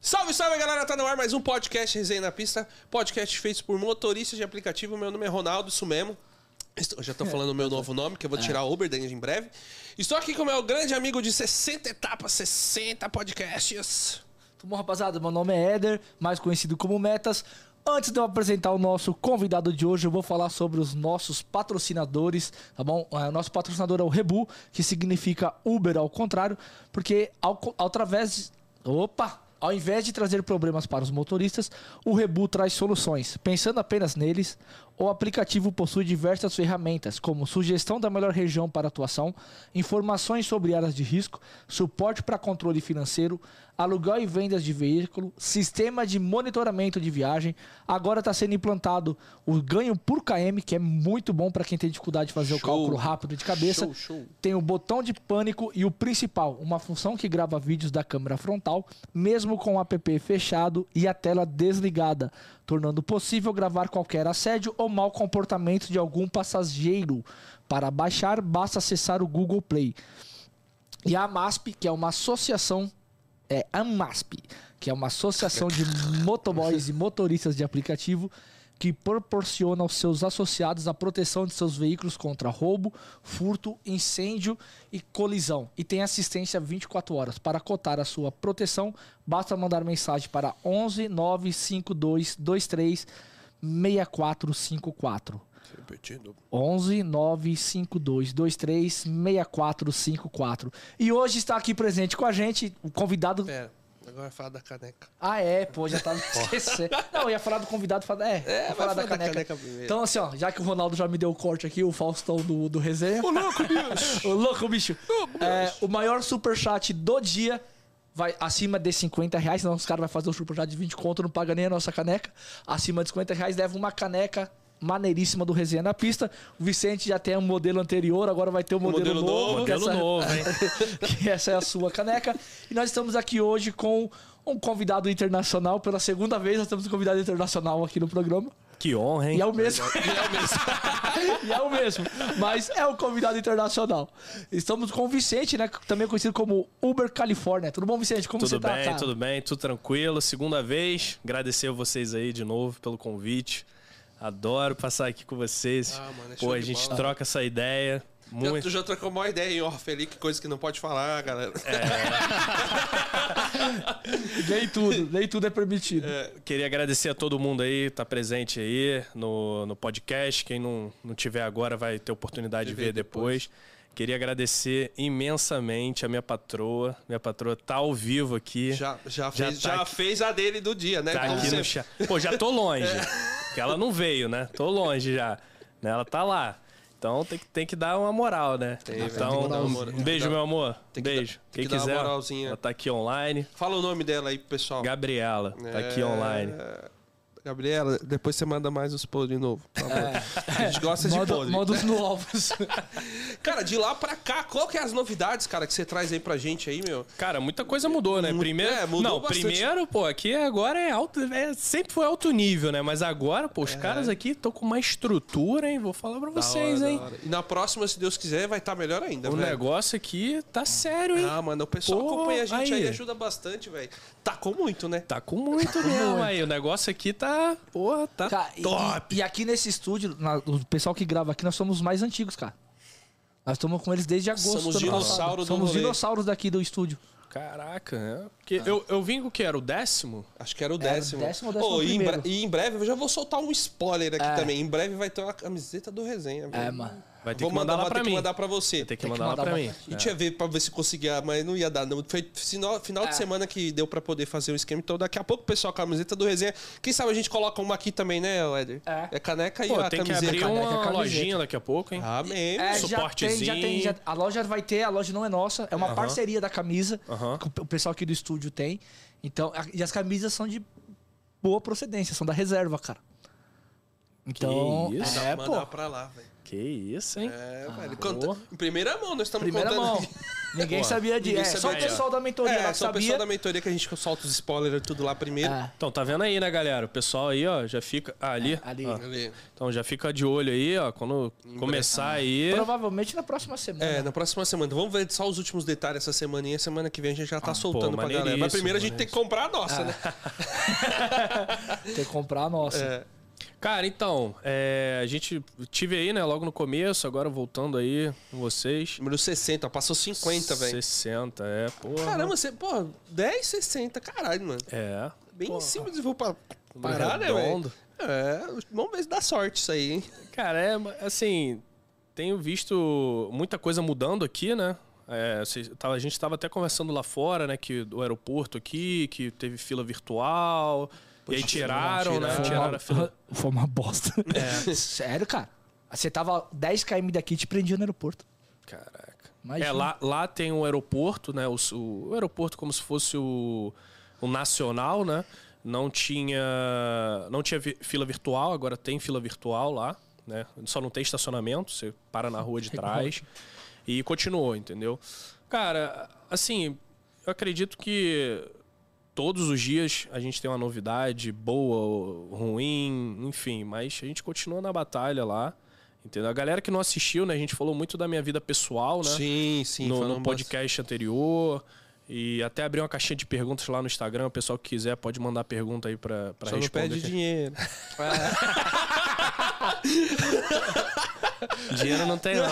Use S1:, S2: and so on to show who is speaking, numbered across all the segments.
S1: Salve, salve, galera! Tá no ar mais um podcast Resenha na Pista. Podcast feito por motoristas de aplicativo. Meu nome é Ronaldo, isso mesmo. Estou- já tô falando o meu novo nome, que eu vou tirar o Uber em breve. Estou aqui com o meu grande amigo de 60 etapas, 60 podcasts.
S2: Tudo bom, rapaziada? Meu nome é Éder, mais conhecido como Metas. Antes de eu apresentar o nosso convidado de hoje, eu vou falar sobre os nossos patrocinadores, tá bom? Ah, O nosso patrocinador é o Rebu, que significa Uber ao contrário, porque ao, co- através. Opa! Ao invés de trazer problemas para os motoristas, o Rebu traz soluções. Pensando apenas neles, o aplicativo possui diversas ferramentas, como sugestão da melhor região para atuação, informações sobre áreas de risco, suporte para controle financeiro, aluguel e vendas de veículo, sistema de monitoramento de viagem. Agora está sendo implantado o ganho por KM, que é muito bom para quem tem dificuldade de fazer o
S1: Show.
S2: cálculo rápido de cabeça.
S1: Show, show.
S2: Tem o botão de pânico e o principal, uma função que grava vídeos da câmera frontal, mesmo com o app fechado e a tela desligada, tornando possível gravar qualquer assédio ou mau comportamento de algum passageiro. Para baixar, basta acessar o Google Play. E a AMASP, que é uma associação. É, AMASP, que é uma associação de motoboys e motoristas de aplicativo que proporciona aos seus associados a proteção de seus veículos contra roubo, furto, incêndio e colisão. E tem assistência 24 horas. Para cotar a sua proteção, basta mandar mensagem para 11 952 23 6454.
S1: Repetindo.
S2: 11 952 23 6454. E hoje está aqui presente com a gente o convidado.
S1: Pera, agora fala da caneca.
S2: Ah, é, pô, já tá esquecendo. Não, eu ia falar do convidado. Falar, é,
S1: É,
S2: vou
S1: vai
S2: falar da
S1: falar da
S2: caneca.
S1: caneca primeiro.
S2: então, assim, ó, já que o Ronaldo já me deu o corte aqui, o Faustão do, do resenha.
S1: Ô, louco, bicho!
S2: Ô, louco, bicho. É, o maior superchat do dia vai acima de 50 reais. Senão os caras vão fazer um superchat de 20 conto, não paga nem a nossa caneca. Acima de 50 reais, leva uma caneca maneiríssima do Resenha na Pista. O Vicente já tem um modelo anterior, agora vai ter um modelo,
S1: modelo
S2: novo.
S1: novo,
S2: que
S3: modelo novo, hein?
S2: que essa é a sua caneca. E nós estamos aqui hoje com um convidado internacional. Pela segunda vez, nós temos um convidado internacional aqui no programa.
S3: Que honra, hein?
S2: E é o mesmo. e é o mesmo. Mas é o convidado internacional. Estamos com o Vicente, né? Também conhecido como Uber Califórnia. Tudo bom, Vicente? Como você
S3: Tudo
S2: tá?
S3: bem,
S2: cara?
S3: tudo bem, tudo tranquilo. Segunda vez, agradecer a vocês aí de novo pelo convite. Adoro passar aqui com vocês.
S1: Ah, mano, é show
S3: Pô, a
S1: de
S3: gente
S1: bola.
S3: troca essa ideia.
S1: Já,
S3: Muito.
S1: tu já trocou uma ideia em off ali, que coisa que não pode falar, galera.
S3: É.
S2: Nem tudo. Nem tudo é permitido.
S3: Queria agradecer a todo mundo aí, tá presente aí no, no podcast. Quem não, não tiver agora vai ter oportunidade de
S1: ver
S3: ver depois. Queria agradecer imensamente a minha patroa. Minha patroa tá ao vivo aqui.
S1: Já, já,
S3: Já
S1: fez,
S3: tá
S1: já
S3: aqui.
S1: fez a dele do dia, né?
S3: Tá
S1: Como
S3: aqui
S1: sempre. É.
S3: no chat. Pô, já tô longe. Porque ela não veio, né? Tô longe já. Né, Ela tá lá. Então tem que, tem que dar uma moral, né?
S1: velho.
S3: então,
S1: Tem que dar uma moral.
S3: um beijo, meu amor.
S1: Tem que
S3: beijo.
S1: dar- tem
S3: Quem
S1: que dar uma
S3: quiser,
S1: moralzinha.
S3: ela tá aqui online.
S1: Fala o nome dela aí, pro pessoal.
S3: Gabriela, tá aqui
S1: É,
S3: online.
S1: Gabriela, depois você manda mais os podres de novo. Tá bom? A gente gosta de
S2: É. Modo,
S1: podre.
S2: modos novos.
S1: Cara, de lá pra cá, qual que é as novidades, cara, que você traz aí pra gente aí, meu?
S3: Cara, muita coisa mudou, né?
S1: Mu-
S3: Primeiro,
S1: é, mudou
S3: não,
S1: bastante.
S3: primeiro, pô, aqui agora é alto, é, sempre foi alto nível, né? Mas agora, pô, os caras aqui estão com uma estrutura, hein? Vou falar pra vocês,
S1: É. Da hora,
S3: hein?
S1: da hora. E na próxima, se Deus quiser, vai estar melhor ainda,
S3: O
S1: velho.
S3: negócio aqui tá sério, hein?
S1: Ah, mano, o pessoal
S3: Pô,
S1: acompanha a gente aí,
S3: aí.
S1: ajuda bastante, velho. Tacou muito, né?
S3: Tá com muito mesmo aí. O negócio aqui tá. Porra, tá
S2: Cara, e-
S3: top.
S2: E, e aqui nesse estúdio, na- o pessoal que grava aqui, nós somos os mais antigos, cara. Nós estamos com eles desde agosto.
S1: Somos
S2: do ano passado.
S1: dinossauro do
S2: Somos
S1: rolê.
S2: dinossauros daqui do estúdio.
S3: Caraca,
S1: é.
S3: né? Porque eu, eu vim com o que? Era o décimo?
S1: Acho que era o décimo.
S2: décimo ou décimo
S1: e, em
S2: primeiro.
S1: bre- e em breve, eu já vou soltar um spoiler aqui também. Em breve vai ter uma camiseta do resenha, velho.
S2: É, mano.
S3: Vai ter
S1: vou
S3: que mandar lá
S1: vai ter
S3: pra
S1: que
S3: mim.
S1: mandar pra você.
S3: Vai ter que
S2: Tem que
S3: mandar lá
S2: mandar
S3: pra
S2: lá
S3: mim.
S2: pra ti.
S1: A gente ia ver pra ver se conseguia, mas não ia dar. Não. Foi final, final de semana que deu pra poder fazer o esquema. Então daqui a pouco, pessoal, a camiseta do resenha. Quem sabe a gente coloca uma aqui também, né, Éder?
S2: É.
S1: É caneca e
S3: Pô,
S1: a
S3: tem que
S1: camiseta. Ah.
S3: abrir um-
S2: caneca,
S3: uma
S2: camiseta.
S3: lojinha daqui a pouco, hein?
S1: Amém.
S2: É,
S1: moço.
S2: já tem, já tem. Já, a loja vai ter, a loja não é nossa. É uma parceria da camisa
S3: Aham.
S2: que o pe- o pessoal aqui do estúdio tem. Então, a- e as camisas são de boa procedência, são da reserva, cara. Então,
S3: Que isso?
S2: é,
S1: Mandar
S2: pô.
S1: pra lá, velho.
S3: Que isso, hein?
S1: É, velho.
S3: boa.
S1: Conta- Em primeira mão, nós estamos
S2: Primeira
S1: contando.
S2: mão.
S1: aqui.
S4: Ninguém
S3: Boa.
S4: sabia disso.
S1: Ninguém
S4: É,
S1: sabia
S4: só o
S1: disso.
S4: pessoal da mentoria
S1: É,
S4: lá que
S1: só o
S4: sabia.
S1: pessoal da mentoria que a gente solta os spoilers tudo lá primeiro.
S4: É,
S3: Então, tá vendo aí, né, galera? O pessoal aí, ó, já fica. Ah, ali.
S4: ali.
S3: Ó.
S1: Ali.
S3: Então já fica de olho aí, ó. Quando começar aí.
S4: Provavelmente na próxima semana.
S1: É, na próxima semana. Vamos ver só os últimos detalhes essa semana e a semana que vem a gente já tá soltando pra galera. Mas
S3: Ah, maneiríssimo,
S1: primeiro a gente tem que comprar a nossa, né?
S4: Tem que comprar a nossa.
S1: É.
S3: Cara, então, é, a gente tive aí, né, logo no começo, agora voltando aí com vocês.
S1: Número 60, passou 50, velho.
S3: 60, é, porra.
S1: Caramba, você, pô, 10, 60, caralho, mano.
S3: É.
S1: Bem em cima de vou pra parar, né, velho?
S3: redondo.
S1: É, vamos ver se dá sorte isso aí, hein?
S3: Cara, é assim, tenho visto muita coisa mudando aqui, né? É, cês- tava- a gente estava até conversando lá fora, né? Que o aeroporto aqui, que teve fila virtual. e aí tiraram, né?
S1: tiraram.
S3: Tiraram, a fila.
S4: foi uma bosta.
S1: É.
S4: Sério, cara. Você tava 10 km daqui e te prendia no aeroporto.
S3: Caraca.
S4: Imagina.
S3: É, lá, lá tem um aeroporto, né? O, s- o aeroporto como se fosse o, o nacional, né? Não tinha, não tinha vi- fila virtual, agora tem fila virtual lá, né? Só não tem estacionamento, você para na rua de trás. E continuou, entendeu? Cara, assim, eu acredito que todos os dias a gente tem uma novidade boa ou ruim, enfim, mas a gente continua na batalha lá. Entendeu? A galera que não assistiu, né? A gente falou muito da minha vida pessoal, né?
S1: Sim, sim.
S3: no,
S1: falamos
S3: no podcast anterior. E até abri uma caixinha de perguntas lá no Instagram. O pessoal que quiser pode mandar pergunta aí pra,
S1: bastante.
S3: pra
S1: Só não
S3: responder.
S1: pede
S3: que-
S1: dinheiro.
S3: Dinheiro não tem, não.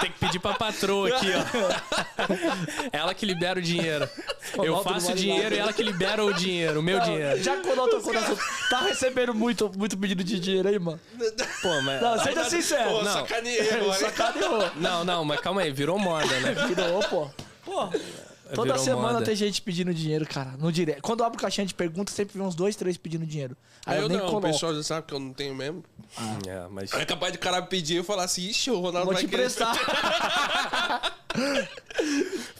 S3: tem que pedir pra patroa aqui, ó. Ela que libera o dinheiro. Eu
S4: Ronaldo
S3: faço
S4: não
S3: o
S4: vale
S3: dinheiro
S4: nada.
S3: e ela que libera o dinheiro, é o meu dinheiro.
S4: Já colou teu coração. Tá recebendo muito, muito pedido de dinheiro aí, mano.
S3: Pô, mas.
S4: Não, seja sincero.
S1: Pô,
S4: não,
S1: sacaneei agora. hein?
S4: sacaneou.
S3: Não, não, mas calma aí, virou moda, né?
S4: Virou, pô.
S1: É,
S4: Pô, toda
S3: Virou
S4: semana
S3: moda.
S4: tem gente pedindo dinheiro, cara. No direto. Quando eu abro caixinha de perguntas, sempre vem uns dois, três pedindo dinheiro. Aí eu,
S1: eu
S4: nem
S1: não, o
S4: coloco.
S1: pessoal já sabe que eu não tenho mesmo.
S3: É, mas.
S1: É capaz de o cara pedir e falar assim, ixi, o Ronaldo
S4: Vou
S1: vai
S4: te
S1: querer.
S4: emprestar.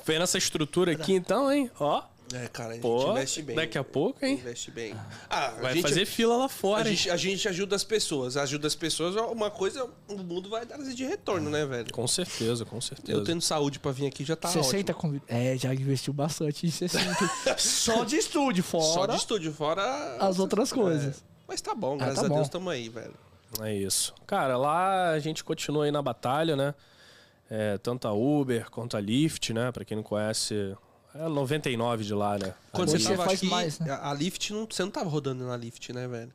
S3: Vendo essa estrutura aqui então, hein? Ó.
S1: É, cara, a gente
S3: Pô,
S1: investe bem.
S3: daqui a pouco, hein?
S1: Investe bem. Ah, a
S3: Vai
S1: gente-
S3: fazer fila lá
S1: A
S3: fora, hein?
S1: gente, a gente ajuda as pessoas. Ajuda as pessoas, uma coisa, o mundo vai dar de retorno, né, velho?
S3: Com certeza, com certeza.
S1: Eu tendo saúde pra vir aqui já tá
S4: 60
S1: ótimo.
S4: convidados. É, já investiu bastante em 60. Só de estúdio,
S1: Só
S4: fora
S1: de estúdio, fora... é.
S4: as outras coisas.
S1: Mas tá bom, graças
S4: tá
S1: a
S4: bom.
S1: Deus tamo aí, velho.
S3: É isso. Cara, lá a gente continua aí na batalha, né? É, tanto a Uber quanto a Lyft, né? Pra quem não conhece, é 99 de lá, né?
S1: Quando
S4: Hoje
S1: você
S4: você
S1: tava
S4: faz
S1: aqui,
S4: mais, né?
S1: a a Lyft, não, você não tava rodando na Lyft, né, velho?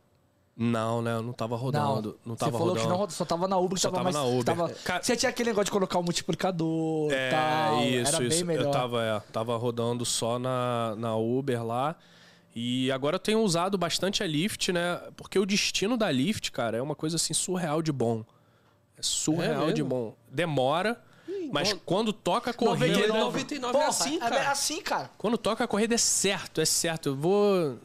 S3: Não, né? Eu não tava rodando. Não, tava
S4: você falou
S3: rodando.
S4: que não rodou, só tava na Uber,
S3: Só
S4: que tava,
S3: tava
S4: mais.
S3: na Uber.
S4: tava-
S3: Cara-
S4: Você tinha aquele negócio de colocar o multiplicador e
S3: É,
S4: tal.
S3: isso,
S4: era
S3: isso.
S4: bem melhor.
S3: Eu tava, é, tava rodando só na, na Uber lá. E agora eu tenho usado bastante a Lyft, né? Porque o destino da Lyft, cara, é uma coisa assim surreal de bom. É surreal
S1: É
S3: de
S1: mesmo?
S3: bom. Demora, mas quando toca a corrida.
S1: 99, 99 é assim,
S4: é
S1: cara.
S4: assim, cara.
S3: Quando toca a corrida é certo, é certo. Eu vou.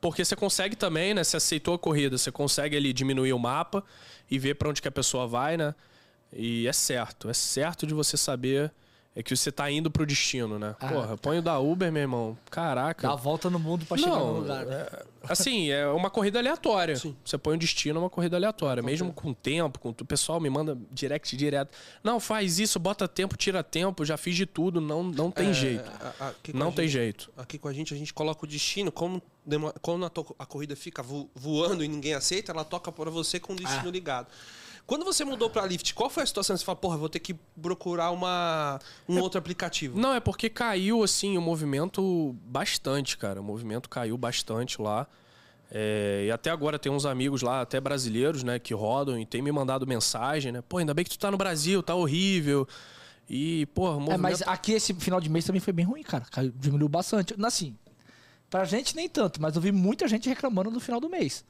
S3: Porque você consegue também, né? Você aceitou a corrida, você consegue ali diminuir o mapa e ver pra onde que a pessoa vai, né? E é certo, é certo de você saber é que você tá indo pro destino, né? Porra, põe o da Uber, meu irmão. Caraca.
S4: Ah, tá. Dá a volta no mundo pra chegar no lugar. né?
S3: é- assim, é uma corrida aleatória. Você põe um destino, é uma corrida aleatória. Mesmo com tempo, com tu- o pessoal me manda direct direto. Não, faz isso, bota tempo, tira tempo, já fiz de tudo, não, não tem
S4: É,
S3: jeito.
S1: É, A- a- aqui com
S3: Não
S1: a
S3: tem
S1: gente-
S3: jeito.
S1: Aqui com a gente, a gente coloca o destino. Como, demo- como a, to- a corrida fica vo- voando e ninguém aceita, ela toca pra você com o destino
S4: Ah.
S1: ligado. Quando você mudou pra Lyft, qual foi a situação? Você fala, porra, vou ter que procurar uma, um outro aplicativo.
S4: Hum.
S3: Não, é porque caiu, assim, o movimento bastante, cara. O movimento caiu bastante lá. É, e até agora tem uns amigos lá, até brasileiros, né, que rodam e tem me mandado mensagem, né? Pô, ainda bem que tu tá no Brasil, tá horrível. E, pô, o movimento...
S4: É, mas aqui esse final de mês também foi bem ruim, cara. Caiu- diminuiu bastante. Assim, pra gente nem tanto, mas eu vi muita gente reclamando do final do mês.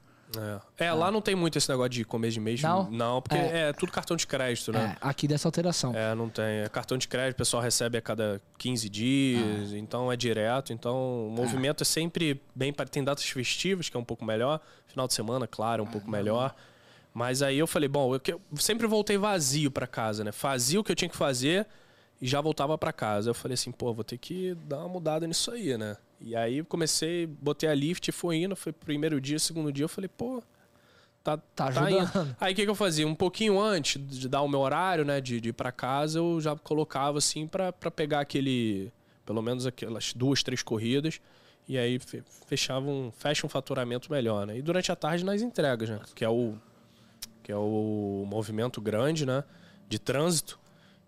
S3: É, é, lá não tem muito esse negócio de começo de mês.
S4: Ah. Não?
S3: porque
S4: É.
S3: é. tudo cartão de crédito, né?
S4: É, aqui dessa alteração.
S3: É. não tem. É cartão de crédito, o pessoal recebe a cada 15 dias, então é direto. Então o movimento é, sempre bem. pare- Tem datas festivas, que é um pouco melhor. Final de semana, claro, é um pouco melhor. Mas aí eu falei, bom, eu, que- eu sempre voltei vazio pra casa, né? Fazia o que eu tinha que fazer e já voltava pra casa. Eu falei assim, pô, vou ter que dar uma mudada nisso aí, né? E aí comecei, botei a lift, fui indo, foi primeiro dia, segundo dia, eu falei, pô, tá,
S2: Tá
S3: indo.
S2: ajudando.
S3: Aí o que, que eu fazia? Um pouquinho antes de dar o meu horário, né? De, de ir pra casa, eu já colocava assim pra, pra pegar aquele. Pelo menos aquelas duas, três corridas. E aí fe- fechava um, fecha um faturamento melhor, né? E durante a tarde nas entregas, né? Que é o, que é o movimento grande, né? De trânsito.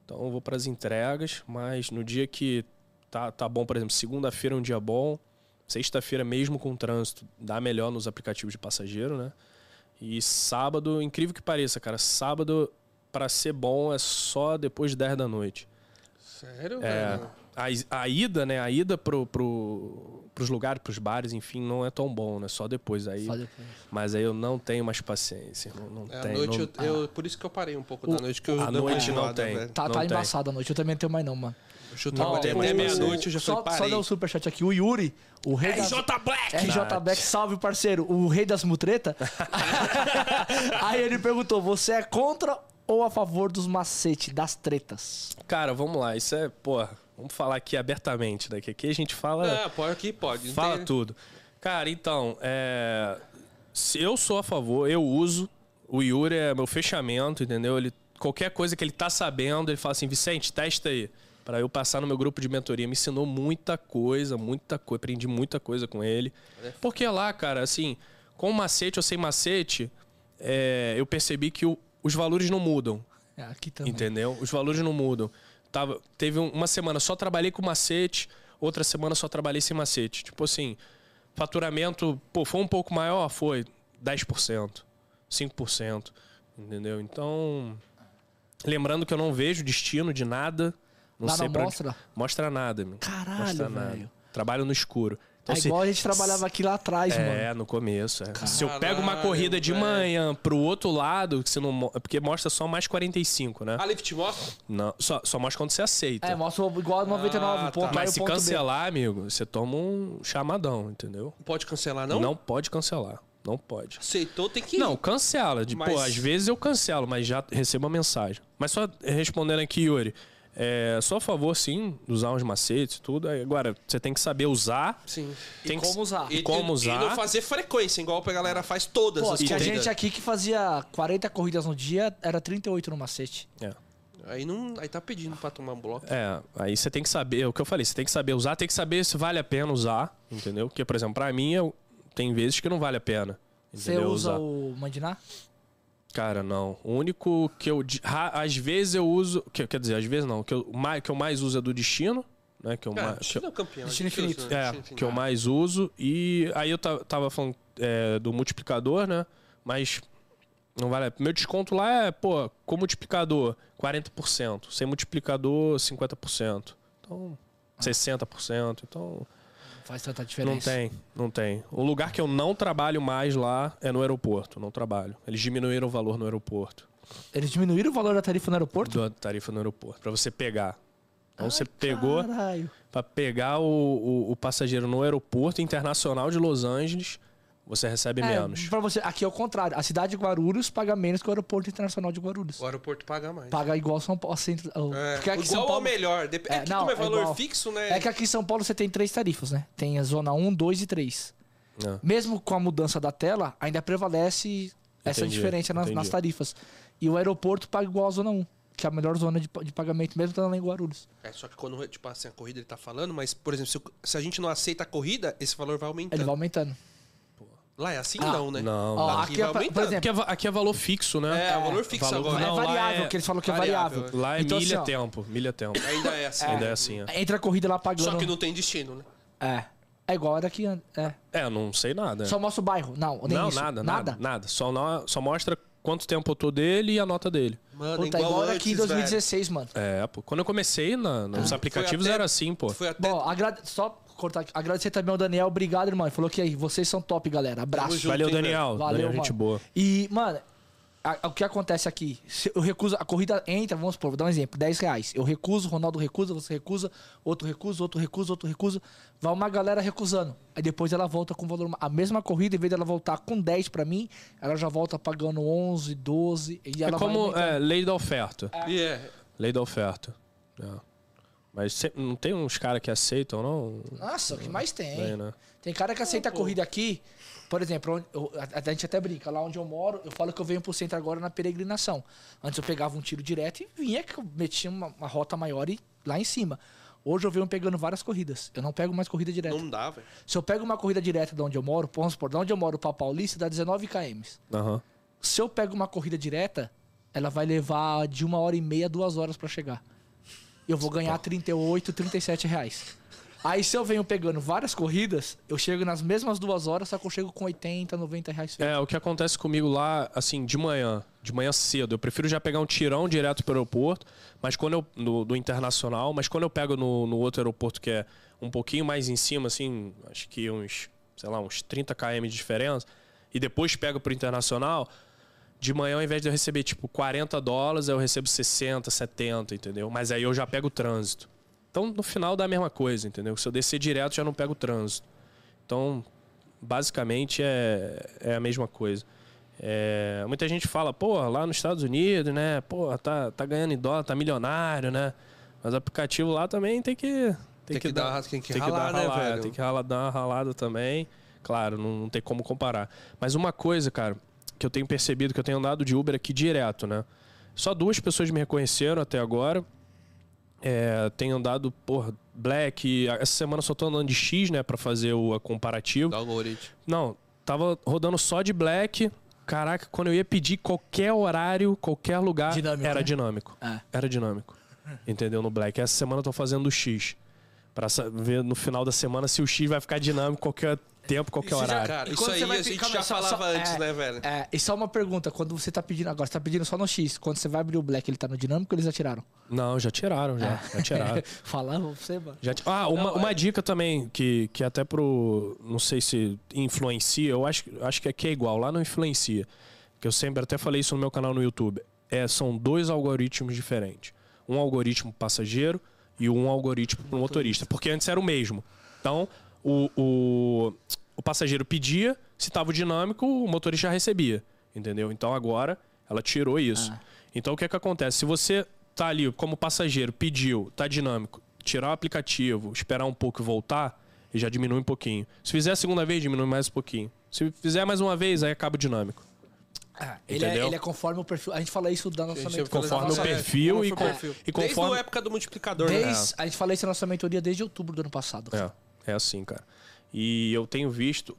S3: Então eu vou pras entregas, mas no dia que tá, tá bom, por exemplo, segunda-feira é um dia bom. Sexta-feira, mesmo com trânsito, dá melhor nos aplicativos de passageiro, né? E sábado, incrível que pareça, cara, sábado pra ser bom é só depois de 10 da noite.
S1: Sério,
S3: É,
S1: velho?
S3: a, is- a ida, né? A ida pro, pro, pros lugares, pros bares, enfim, não é tão bom, né? Só depois aí.
S2: Só depois.
S3: Mas aí eu não tenho mais paciência, irmão. Não
S1: É, a
S3: tenho.
S1: noite
S3: não-
S1: eu, eu- Por isso que eu parei um pouco da noite, que eu
S3: a
S1: dei uma
S3: noite não
S1: enjoada,
S3: tem.
S1: velho.
S2: Tá,
S3: Não
S2: tá
S3: tem.
S2: embaçada a noite, eu também não tenho mais não, mano.
S1: Eu chutava
S3: Não,
S1: até
S3: o-
S1: até meia-noite, eu já
S2: só,
S1: falei, parei.
S2: Só dá um superchat aqui. O Yuri, o rei das...
S3: RJ Black!
S2: RJ Beck, salve parceiro, o rei das mutreta. Aí ele perguntou: você é contra ou a favor dos macetes, das tretas?
S3: Cara, vamos lá. Isso é, porra, vamos falar aqui abertamente, né? Que aqui a gente fala.
S1: Ah, pode aqui, pode. não
S3: Fala
S1: tem-
S3: tudo. Cara, então, é... se eu sou a favor, eu uso. O Yuri é meu fechamento, entendeu? Ele, qualquer coisa que ele tá sabendo, ele fala assim, Vicente, testa aí. Pra eu passar no meu grupo de mentoria. Me ensinou muita coisa, muita coisa. Aprendi muita coisa com ele. Porque lá, cara, assim, com macete ou sem macete, é, eu percebi que o- os valores não mudam.
S2: É, aqui também.
S3: Entendeu? Os valores não mudam. Tava, teve um- uma semana só trabalhei com macete, outra semana só trabalhei sem macete. Tipo assim, faturamento, pô, foi um pouco maior? Foi 10%, 5%, entendeu? Então, lembrando que eu não vejo destino de nada. Não
S2: Nada
S3: sei pra-
S2: mostra?
S3: Mostra nada, meu.
S2: Caralho,
S3: mostra
S2: velho.
S3: Trabalho no escuro. Então,
S2: é
S3: se-
S2: igual a gente trabalhava aqui lá atrás, mano.
S3: é, no começo. é. Se eu pego uma
S1: Caralho,
S3: corrida de
S1: velho.
S3: manhã pro outro lado, que você não, mo- é porque mostra só mais 45, né?
S1: A Lift mostra?
S3: Não, só, só mostra quando você aceita.
S2: É, mostra o- igual a 99,
S1: Ah,
S2: ponto
S1: tá.
S2: A e
S3: Mas
S2: o
S3: se
S2: ponto B.
S3: cancelar, amigo, você toma um chamadão, entendeu?
S1: Pode cancelar, não?
S3: Não pode cancelar. Não pode.
S1: Aceitou, tem que ir.
S3: Não, cancela. De, Pô,
S1: Mas-
S3: às vezes eu cancelo, mas já recebo a mensagem. Mas só respondendo aqui, Yuri. É, sou a favor, sim, de usar uns macetes e tudo. Aí, Agora, você tem que saber usar.
S1: Sim.
S3: tem que-
S2: Ah, como usar.
S3: E como usar.
S1: E não fazer frequência, igual a galera faz todas
S2: Pô,
S1: as
S2: tinha
S1: corridas.
S2: gente aqui que fazia 40 corridas no dia, era 38 no macete.
S3: É.
S1: Aí, não, aí tá pedindo pra tomar um bloco.
S3: É, aí você tem que saber, é o que eu falei, você tem que saber usar, tem que saber se vale a pena usar, entendeu? Porque, por exemplo, pra mim, eu- tem vezes que não vale a pena.
S2: Você
S3: entendeu?
S2: usa
S3: Usar.
S2: o Mandiná?
S3: Cara, não. O único que eu. de- ra- Às vezes eu uso. que- quer dizer, às vezes não. O que eu, mais, que eu mais uso é do destino, né? Que eu
S1: Cara,
S3: mais. que eu-
S1: destino é o campeão.
S2: Destino
S1: difícil,
S2: infinito.
S1: né?
S3: é,
S1: Destino infinito.
S3: que eu mais uso. E aí eu ta- tava falando é, do multiplicador, né? Mas não vale. a- Meu desconto lá é, pô, com multiplicador, 40%. Sem multiplicador, 50%. Então, 60%. Então,
S2: Faz tanta
S3: não
S2: diferença.
S3: tem, não tem. O lugar que eu não trabalho mais lá é no aeroporto. Não trabalho. Eles diminuíram o valor no aeroporto.
S2: Eles diminuíram o valor da tarifa no aeroporto?
S3: Da tarifa no aeroporto, pra você pegar. Então você pegou.
S2: Caralho.
S3: Pra pegar o, o, o passageiro no aeroporto internacional de Los Angeles, você recebe
S2: É,
S3: menos.
S2: Pra você, aqui é o contrário. A cidade de Guarulhos paga menos que o aeroporto internacional de Guarulhos.
S1: O aeroporto paga mais.
S2: Paga igual São Paulo. Centro, o-
S1: É,
S2: porque aqui em
S1: igual
S2: São
S1: ao
S2: Paulo,
S1: melhor. Dep- É,
S2: É,
S1: que
S2: não,
S1: como é
S2: é
S1: valor
S2: igual.
S1: fixo, né?
S2: é que aqui em São Paulo você tem três tarifas, né? Tem a zona 1, 2 e 3.
S3: É.
S2: Mesmo com a mudança da tela, ainda prevalece essa
S3: Entendi,
S2: diferença nas,
S3: entendi.
S2: nas tarifas. E o aeroporto paga igual a zona 1, que é a melhor zona de, pa- de pagamento, mesmo estando lá em Guarulhos.
S1: É, só que quando, tipo assim, a corrida ele tá falando, mas, por exemplo, se, o- se a gente não aceita a corrida, esse valor vai aumentando.
S2: Ele vai aumentando.
S1: Lá é assim
S2: Ah.
S1: não, né?
S3: Não,
S2: Ó,
S3: não.
S1: aqui
S2: aqui é
S1: vai
S2: pra- por
S1: aumentando.
S2: exemplo,
S3: Aqui é, va- aqui é valor fixo, né?
S1: É, é valor fixo
S3: valor-
S1: agora.
S2: é
S3: não, lá
S2: variável,
S3: é-
S2: que eles falam que é
S1: variável,
S2: variável.
S1: é.
S3: Lá é
S2: Então, assim,
S3: milha
S2: ó,
S3: tempo, milha tempo.
S1: Ainda é assim.
S3: Ainda
S1: né?
S3: é assim, é.
S2: Entra a corrida lá pagando.
S1: Só que não tem destino, né?
S2: É. É igual a daqui. an- É.
S3: É, não sei nada.
S2: Só mostra o bairro. Não, nem
S3: não,
S2: isso.
S3: nada, nada, nada, Só, no- só mostra quanto tempo eu tô dele e a nota dele.
S1: Mano,
S2: Puta, tá igual, igual daqui em
S1: antes,
S2: 2016, mano.
S3: É, pô. Quando eu comecei na- nos
S2: Ah.
S3: aplicativos
S1: até-
S3: era assim, pô.
S1: velho. Foi até...
S2: Bom, agrade- só cortar aqui. Agradecer também ao Daniel. Obrigado, irmão. Ele falou que aí, vocês são top, galera.
S1: Tamo
S2: Abraço.
S1: junto,
S3: Valeu,
S1: hein, velho.
S3: Daniel.
S2: Valeu,
S3: Daniel,
S2: mano.
S3: gente boa.
S2: E, mano, a- a- o que acontece aqui? Se eu recuso, a corrida entra, vamos supor, vou dar um exemplo, 10 reais. Eu recuso, Ronaldo recusa, você recusa, outro recusa, outro recusa, outro recusa. Vai uma galera recusando. Aí depois ela volta com valor. A mesma corrida, em vez dela voltar com 10 pra mim, ela já volta pagando 11, 12. E
S3: É
S2: ela vai É.
S3: como
S2: aumentando.
S3: é, lei da oferta.
S1: E é,
S3: Lei da oferta. É. Mas se- não tem uns caras que aceitam, não?
S2: Nossa, o que mais tem?
S3: Tem, né?
S2: Tem cara que aceita a corrida aqui. Por exemplo, onde- eu- a, a gente até brinca, lá onde eu moro, eu falo que eu venho pro centro agora na peregrinação. Antes eu pegava um tiro direto e vinha, que eu metia uma, uma rota maior e lá em cima. Hoje eu venho pegando várias corridas. Eu não pego mais corrida direta.
S1: Não dá, velho.
S2: Se eu pego uma corrida direta de onde eu moro, vamos supor, de onde eu moro pra Paulista, dá 19 km.
S3: Aham.
S2: Se eu pego uma corrida direta, ela vai levar de uma hora e meia, duas horas pra chegar. Eu vou ganhar 38, 37 reais. Aí se eu venho pegando várias corridas, eu chego nas mesmas duas horas, só que eu chego com 80, 90 reais.
S3: É, o que acontece comigo lá, assim, de manhã, de manhã cedo, eu prefiro já pegar um tirão direto pro aeroporto, mas quando eu. No, do internacional, mas quando eu pego no, no outro aeroporto que é um pouquinho mais em cima, assim, acho que uns, sei lá, uns 30 km de diferença, e depois pego pro internacional, de manhã, ao invés de eu receber, tipo, 40 dólares, eu recebo 60, 70, entendeu? Mas aí eu já pego o trânsito. Então, no final dá a mesma coisa, entendeu? Se eu descer direto, já não pego o trânsito. Então, basicamente é, é a mesma coisa. É, muita gente fala, porra, lá nos Estados Unidos, né? Porra, tá, tá ganhando em dólar, tá milionário, né? Mas o aplicativo lá também tem que.
S1: Tem que dar- tem que ralar,
S3: dar
S1: né,
S3: ralada,
S1: velho?
S3: Tem que rala- dar uma ralada também. Claro, não, não tem como comparar. Mas uma coisa, cara, que eu tenho percebido, que eu tenho andado de Uber aqui direto, né? Só duas pessoas me reconheceram até agora. É, tenho andado, porra, Black. Essa semana eu só tô andando de X, né? Pra fazer o a comparativo.
S1: Dá o algoritmo.
S3: Não, tava rodando só de black. Caraca, quando eu ia pedir qualquer horário, qualquer lugar,
S2: Dinâmico,
S3: era
S2: né?
S3: dinâmico.
S2: É.
S3: Era dinâmico. Entendeu? No black. Essa semana eu tô fazendo o X. Pra sa- ver no final da semana se o X vai ficar dinâmico qualquer tempo,
S1: Isso
S3: qualquer
S1: já,
S3: horário.
S1: cara,
S2: E
S1: isso
S2: quando
S1: aí
S2: você vai
S1: a gente
S2: ficar-
S1: já
S2: só- só-
S1: falava antes,
S2: é,
S1: né, velho?
S2: É, e só uma pergunta, quando você tá pedindo agora, você tá pedindo só no X, quando você vai abrir o Black, ele tá no dinâmico ou eles já tiraram?
S3: Não, já tiraram, já. Já
S2: Ah.
S3: tiraram.
S2: Falava pra você, mano.
S3: Já ti- Ah, uma, uma dica também que, que até pro. Não sei se influencia, eu acho, acho que aqui é igual, lá não influencia. Que eu sempre até falei isso no meu canal no YouTube. É, são dois algoritmos diferentes. Um algoritmo passageiro e um algoritmo pro motorista. Porque antes era o mesmo. Então, o, o, o passageiro pedia, se tava o dinâmico, o motorista já recebia. Entendeu? Então agora ela tirou isso. Então o que é que acontece? Se você tá ali como passageiro, pediu, tá dinâmico, tirar o aplicativo, esperar um pouco e voltar, e já diminui um pouquinho. Se fizer a segunda vez, diminui mais um pouquinho. Se fizer mais uma vez, aí acaba o dinâmico.
S2: Ah, ele, é,
S3: Entendeu?
S2: ele é conforme o perfil. A gente fala isso da nossa
S1: Gente,
S2: mentoria.
S1: eu falo
S3: Conforme
S1: Nossa,
S3: o
S1: é,
S3: perfil
S1: como
S3: e,
S1: foi o
S3: con-
S1: perfil.
S3: e
S1: Desde
S3: conforme.
S1: a época do multiplicador, né?
S2: Desde- A gente fala isso na nossa mentoria desde outubro do ano passado.
S3: É, é assim, cara. E eu tenho visto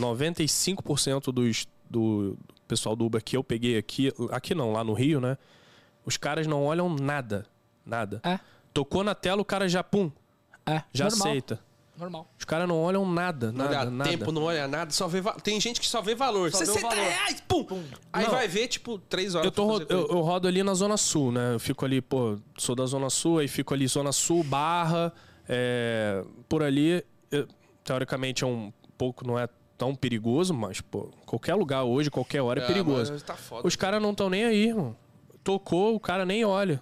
S3: 95% dos, do pessoal do Uber que eu peguei aqui, aqui não, lá no Rio, né? Os caras não olham nada. Nada.
S2: É,
S3: Tocou na tela, o cara já pum,
S2: é.
S3: já
S2: normal,
S3: aceita.
S2: Normal.
S3: Os caras não olham nada,
S1: Não
S3: nada,
S1: olha
S3: nada.
S1: tempo, não olha nada, só vê va- Tem gente que só vê valor.
S2: Só vê o
S1: 60
S2: valor.
S1: reais, pum! Aí
S3: Não.
S1: vai ver, tipo, 3 horas.
S3: Eu, tô
S1: pra
S3: ro-
S1: fazer
S3: eu,
S1: coisa.
S3: eu rodo ali na Zona Sul, né? Eu fico ali, pô, sou da Zona Sul, aí fico ali Zona Sul, Barra, é, por ali, eu- teoricamente é um pouco, não é tão perigoso, mas, pô, qualquer lugar hoje, qualquer hora é,
S1: Ah,
S3: perigoso.
S1: mas tá foda.
S3: Os caras não estão nem aí, irmão. Tocou, o cara nem olha.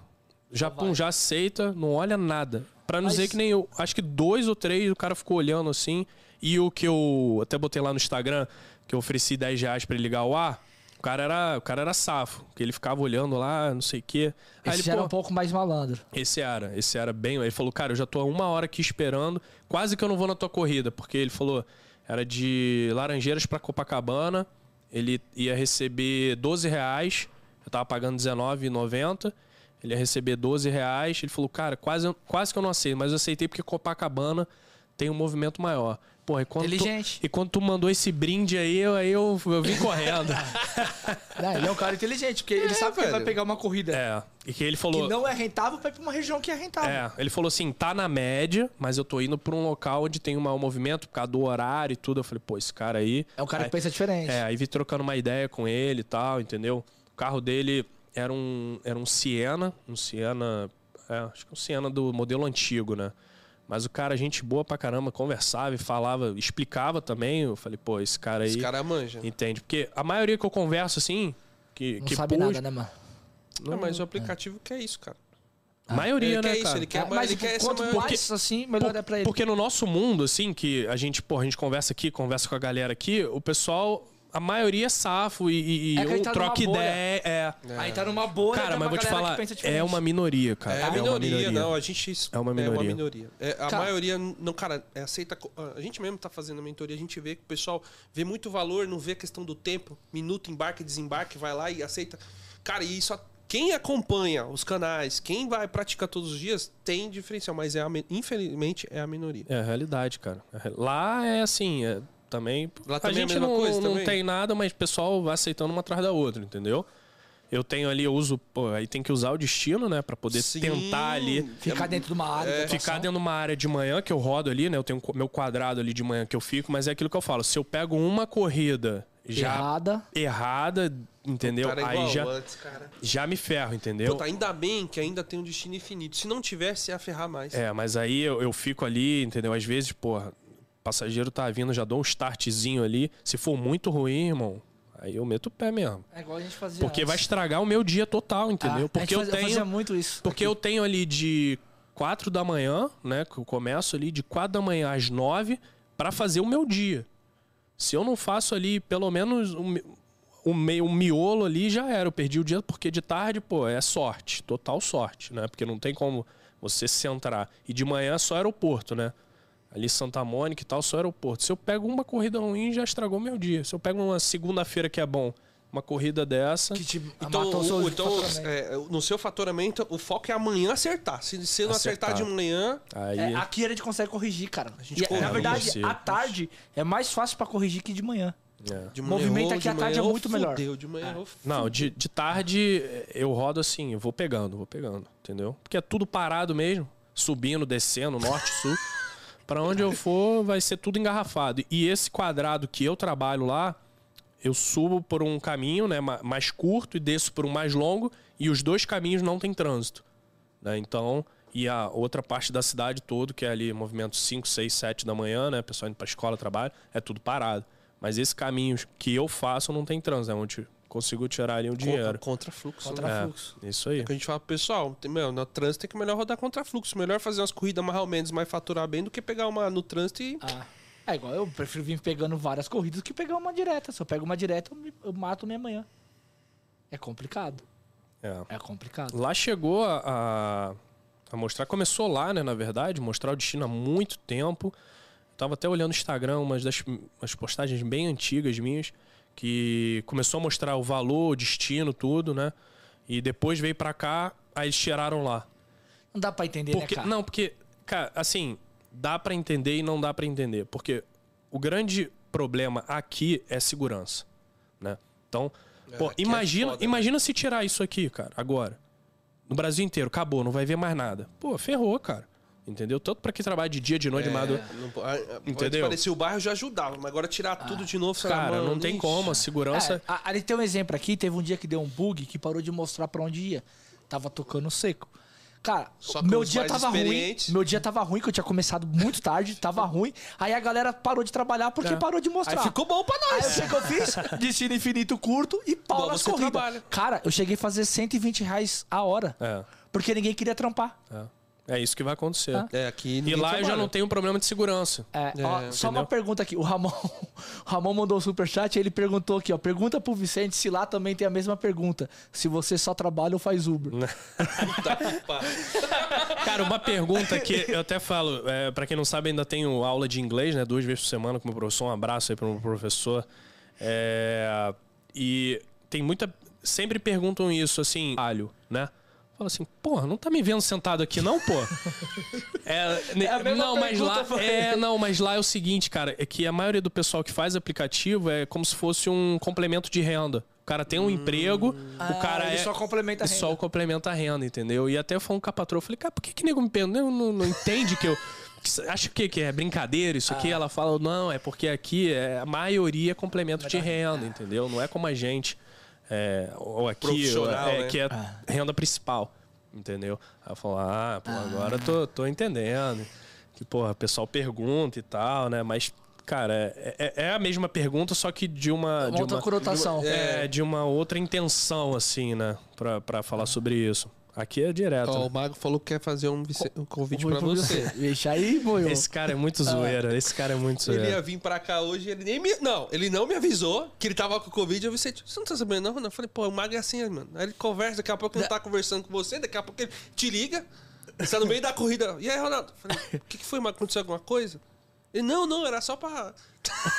S3: Já, pum, já aceita, não olha nada. Pra não dizer que nem eu. Acho que dois ou três o cara ficou olhando assim. E o que eu até botei lá no Instagram, que eu ofereci 10 reais pra ele ligar o ar, o cara era, o cara era safo. Que ele ficava olhando lá, não sei o quê. Aí
S2: Esse
S3: ele,
S2: já era
S3: pô,
S2: um pouco mais malandro.
S3: esse era, esse era bem. Ele falou, cara, eu já tô há uma hora aqui esperando, quase que eu não vou na tua corrida, porque ele falou, era de Laranjeiras pra Copacabana, ele ia receber 12 reais, eu tava pagando R$19,90, ele ia receber 12 reais. Ele falou, cara, quase, quase que eu não aceito, mas eu aceitei porque Copacabana tem um movimento maior. Porra, e quando, tu,
S2: Inteligente.
S3: e quando tu mandou esse brinde aí, eu, aí eu, eu vim correndo.
S2: É, ele é um cara inteligente, porque ele sabe que ele vai
S1: velho.
S2: pegar uma corrida
S3: é, e que ele falou.
S2: que não é rentável vai pra uma região que é rentável.
S3: É, ele falou assim, tá na média, mas eu tô indo pra um local onde tem um maior movimento por causa do horário e tudo. Eu falei, pô, esse cara aí...
S2: É um cara
S3: aí,
S2: que pensa diferente.
S3: É, aí vi trocando uma ideia com ele e tal, entendeu? O carro dele era um, era um Siena, um Siena... É, acho que um Siena do modelo antigo, né? Mas o cara, gente boa pra caramba, conversava e falava, explicava também. Eu falei, pô, esse cara aí...
S1: Os caras manjam.
S3: Entende? Porque a maioria que eu converso, assim... Que,
S2: não
S3: que
S2: sabe
S3: puxa-
S2: nada, né, mano?
S1: Não, mas o aplicativo quer isso, cara.
S3: A
S1: ele
S3: maioria, é. né,
S1: quer isso,
S3: cara?
S1: ele quer,
S2: É,
S1: mas ele quer essa
S2: quanto
S1: maior-
S2: mais assim, melhor
S3: Por-
S2: é pra ele.
S3: Porque no nosso mundo, assim, que a gente, pô, a gente conversa aqui, conversa com a galera aqui, o pessoal. a maioria é safo e, e,
S2: É que
S3: ou
S2: aí tá numa
S3: troca
S2: bolha.
S3: ideia. É.
S2: Aí tá numa boa,
S3: Cara,
S2: tem
S3: mas
S2: uma
S3: vou te
S2: galera
S3: falar,
S2: que pensa diferente.
S3: é uma minoria, cara.
S1: É a minoria, não. A gente.
S3: É uma
S1: É uma
S3: minoria.
S1: minoria. É, a
S2: Cara-
S1: maioria, não, cara, é, aceita. co- A gente mesmo tá fazendo a mentoria, a gente vê que o pessoal vê muito valor, não vê a questão do tempo, minuto, embarque, desembarque, vai lá e aceita. Cara, e isso. a- Quem acompanha os canais, quem vai praticar todos os dias, tem diferencial, mas é a mi- infelizmente é a minoria.
S3: É a realidade, cara. Lá é assim, é, também.
S1: Lá
S3: a
S1: também é a
S3: gente
S1: mesma
S3: não,
S1: coisa
S3: não
S1: também?
S3: tem nada, mas o pessoal vai aceitando uma atrás da outra, entendeu? Eu tenho ali, eu uso. pô, aí tem que usar o destino, né? Pra poder
S1: Sim.
S3: tentar ali.
S2: Ficar dentro de uma
S1: É.
S2: área. da atuação.
S3: Ficar dentro de uma área de manhã que eu rodo ali, né? Eu tenho um co- meu quadrado ali de manhã que eu fico, mas é aquilo que eu falo. Se eu pego uma corrida já
S4: Errada.
S3: errada, entendeu?
S1: Cara, é
S3: aí
S1: igual
S3: já,
S1: antes, cara.
S3: já me ferro, entendeu?
S1: Puta, ainda bem que ainda tem um destino infinito. Se não tivesse, ia ferrar mais.
S3: É, mas aí eu, eu fico ali, entendeu? Às vezes, porra, o passageiro tá vindo, já dou um startzinho ali. Se for muito ruim, irmão, aí eu meto o pé mesmo.
S2: É igual a gente fazia.
S3: Porque vai estragar o meu dia total, entendeu?
S2: Ah, a gente
S3: Porque eu
S2: fazia- fazia
S3: tenho.
S2: muito isso.
S3: Porque eu tenho ali de 4 da manhã, né? Que eu começo ali de 4 da manhã às 9 pra fazer o meu dia. Se eu não faço ali pelo menos o, me- o meio, o miolo ali, já era. Eu perdi o dia porque de tarde, pô, é sorte, total sorte, né? Porque não tem como você centrar. E de manhã é só aeroporto, né? Ali Santa Mônica e tal, só aeroporto. Se eu pego uma corrida ruim, já estragou meu dia. Se eu pego uma segunda-feira que é bom, uma corrida dessa.
S2: Que te
S1: Então,
S2: matou o
S1: o-
S2: seu
S1: então
S2: faturamento.
S1: é, no seu faturamento, o foco é amanhã acertar. Se, se não acertar,
S3: Acertar.
S1: de manhã,
S3: Aí...
S2: É, aqui a gente consegue corrigir, cara.
S1: gente
S2: E, na
S1: corrige.
S2: verdade,
S3: Consigo.
S2: à tarde é mais fácil pra corrigir que de manhã.
S3: é.
S1: de manhã
S2: Movimento
S1: errou,
S2: aqui à
S1: de
S2: tarde é
S1: manhã,
S2: muito melhor.
S1: fudeu, de manhã errou,
S3: Não, de, de tarde eu rodo assim, eu vou pegando, vou pegando, entendeu? Porque é tudo parado mesmo, subindo, descendo, norte, sul. Pra onde eu for, vai ser tudo engarrafado. E esse quadrado que eu trabalho lá, eu subo por um caminho né, ma- mais curto e desço por um mais longo, e os dois caminhos não tem trânsito. né? Então, e a outra parte da cidade todo, que é ali movimento 5, 6, 7 da manhã, né? Pessoal indo pra escola, trabalho, é tudo parado. Mas esse caminho que eu faço não tem trânsito, é onde eu consigo tirar ali o dinheiro.
S1: Contra, contra fluxo.
S2: Contra
S1: né?
S3: É,
S2: fluxo.
S3: isso aí.
S1: É que a gente fala pro pessoal, tem- meu, no trânsito tem que melhor rodar contra fluxo. Melhor fazer umas corridas mais ou menos, mais faturar bem, do que pegar uma no trânsito e.
S2: Ah,
S4: É igual, eu prefiro vir pegando várias corridas que pegar uma direta. Se eu pego uma direta, eu, me- eu mato minha manhã. É complicado.
S3: É.
S4: É complicado.
S3: Lá chegou a, a- a mostrar, começou lá, né, na verdade, mostrar o destino há muito tempo. Tava até olhando o Instagram, umas das umas postagens bem antigas minhas, que começou a mostrar o valor, o destino, tudo, né? E depois veio pra cá, aí eles tiraram lá.
S4: Não dá pra entender,
S1: é
S3: Porque,
S4: né, cara?
S3: não, porque, cara, assim, dá pra entender e não dá pra entender. Porque o grande problema aqui é segurança, né? Então, pô,
S1: aqui é
S3: imagina,
S1: foda, né?
S3: imagina se tirar isso aqui, cara, agora. No Brasil inteiro, acabou, não vai ver mais nada. Pô, ferrou, cara. Entendeu? Tanto pra quem trabalha de dia, de noite, de
S2: é.
S3: madrugada.
S1: Não, po- ah, ah,
S3: Entendeu?
S1: Parecia o bairro já ajudava, mas agora tirar
S2: Ah.
S1: tudo de novo, sei lá,
S3: Cara,
S1: mano,
S3: não tem
S1: ixi.
S3: como, a segurança.
S4: É, a- ali tem um exemplo aqui, teve um dia que deu um bug que parou de mostrar pra onde ia. Tava tocando seco. Cara,
S1: Só que
S4: meu
S1: os
S4: dia
S1: mais
S4: tava ruim.
S1: experientes-
S4: Meu dia tava ruim, que eu tinha começado muito tarde, tava ruim. Aí a galera parou de trabalhar porque
S3: É.
S4: parou de mostrar.
S2: Tá.
S1: Aí ficou bom pra
S4: Aí
S1: nós.
S4: o que, que eu fiz? Destino infinito curto e pau
S1: Igual
S4: nas
S1: você
S4: corridas.
S1: trabalha.
S4: Cara, eu cheguei a fazer 120 reais a hora.
S3: É.
S4: Porque ninguém queria trampar.
S3: É, é isso que vai acontecer.
S4: Ah.
S1: É, aqui
S3: E
S1: ninguém
S3: lá eu já
S1: trabalha.
S3: não tenho problema de segurança.
S4: É, ó,
S1: É,
S4: só
S3: entendeu?
S4: uma pergunta aqui. O Ramon, o Ramon mandou o superchat e ele perguntou aqui, ó. Pergunta pro Vicente se lá também tem a mesma pergunta. Se você só trabalha ou faz Uber.
S1: Puta que pariu.
S3: Cara, uma pergunta que eu até falo, é, para quem não sabe, ainda tenho aula de inglês, né? Duas vezes por semana com o meu professor. Um abraço aí pro meu professor. É, e tem muita. Sempre perguntam isso, assim, alho, né? Fala assim, porra, não tá me vendo sentado aqui, não, pô? É, ne-
S2: a mesma
S3: não, mas lá.
S2: pergunta, foi.
S3: É, não, mas lá é o seguinte, cara, é que a maioria do pessoal que faz aplicativo é como se fosse um complemento de renda. O cara tem um emprego, o cara
S2: ele
S3: é.
S2: Hum. Ah, só complementa a
S3: E só complementa a renda, entendeu? E até falando com a patroa, eu falei, cara, por que que nego me pergunta? Não, não, não entende que eu... que isso- Acha que, que é brincadeira isso aqui? Ela fala, não, é porque aqui é, a maioria é complemento de renda, entendeu? Não é como a gente, é, ou aqui, ou-
S1: Profissional,
S3: é,
S1: né?
S3: que é renda principal, entendeu? Aí eu falo, ah, pô, agora eu tô, tô entendendo. Que, porra, o pessoal pergunta e tal, né? Mas, cara, é, é- é a mesma pergunta, só que de
S2: É um
S3: uma...
S4: Uma
S3: de
S4: outra
S3: É, uma-
S4: conotação.
S3: é, de uma outra intenção, assim, né? Pra, pra falar sobre isso. Aqui é direto.
S1: Ó,
S3: né?
S1: o Mago falou que quer fazer um, vice- um convite
S4: Vou
S1: pra
S4: pro-
S1: você.
S4: Deixa aí, boiô.
S3: Esse cara é muito zoeira. Esse cara é muito
S1: Ah. Ele ia
S3: zoeira.
S1: vir pra cá hoje, ele nem me. Não, ele não me avisou que ele tava com Covid. Eu vi, você não tá sabendo, não? Eu falei, pô, o Mago é assim, mano. Aí ele conversa, daqui a pouco ele não tá conversando com você, daqui a pouco ele te liga. Você tá no meio da corrida. E aí, Ronaldo? Eu falei, o que, que foi, Mago? Aconteceu alguma coisa? Ele, não, não, era só pra.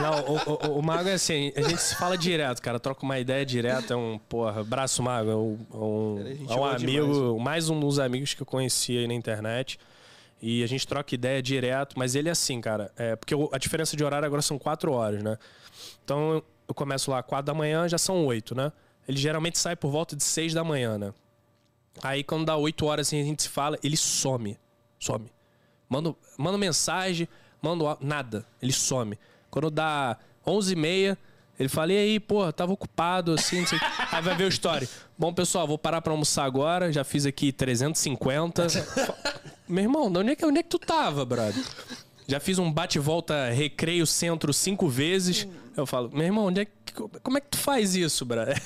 S3: Não, o, o- o Mago é assim, a gente se fala direto, cara. Troca uma ideia direto. É um, porra, braço Mago. É um, é um-
S1: Cara, a gente
S3: é um
S1: ama
S3: amigo,
S1: demais.
S3: mais um dos amigos que eu conheci aí na internet. E a gente troca ideia direto, mas ele é assim, cara. É, porque o- a diferença de horário agora são quatro horas, né? Então eu começo lá 4 da manhã, já são 8, né? Ele geralmente sai por volta de 6 da manhã, né? Aí quando dá 8 horas assim, a gente se fala, ele some. Some. Manda, manda mensagem, manda au- nada. Ele some. Quando dá 11 e meia, ele fala, e aí, pô, tava ocupado, assim, não sei o quê. Aí vai ver o story. Bom, pessoal, vou parar pra almoçar agora, já fiz aqui 350. Meu irmão, onde é que, onde é que tu tava, brother? Já fiz um bate-volta recreio centro cinco vezes. Eu falo, meu irmão, onde é que, como é que tu faz isso, brother?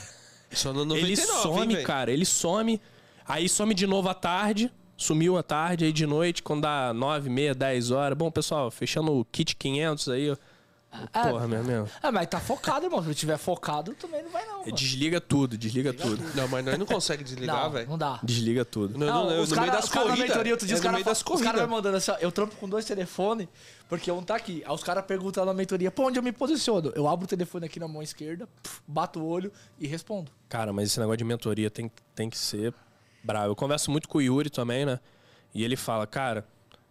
S1: Só no 99,
S3: Ele
S1: hein,
S3: some,
S1: velho?
S3: cara. Ele some. Aí some de novo à tarde. Sumiu à tarde, aí de noite, quando dá 9, meia, 10 horas. Bom, pessoal, fechando o kit 500 aí, ó. Porra, meu irmão.
S2: Ah, mas tá focado, irmão. Se eu tiver focado, também não vai não, mano.
S3: Desliga tudo, desliga tudo.
S1: Não, mas nós não consegue desligar,
S2: Não,
S1: velho.
S2: não dá.
S3: Desliga tudo.
S1: Não, não, não,
S2: os
S1: no
S2: cara-
S1: meio das
S2: os cara na
S1: corridas.
S2: mentoria, outro dia,
S1: É
S2: os
S1: no meio das
S2: caras os cara
S1: corridas.
S2: vai mandando assim, ó, eu trampo com dois telefones, porque um tá aqui. Aí os caras perguntam na mentoria, pô, onde eu me posiciono? Eu abro o telefone aqui na mão esquerda, puf, bato o olho e respondo.
S3: Cara, mas esse negócio de mentoria tem, tem que ser bravo. Eu converso muito com o Yuri também, né? E ele fala, cara,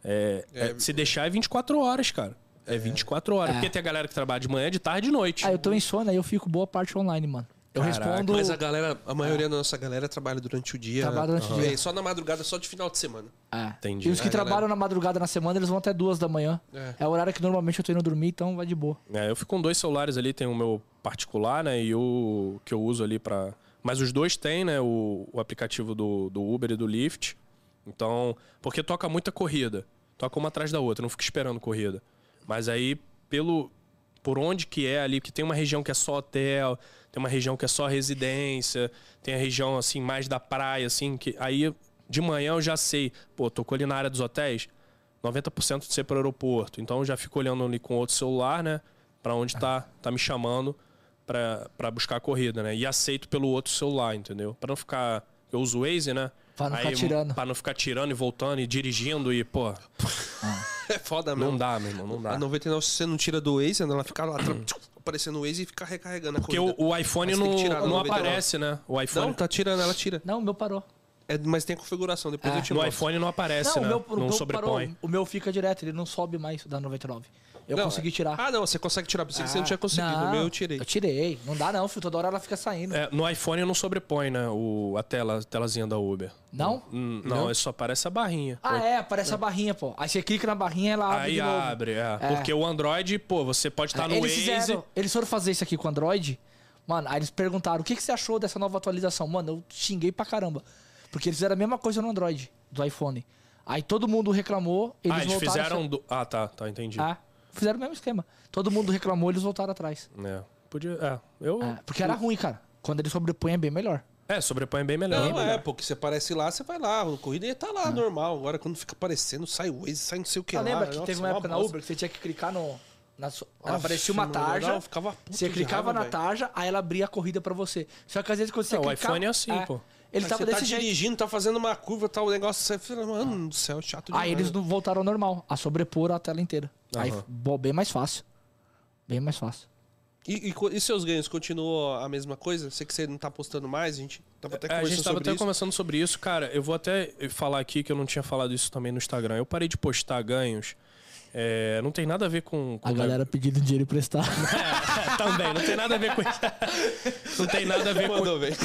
S3: é, é- se deixar é 24 horas, cara. É 24 horas. Porque tem a galera que trabalha de manhã, de tarde e de noite.
S2: Ah, eu tô em sono, aí eu fico boa parte online, mano. Eu
S3: Caraca.
S2: respondo...
S1: Mas a galera, a maioria da nossa galera trabalha durante o dia.
S2: Trabalha durante o
S1: Aham.
S2: dia.
S1: É, só na madrugada, só de final de semana.
S2: É.
S3: Entendi.
S2: E os que
S1: É,
S2: trabalham
S1: galera.
S2: na madrugada na semana, eles vão até duas da manhã.
S1: É.
S2: É. o horário que normalmente eu tô indo dormir, então vai de boa.
S3: É, eu fico com dois celulares ali, tem o meu particular, né? E o que eu uso ali pra. Mas os dois tem, né? O, o aplicativo do, do Uber e do Lyft. Então, porque toca muita corrida. Toca uma atrás da outra, não fica esperando corrida. Mas aí, pelo por onde que é ali, porque tem uma região que é só hotel, tem uma região que é só residência, tem a região assim mais da praia assim, que aí de manhã eu já sei, pô, tocou ali na área dos hotéis, 90% de ser para o aeroporto. Então eu já fico olhando ali com outro celular, né, Pra onde tá tá me chamando pra pra buscar a corrida, né? E aceito pelo outro celular, entendeu? Pra não ficar eu uso o Waze, né?
S2: Pra não
S3: Aí,
S2: ficar tirando.
S3: Pra não ficar tirando e voltando e dirigindo e, pô,
S1: É foda mesmo.
S3: não dá, meu irmão, não dá.
S1: A
S2: Tá.
S1: 99, se você Ah, não tira do Waze, ela fica lá trum, tchum, aparecendo o Waze e fica recarregando a
S3: Porque o,
S1: corrida.
S3: o iPhone
S1: Mas tem
S3: não,
S1: que tirar da
S3: não
S1: 99.
S3: aparece, né? O iPhone.
S1: Não, tá tirando, ela tira.
S2: Não, o meu parou.
S1: É, mas tem a configuração, depois eu te
S3: É, No
S1: mostro.
S3: iPhone não
S1: É
S3: aparece,
S2: não,
S3: né?
S2: o meu, o
S3: não
S2: meu
S3: sobrepõe.
S2: parou. O meu fica direto, ele não sobe mais da 99. Eu
S1: Não,
S2: consegui tirar.
S1: Ah, não, você consegue tirar. Pensei que você não tinha conseguido.
S2: Ah, Não,
S1: o meu eu tirei.
S2: Eu tirei. Não dá não, filho. Toda hora ela fica saindo.
S3: É, no iPhone não sobrepõe, né? O, a tela, a telazinha da Uber.
S2: Não?
S3: Hum, Não, só aparece a barrinha.
S2: Ah, é. Aparece a barrinha, pô. Aí você clica na barrinha ela abre
S3: Aí
S2: de novo.
S3: abre, é. Porque o Android, pô, você pode estar no
S2: eles
S3: Waze.
S2: fizeram. Eles foram fazer isso aqui com o Android. Mano, aí eles perguntaram, o que, que você achou dessa nova atualização? Mano, eu xinguei pra caramba. Porque eles fizeram a mesma coisa no Android, do iPhone. Aí todo mundo reclamou, eles
S3: ah, eles
S2: voltaram...
S3: fizeram. do- Ah, tá, tá, entendi.
S2: Ah, fizeram o mesmo esquema. Todo mundo reclamou, eles voltaram atrás.
S3: É. Podia. É, eu.
S2: Ah, porque era ruim, cara. Quando eles sobrepõem é bem melhor.
S3: É, sobrepõe bem melhor.
S1: Não, é, porque você aparece lá, você vai lá. O corrida ia tá lá,
S2: Hum.
S1: normal. Agora, quando fica aparecendo, sai o Waze, sai não sei o que
S2: Você
S1: lá.
S2: lembra que
S1: Nossa,
S2: teve uma
S1: mó
S2: época na
S1: bosta.
S2: Uber que você tinha que clicar no. Na sua, ela
S1: Nossa,
S2: aparecia uma
S1: mano, eu
S2: tarja.
S1: não, ficava puto
S2: você
S1: de
S2: clicava
S1: raiva,
S2: na
S1: velho.
S2: tarja, aí ela abria a corrida pra você. Só que às vezes quando você
S3: É, o
S2: clicava-
S3: iPhone é assim, pô.
S2: Ele
S1: Aí
S2: tava
S1: você tá
S2: desse jeito.
S1: dirigindo, tá fazendo uma curva, tá o negócio. Você fala, mano do céu, chato demais.
S2: Aí Ah, eles não voltaram ao normal, a sobrepor a tela inteira. Aí,
S3: Aham.
S2: bo- bem mais fácil. Bem mais fácil.
S1: E, e co- e seus ganhos continuam a mesma coisa? Sei que você não tá postando mais, a gente tava até
S3: É, a
S1: conversando
S3: gente tava
S1: sobre
S3: até
S1: isso.
S3: conversando sobre isso. Cara, eu vou até falar aqui que eu não tinha falado isso também no Instagram. Eu parei de postar ganhos. É, não tem nada a ver com. com
S2: A galera pedindo dinheiro emprestado.
S3: também, não tem nada a ver com isso. Não tem nada a ver com,
S1: Mandou ver.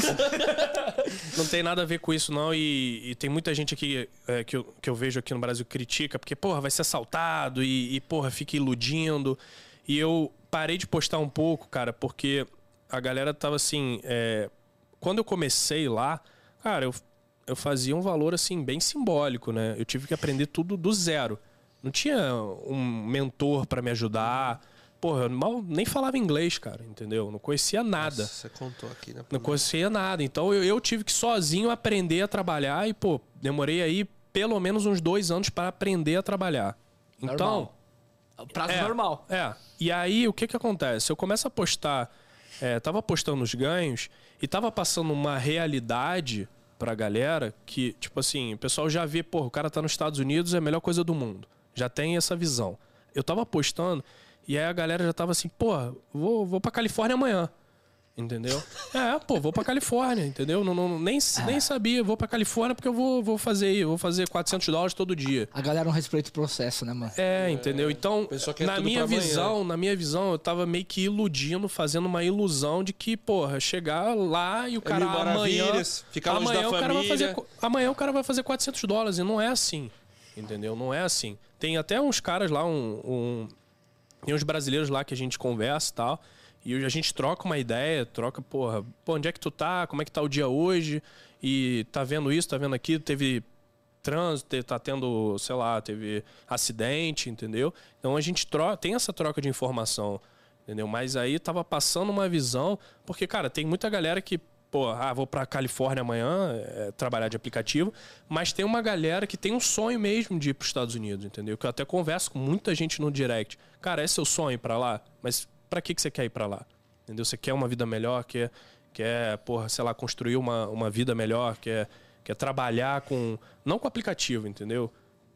S3: não tem nada a ver com isso, não. E, e tem muita gente aqui é, que, eu, que eu vejo aqui no Brasil que critica, porque, porra, vai ser assaltado e, e, porra, fica iludindo. E eu parei de postar um pouco, cara, porque a galera tava assim. é, quando eu comecei lá, cara, eu, eu fazia um valor assim, bem simbólico, né? Eu tive que aprender tudo do zero. Não tinha um mentor pra me ajudar. porra, eu mal nem falava inglês, cara, entendeu? Não conhecia nada.
S1: Você contou aqui, né?
S3: Não conhecia nada. Então eu, eu tive que sozinho aprender a trabalhar e, pô, demorei aí pelo menos uns dois anos para aprender a trabalhar. Então.
S2: Normal. Prazo
S3: É.
S2: normal.
S3: É. E aí, o que que acontece? Eu começo a postar... É, tava postando os ganhos e tava passando uma realidade pra galera que, tipo assim, o pessoal já vê, pô, o cara tá nos Estados Unidos, é a melhor coisa do mundo. Já tem essa visão. Eu tava postando e aí a galera já tava assim, pô, vou, vou pra Califórnia amanhã. Entendeu? É, pô, vou pra Califórnia, entendeu? Não, não- nem, nem sabia, vou pra Califórnia porque eu vou, vou fazer, vou fazer 400 dólares todo dia.
S2: A galera não respeita o processo, né, mano?
S3: É, entendeu? Então,
S1: pessoa quer
S3: na
S1: tudo
S3: minha
S1: pra amanhã,
S3: visão, na minha visão, eu tava meio que iludindo, fazendo uma ilusão de que, porra, chegar lá e o cara
S1: mil
S3: amanhã,
S1: maravilhas, ficar longe
S3: amanhã
S1: da
S3: o cara vai
S1: família.
S3: fazer, co- amanhã o cara vai fazer 400 dólares e não é assim. Entendeu? Não é assim. Tem até uns caras lá, um, um- tem uns brasileiros lá que a gente conversa e tal. E a gente troca uma ideia, troca, porra, pô, onde é que tu tá? Como é que tá o dia hoje? E tá vendo isso, tá vendo aquilo? Teve trânsito, te- tá tendo, sei lá, teve acidente, entendeu? Então a gente troca, tem essa troca de informação, entendeu? Mas aí tava passando uma visão, porque, cara, tem muita galera que, pô, ah, vou pra Califórnia amanhã, é, trabalhar de aplicativo, mas tem uma galera que tem um sonho mesmo de ir pros Estados Unidos, entendeu? Que eu até converso com muita gente no direct. Cara, é seu sonho ir pra lá? Mas pra que, que você quer ir pra lá? Entendeu? Você quer uma vida melhor, quer, quer porra, sei lá, construir uma, uma vida melhor, quer, quer trabalhar com. Não com aplicativo, entendeu?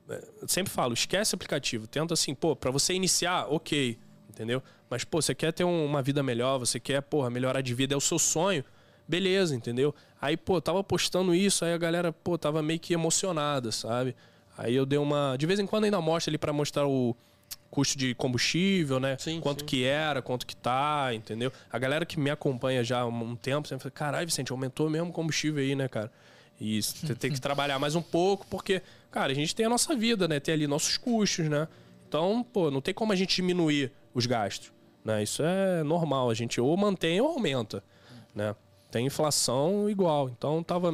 S3: É, Eu sempre falo, esquece aplicativo. Tenta assim, pô, pra você iniciar, ok, entendeu? Mas, pô, você quer ter um- uma vida melhor, você quer, porra, melhorar de vida, é o seu sonho. Beleza, entendeu? Aí, pô, tava postando isso, aí a galera, pô, tava meio que emocionada, sabe? Aí eu dei uma. De vez em quando ainda mostra ali pra mostrar o custo de combustível, né?
S1: Sim,
S3: Quanto
S1: sim.
S3: que era, quanto que tá, entendeu? A galera que me acompanha já há um tempo sempre fala: caralho, Vicente, aumentou mesmo o combustível aí, né, cara? E Isso, você tem que trabalhar mais um pouco, porque, cara, a gente tem a nossa vida, né? Tem ali nossos custos, né? Então, pô, não tem como a gente diminuir os gastos, né? Isso é normal, a gente ou mantém ou aumenta, né? Tem inflação igual, então tava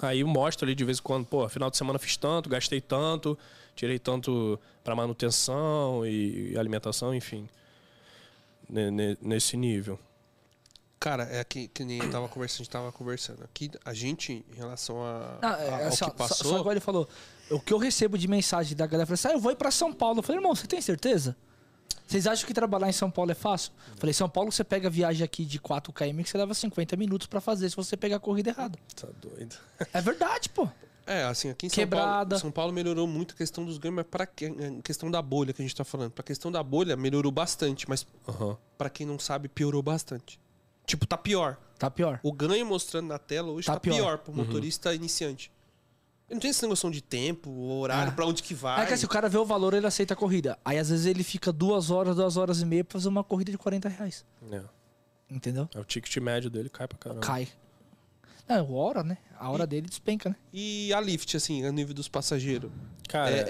S3: Aí mostra ali de vez em quando, pô, final de semana fiz tanto, gastei tanto, tirei tanto para manutenção e, e alimentação, enfim. Ne- ne- nesse nível.
S1: Cara, é que, que nem eu tava conversando, a gente tava conversando. Aqui, a gente, em relação a,
S2: Ah,
S1: a-
S2: é,
S1: ao
S2: assim, ó,
S1: que
S2: só-
S1: passou.
S2: Só, agora ele falou. O que eu recebo de mensagem da galera, fala assim, ah, eu vou ir pra São Paulo. Eu falei, irmão, você tem certeza? Vocês acham que trabalhar em São Paulo é fácil? Eu Falei, São Paulo você pega a viagem aqui de 4 km que você leva 50 minutos pra fazer se você pegar a corrida errada.
S3: Tá doido.
S2: É verdade, pô.
S1: É, assim, aqui em São
S2: Quebrada.
S1: Paulo, São Paulo melhorou muito a questão dos ganhos, mas pra que- a questão da bolha que a gente tá falando. Pra questão da bolha, melhorou bastante, mas pra quem não sabe, piorou bastante. Tipo, tá pior.
S2: Tá pior.
S1: O ganho mostrando na tela hoje tá,
S2: Tá
S1: pior.
S2: pior.
S1: pro motorista iniciante. Ele não tem essa noção de tempo, horário, pra onde que vai.
S2: Aí que assim, o cara vê o valor, ele aceita a corrida. Aí às vezes ele fica duas horas, duas horas e meia pra fazer uma corrida de 40 reais.
S3: É.
S2: Entendeu?
S3: É, O ticket médio dele cai pra caramba.
S2: Cai. Não, hora, né? A hora dele despenca, né?
S1: E a Lyft, assim, a nível dos passageiros.
S3: Cara, é,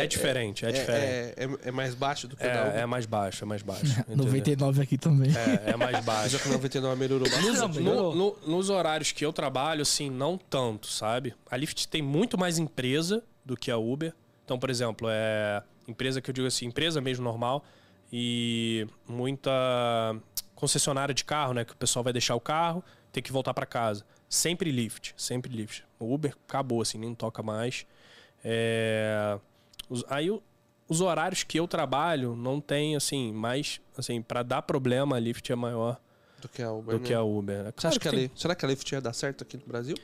S3: é- é diferente, é, diferente.
S1: É, é- é mais baixo do que
S3: É,
S1: o da Uber.
S3: é mais baixo, é mais baixo. entendeu?
S2: 99 aqui também.
S3: É, é mais
S1: Mas
S3: baixo.
S1: já que o 99 melhorou bastante.
S2: Não,
S3: No-
S2: melhorou.
S3: no- nos horários que eu trabalho, assim, não tanto, sabe? A Lyft tem muito mais empresa do que a Uber. Então, por exemplo, é empresa que eu digo assim, empresa mesmo normal e muita concessionária de carro, né? Que o pessoal vai deixar o carro, tem que voltar para casa. Sempre Lyft, sempre Lyft. O Uber acabou, assim, nem toca mais. É, os- aí o- os horários que eu trabalho não tem, assim, mais, assim, para dar problema, a Lyft é maior
S1: Do que a Uber.
S3: do
S1: né?
S3: que a Uber. né?
S1: Você acha
S3: Claro
S1: que a
S3: tem-
S1: Lyft- será que a Lyft ia dar certo aqui no Brasil?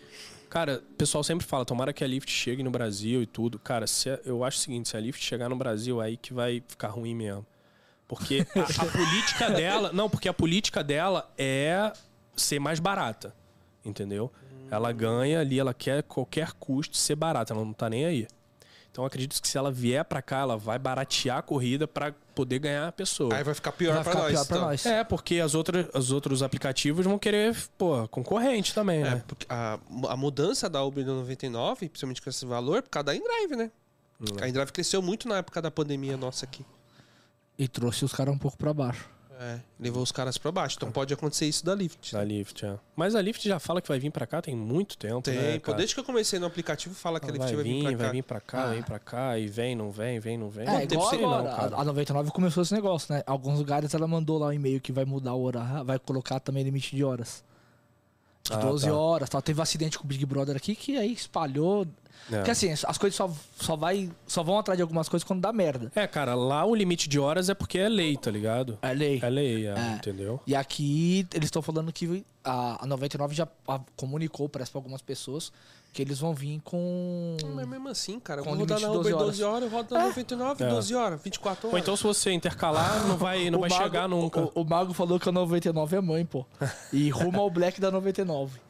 S3: Cara, o pessoal sempre fala, tomara que a Lyft chegue no Brasil e tudo. Cara, se a- eu acho o seguinte, se a Lyft chegar no Brasil, é aí que vai ficar ruim mesmo. Porque a, a política dela... Não, porque a política dela é ser mais barata, entendeu? Ela
S1: Hum.
S3: ganha ali, ela quer a qualquer custo ser barata, ela não tá nem aí. Então eu acredito que se ela vier pra cá, ela vai baratear a corrida pra poder ganhar a pessoa.
S1: Aí vai ficar pior
S2: Vai
S1: pra
S2: ficar
S1: nós.
S2: pior pra
S1: então.
S2: nós.
S3: É, porque as outras, os outros aplicativos vão querer, pô, concorrente também,
S1: É,
S3: né?
S1: porque a, a mudança da Uber no 99, principalmente com esse valor, é por causa da InDrive, né? A InDrive cresceu muito na época da pandemia nossa aqui.
S2: E trouxe os caras um pouco pra baixo.
S1: É, levou os caras pra baixo. Então pode acontecer isso da Lyft.
S3: Da Lyft, é. Mas a Lyft já fala que vai vir pra cá tem muito tempo,
S1: Tem,
S3: né,
S1: pô,
S3: cara?
S1: desde que eu comecei no aplicativo, fala que a Lyft
S3: vai,
S1: vai vir pra cá.
S3: vai vir pra cá, vem pra cá, e vem, não vem, vem, não vem.
S2: Ah. É,
S3: Não tem
S2: igual
S3: possível, não,
S2: agora.
S3: cara.
S2: a, a 99 começou esse negócio, né? Alguns lugares ela mandou lá um e-mail que vai mudar o horário, vai colocar também limite de horas. De
S3: Ah,
S2: 12
S3: tá.
S2: horas, tal. Teve um acidente com o Big Brother aqui que aí espalhou.
S3: É.
S2: Porque assim, as coisas só, só, vai, só vão atrás de algumas coisas quando dá merda.
S3: É, cara, lá o limite de horas é porque é lei, tá ligado?
S2: É lei.
S3: É lei, é,
S2: É.
S3: entendeu?
S2: E aqui eles estão falando que a, a 99 já ah, comunicou, parece, pra algumas pessoas que eles vão vir com.
S1: Mas mesmo assim, cara, eu
S2: Com
S1: vou rodar na
S2: limite de
S1: Uber
S2: 12
S1: 12 horas, eu rodo na 99,
S3: É.
S1: 12 horas, 24
S3: Ou
S1: horas.
S3: então se você intercalar, não vai, não
S2: O
S3: vai
S2: Mago-
S3: chegar nunca.
S2: O, o Mago falou que a 99 é mãe, pô. E rumo ao Black da 99.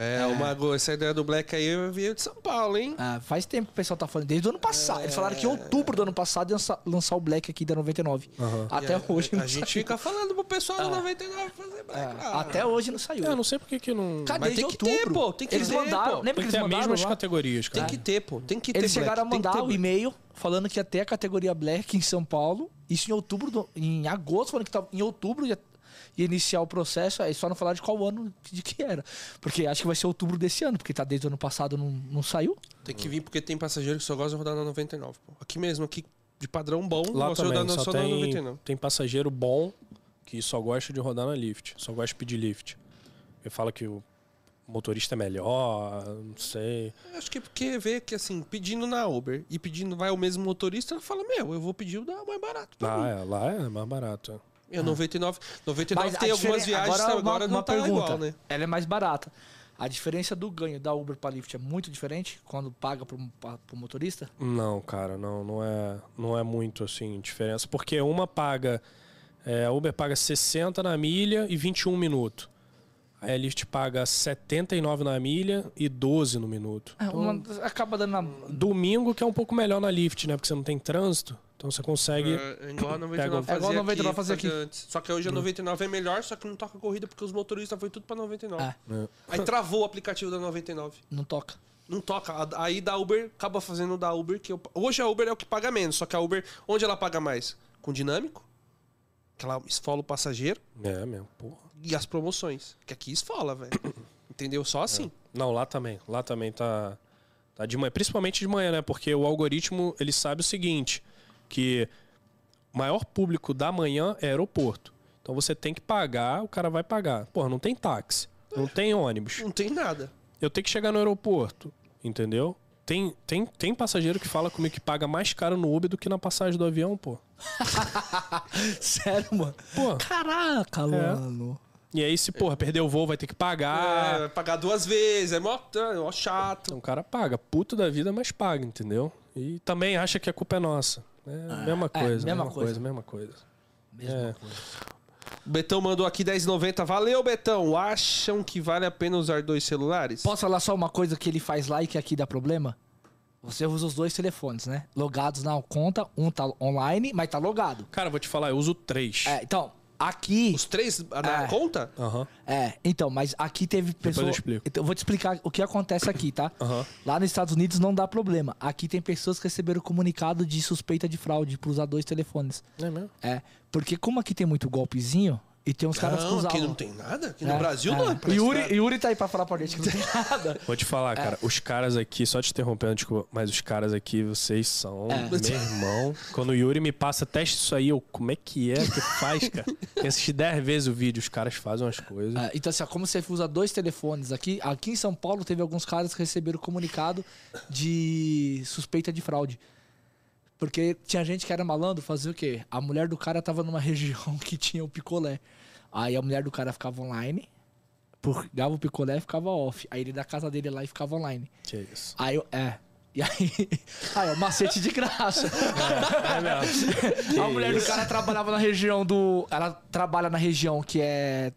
S1: É, o Mago, essa ideia do Black aí veio de São Paulo, hein?
S2: Ah, faz tempo que o pessoal tá falando, desde o ano passado. Eles falaram que em outubro do ano passado iam sa- lançar o Black aqui da 99. Até
S1: E a-
S2: hoje
S1: A,
S2: não
S1: gente
S2: saiu.
S1: fica falando pro pessoal da 99 fazer Black.
S2: Ah,
S1: lá.
S2: Até hoje não saiu.
S3: É, não sei por que que não...
S2: Cara,
S1: Mas
S2: desde
S1: tem que ter,
S2: outubro.
S1: pô, tem que
S2: eles
S1: ter,
S2: mandaram,
S1: pô.
S2: lembra que
S3: Tem que ter
S2: eles
S3: as
S2: mandaram
S3: mesmas
S2: lá?
S3: categorias,
S1: Tem
S3: cara.
S1: que ter, pô. Tem que ter
S2: Ah. Eles chegaram a
S1: Black, tem que
S2: mandar
S1: ter
S2: o
S1: Black.
S2: e-mail falando que ia ter a categoria Black em São Paulo. Isso em outubro, do- em agosto, falando que tava, em outubro ia, ia iniciar o processo. Aí só não falaram de qual ano de que era. Porque acho que vai ser outubro desse ano, porque tá desde o ano passado não, não saiu.
S1: Tem que vir porque tem passageiro que só gosta de rodar na 99, pô. Aqui mesmo, aqui de padrão bom,
S3: Lá
S1: gosta de rodar
S3: também,
S1: na-
S3: só
S1: só na
S3: tem,
S1: 99.
S3: tem passageiro bom que só gosta de rodar na Lyft, só gosta de pedir Lyft. Ele fala que o motorista é melhor, não sei.
S1: Acho que é porque vê que, assim, pedindo na Uber e pedindo vai o mesmo motorista, ela fala, meu, eu vou pedir o da mais barato pra
S3: Lá,
S1: mim.
S3: é, lá é mais barato. é.
S1: É 99. 99
S2: a
S1: tem algumas
S2: diferen-
S1: viagens, agora, agora
S2: uma,
S1: não
S2: uma
S1: tá
S2: pergunta.
S1: igual, né?
S2: Ela é mais barata. A diferença do ganho da Uber para Lyft é muito diferente quando paga pro, pra- pro motorista?
S3: Não, cara, não, não é, não é muito assim diferença, porque uma paga é, a Uber paga 60 na milha e 21 minuto. Aí a Lyft paga 79 na milha e 12 no minuto.
S2: É, uma- acaba dando na...
S3: Domingo que é um pouco melhor na Lyft, né? Porque você não tem trânsito, então você consegue
S1: É igual a 99
S3: Pega- Hum.
S1: fazia
S2: É igual a 99
S1: aqui,
S2: fazia aqui.
S1: antes. Só que hoje a 99 é melhor, só que não toca corrida porque os motoristas foi tudo pra 99.
S2: É.
S3: É.
S1: Aí travou o aplicativo da 99.
S2: Não toca.
S1: Não toca. A- Aí da Uber, acaba fazendo da Uber que eu... Hoje a Uber é o que paga menos, só que a Uber, onde ela paga mais? Com dinâmico, que ela esfola o passageiro
S3: É mesmo, porra.
S1: e as promoções. Que aqui esfola, velho. Entendeu? Só assim.
S3: Não, lá também. Lá também tá, tá de manhã. Principalmente de manhã, né? Porque o algoritmo, ele sabe o seguinte, que o maior público da manhã é aeroporto. Então você tem que pagar, o cara vai pagar. Porra, não tem táxi, não tem
S2: É.
S3: ônibus.
S1: Não tem nada.
S3: Eu tenho que chegar no aeroporto, entendeu? Tem, tem, tem passageiro que fala comigo que paga mais caro no Uber do que na passagem do avião, pô.
S2: Sério, mano?
S3: Pô,
S2: Caraca, mano.
S3: e aí se, porra, perder o voo vai ter que
S2: Ah.
S3: pagar.
S1: É, vai pagar duas vezes, é mó, é mó chato.
S3: Então o cara paga, puto da vida, mas paga, entendeu? E também acha que a culpa é nossa. É, mesma
S2: é,
S3: coisa,
S2: mesma
S3: mesma,
S2: coisa.
S3: coisa. mesma coisa.
S2: Mesma
S3: É.
S2: coisa.
S1: O Betão mandou aqui 10,90. Valeu, Betão. Acham que vale a pena usar dois celulares?
S2: Posso falar só uma coisa que ele faz lá e que aqui dá problema? Você usa os dois telefones, né? Logados na conta, um tá online, mas tá logado.
S3: Cara, vou te falar, eu uso três.
S2: É, então, aqui.
S1: Os três na
S2: É.
S1: conta?
S3: Aham.
S2: É, então, mas aqui teve pessoas.
S3: eu explico.
S2: Então, eu vou te explicar o que acontece aqui, tá?
S3: Aham.
S2: Lá nos Estados Unidos não dá problema. Aqui tem pessoas que receberam comunicado de suspeita de fraude por usar dois telefones.
S3: É mesmo?
S2: É, porque como aqui tem muito golpezinho, e tem uns caras que
S1: não,
S2: usavam.
S1: aqui não tem nada. Aqui
S2: É,
S1: no Brasil
S2: é.
S1: não. É
S2: Yuri, Yuri tá aí pra falar pra gente que não tem nada.
S3: Vou te falar, cara, os caras aqui, só te interrompendo, desculpa, mas os caras aqui, vocês são,
S2: É.
S3: meu irmão. Quando o Yuri me passa, teste isso aí, eu, como é que é que faz, cara? Eu assisti dez vezes o vídeo, os caras fazem umas coisas.
S2: É, então, assim, ó, como você usa dois telefones aqui, aqui em São Paulo teve alguns caras que receberam comunicado de suspeita de fraude. Porque tinha gente que era malandro, fazia o quê? A mulher do cara tava numa região que tinha o picolé. Aí a mulher do cara ficava online, pegava o picolé e ficava off. Aí ele da casa dele lá e ficava online.
S3: Que isso.
S2: Aí eu, é. E aí, aí, ó, macete de graça.
S3: É mesmo.
S2: a mulher do cara trabalhava na região do. Ela trabalha na região que é.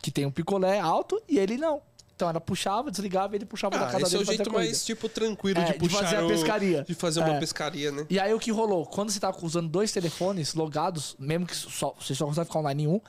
S2: que tem um picolé alto e ele não. Então ela puxava, desligava e ele puxava da
S1: Ah,
S2: casa
S1: esse é
S2: dele.
S1: o
S2: pra
S1: jeito
S2: ter comida.
S1: mais, tipo, tranquilo
S2: É,
S1: de
S2: de
S1: puxar
S2: fazer a
S1: o-
S2: pescaria.
S1: De fazer uma
S2: É.
S1: pescaria, né?
S2: E aí o que rolou? Quando você tá usando dois telefones logados, mesmo que só, você só consegue ficar online em um,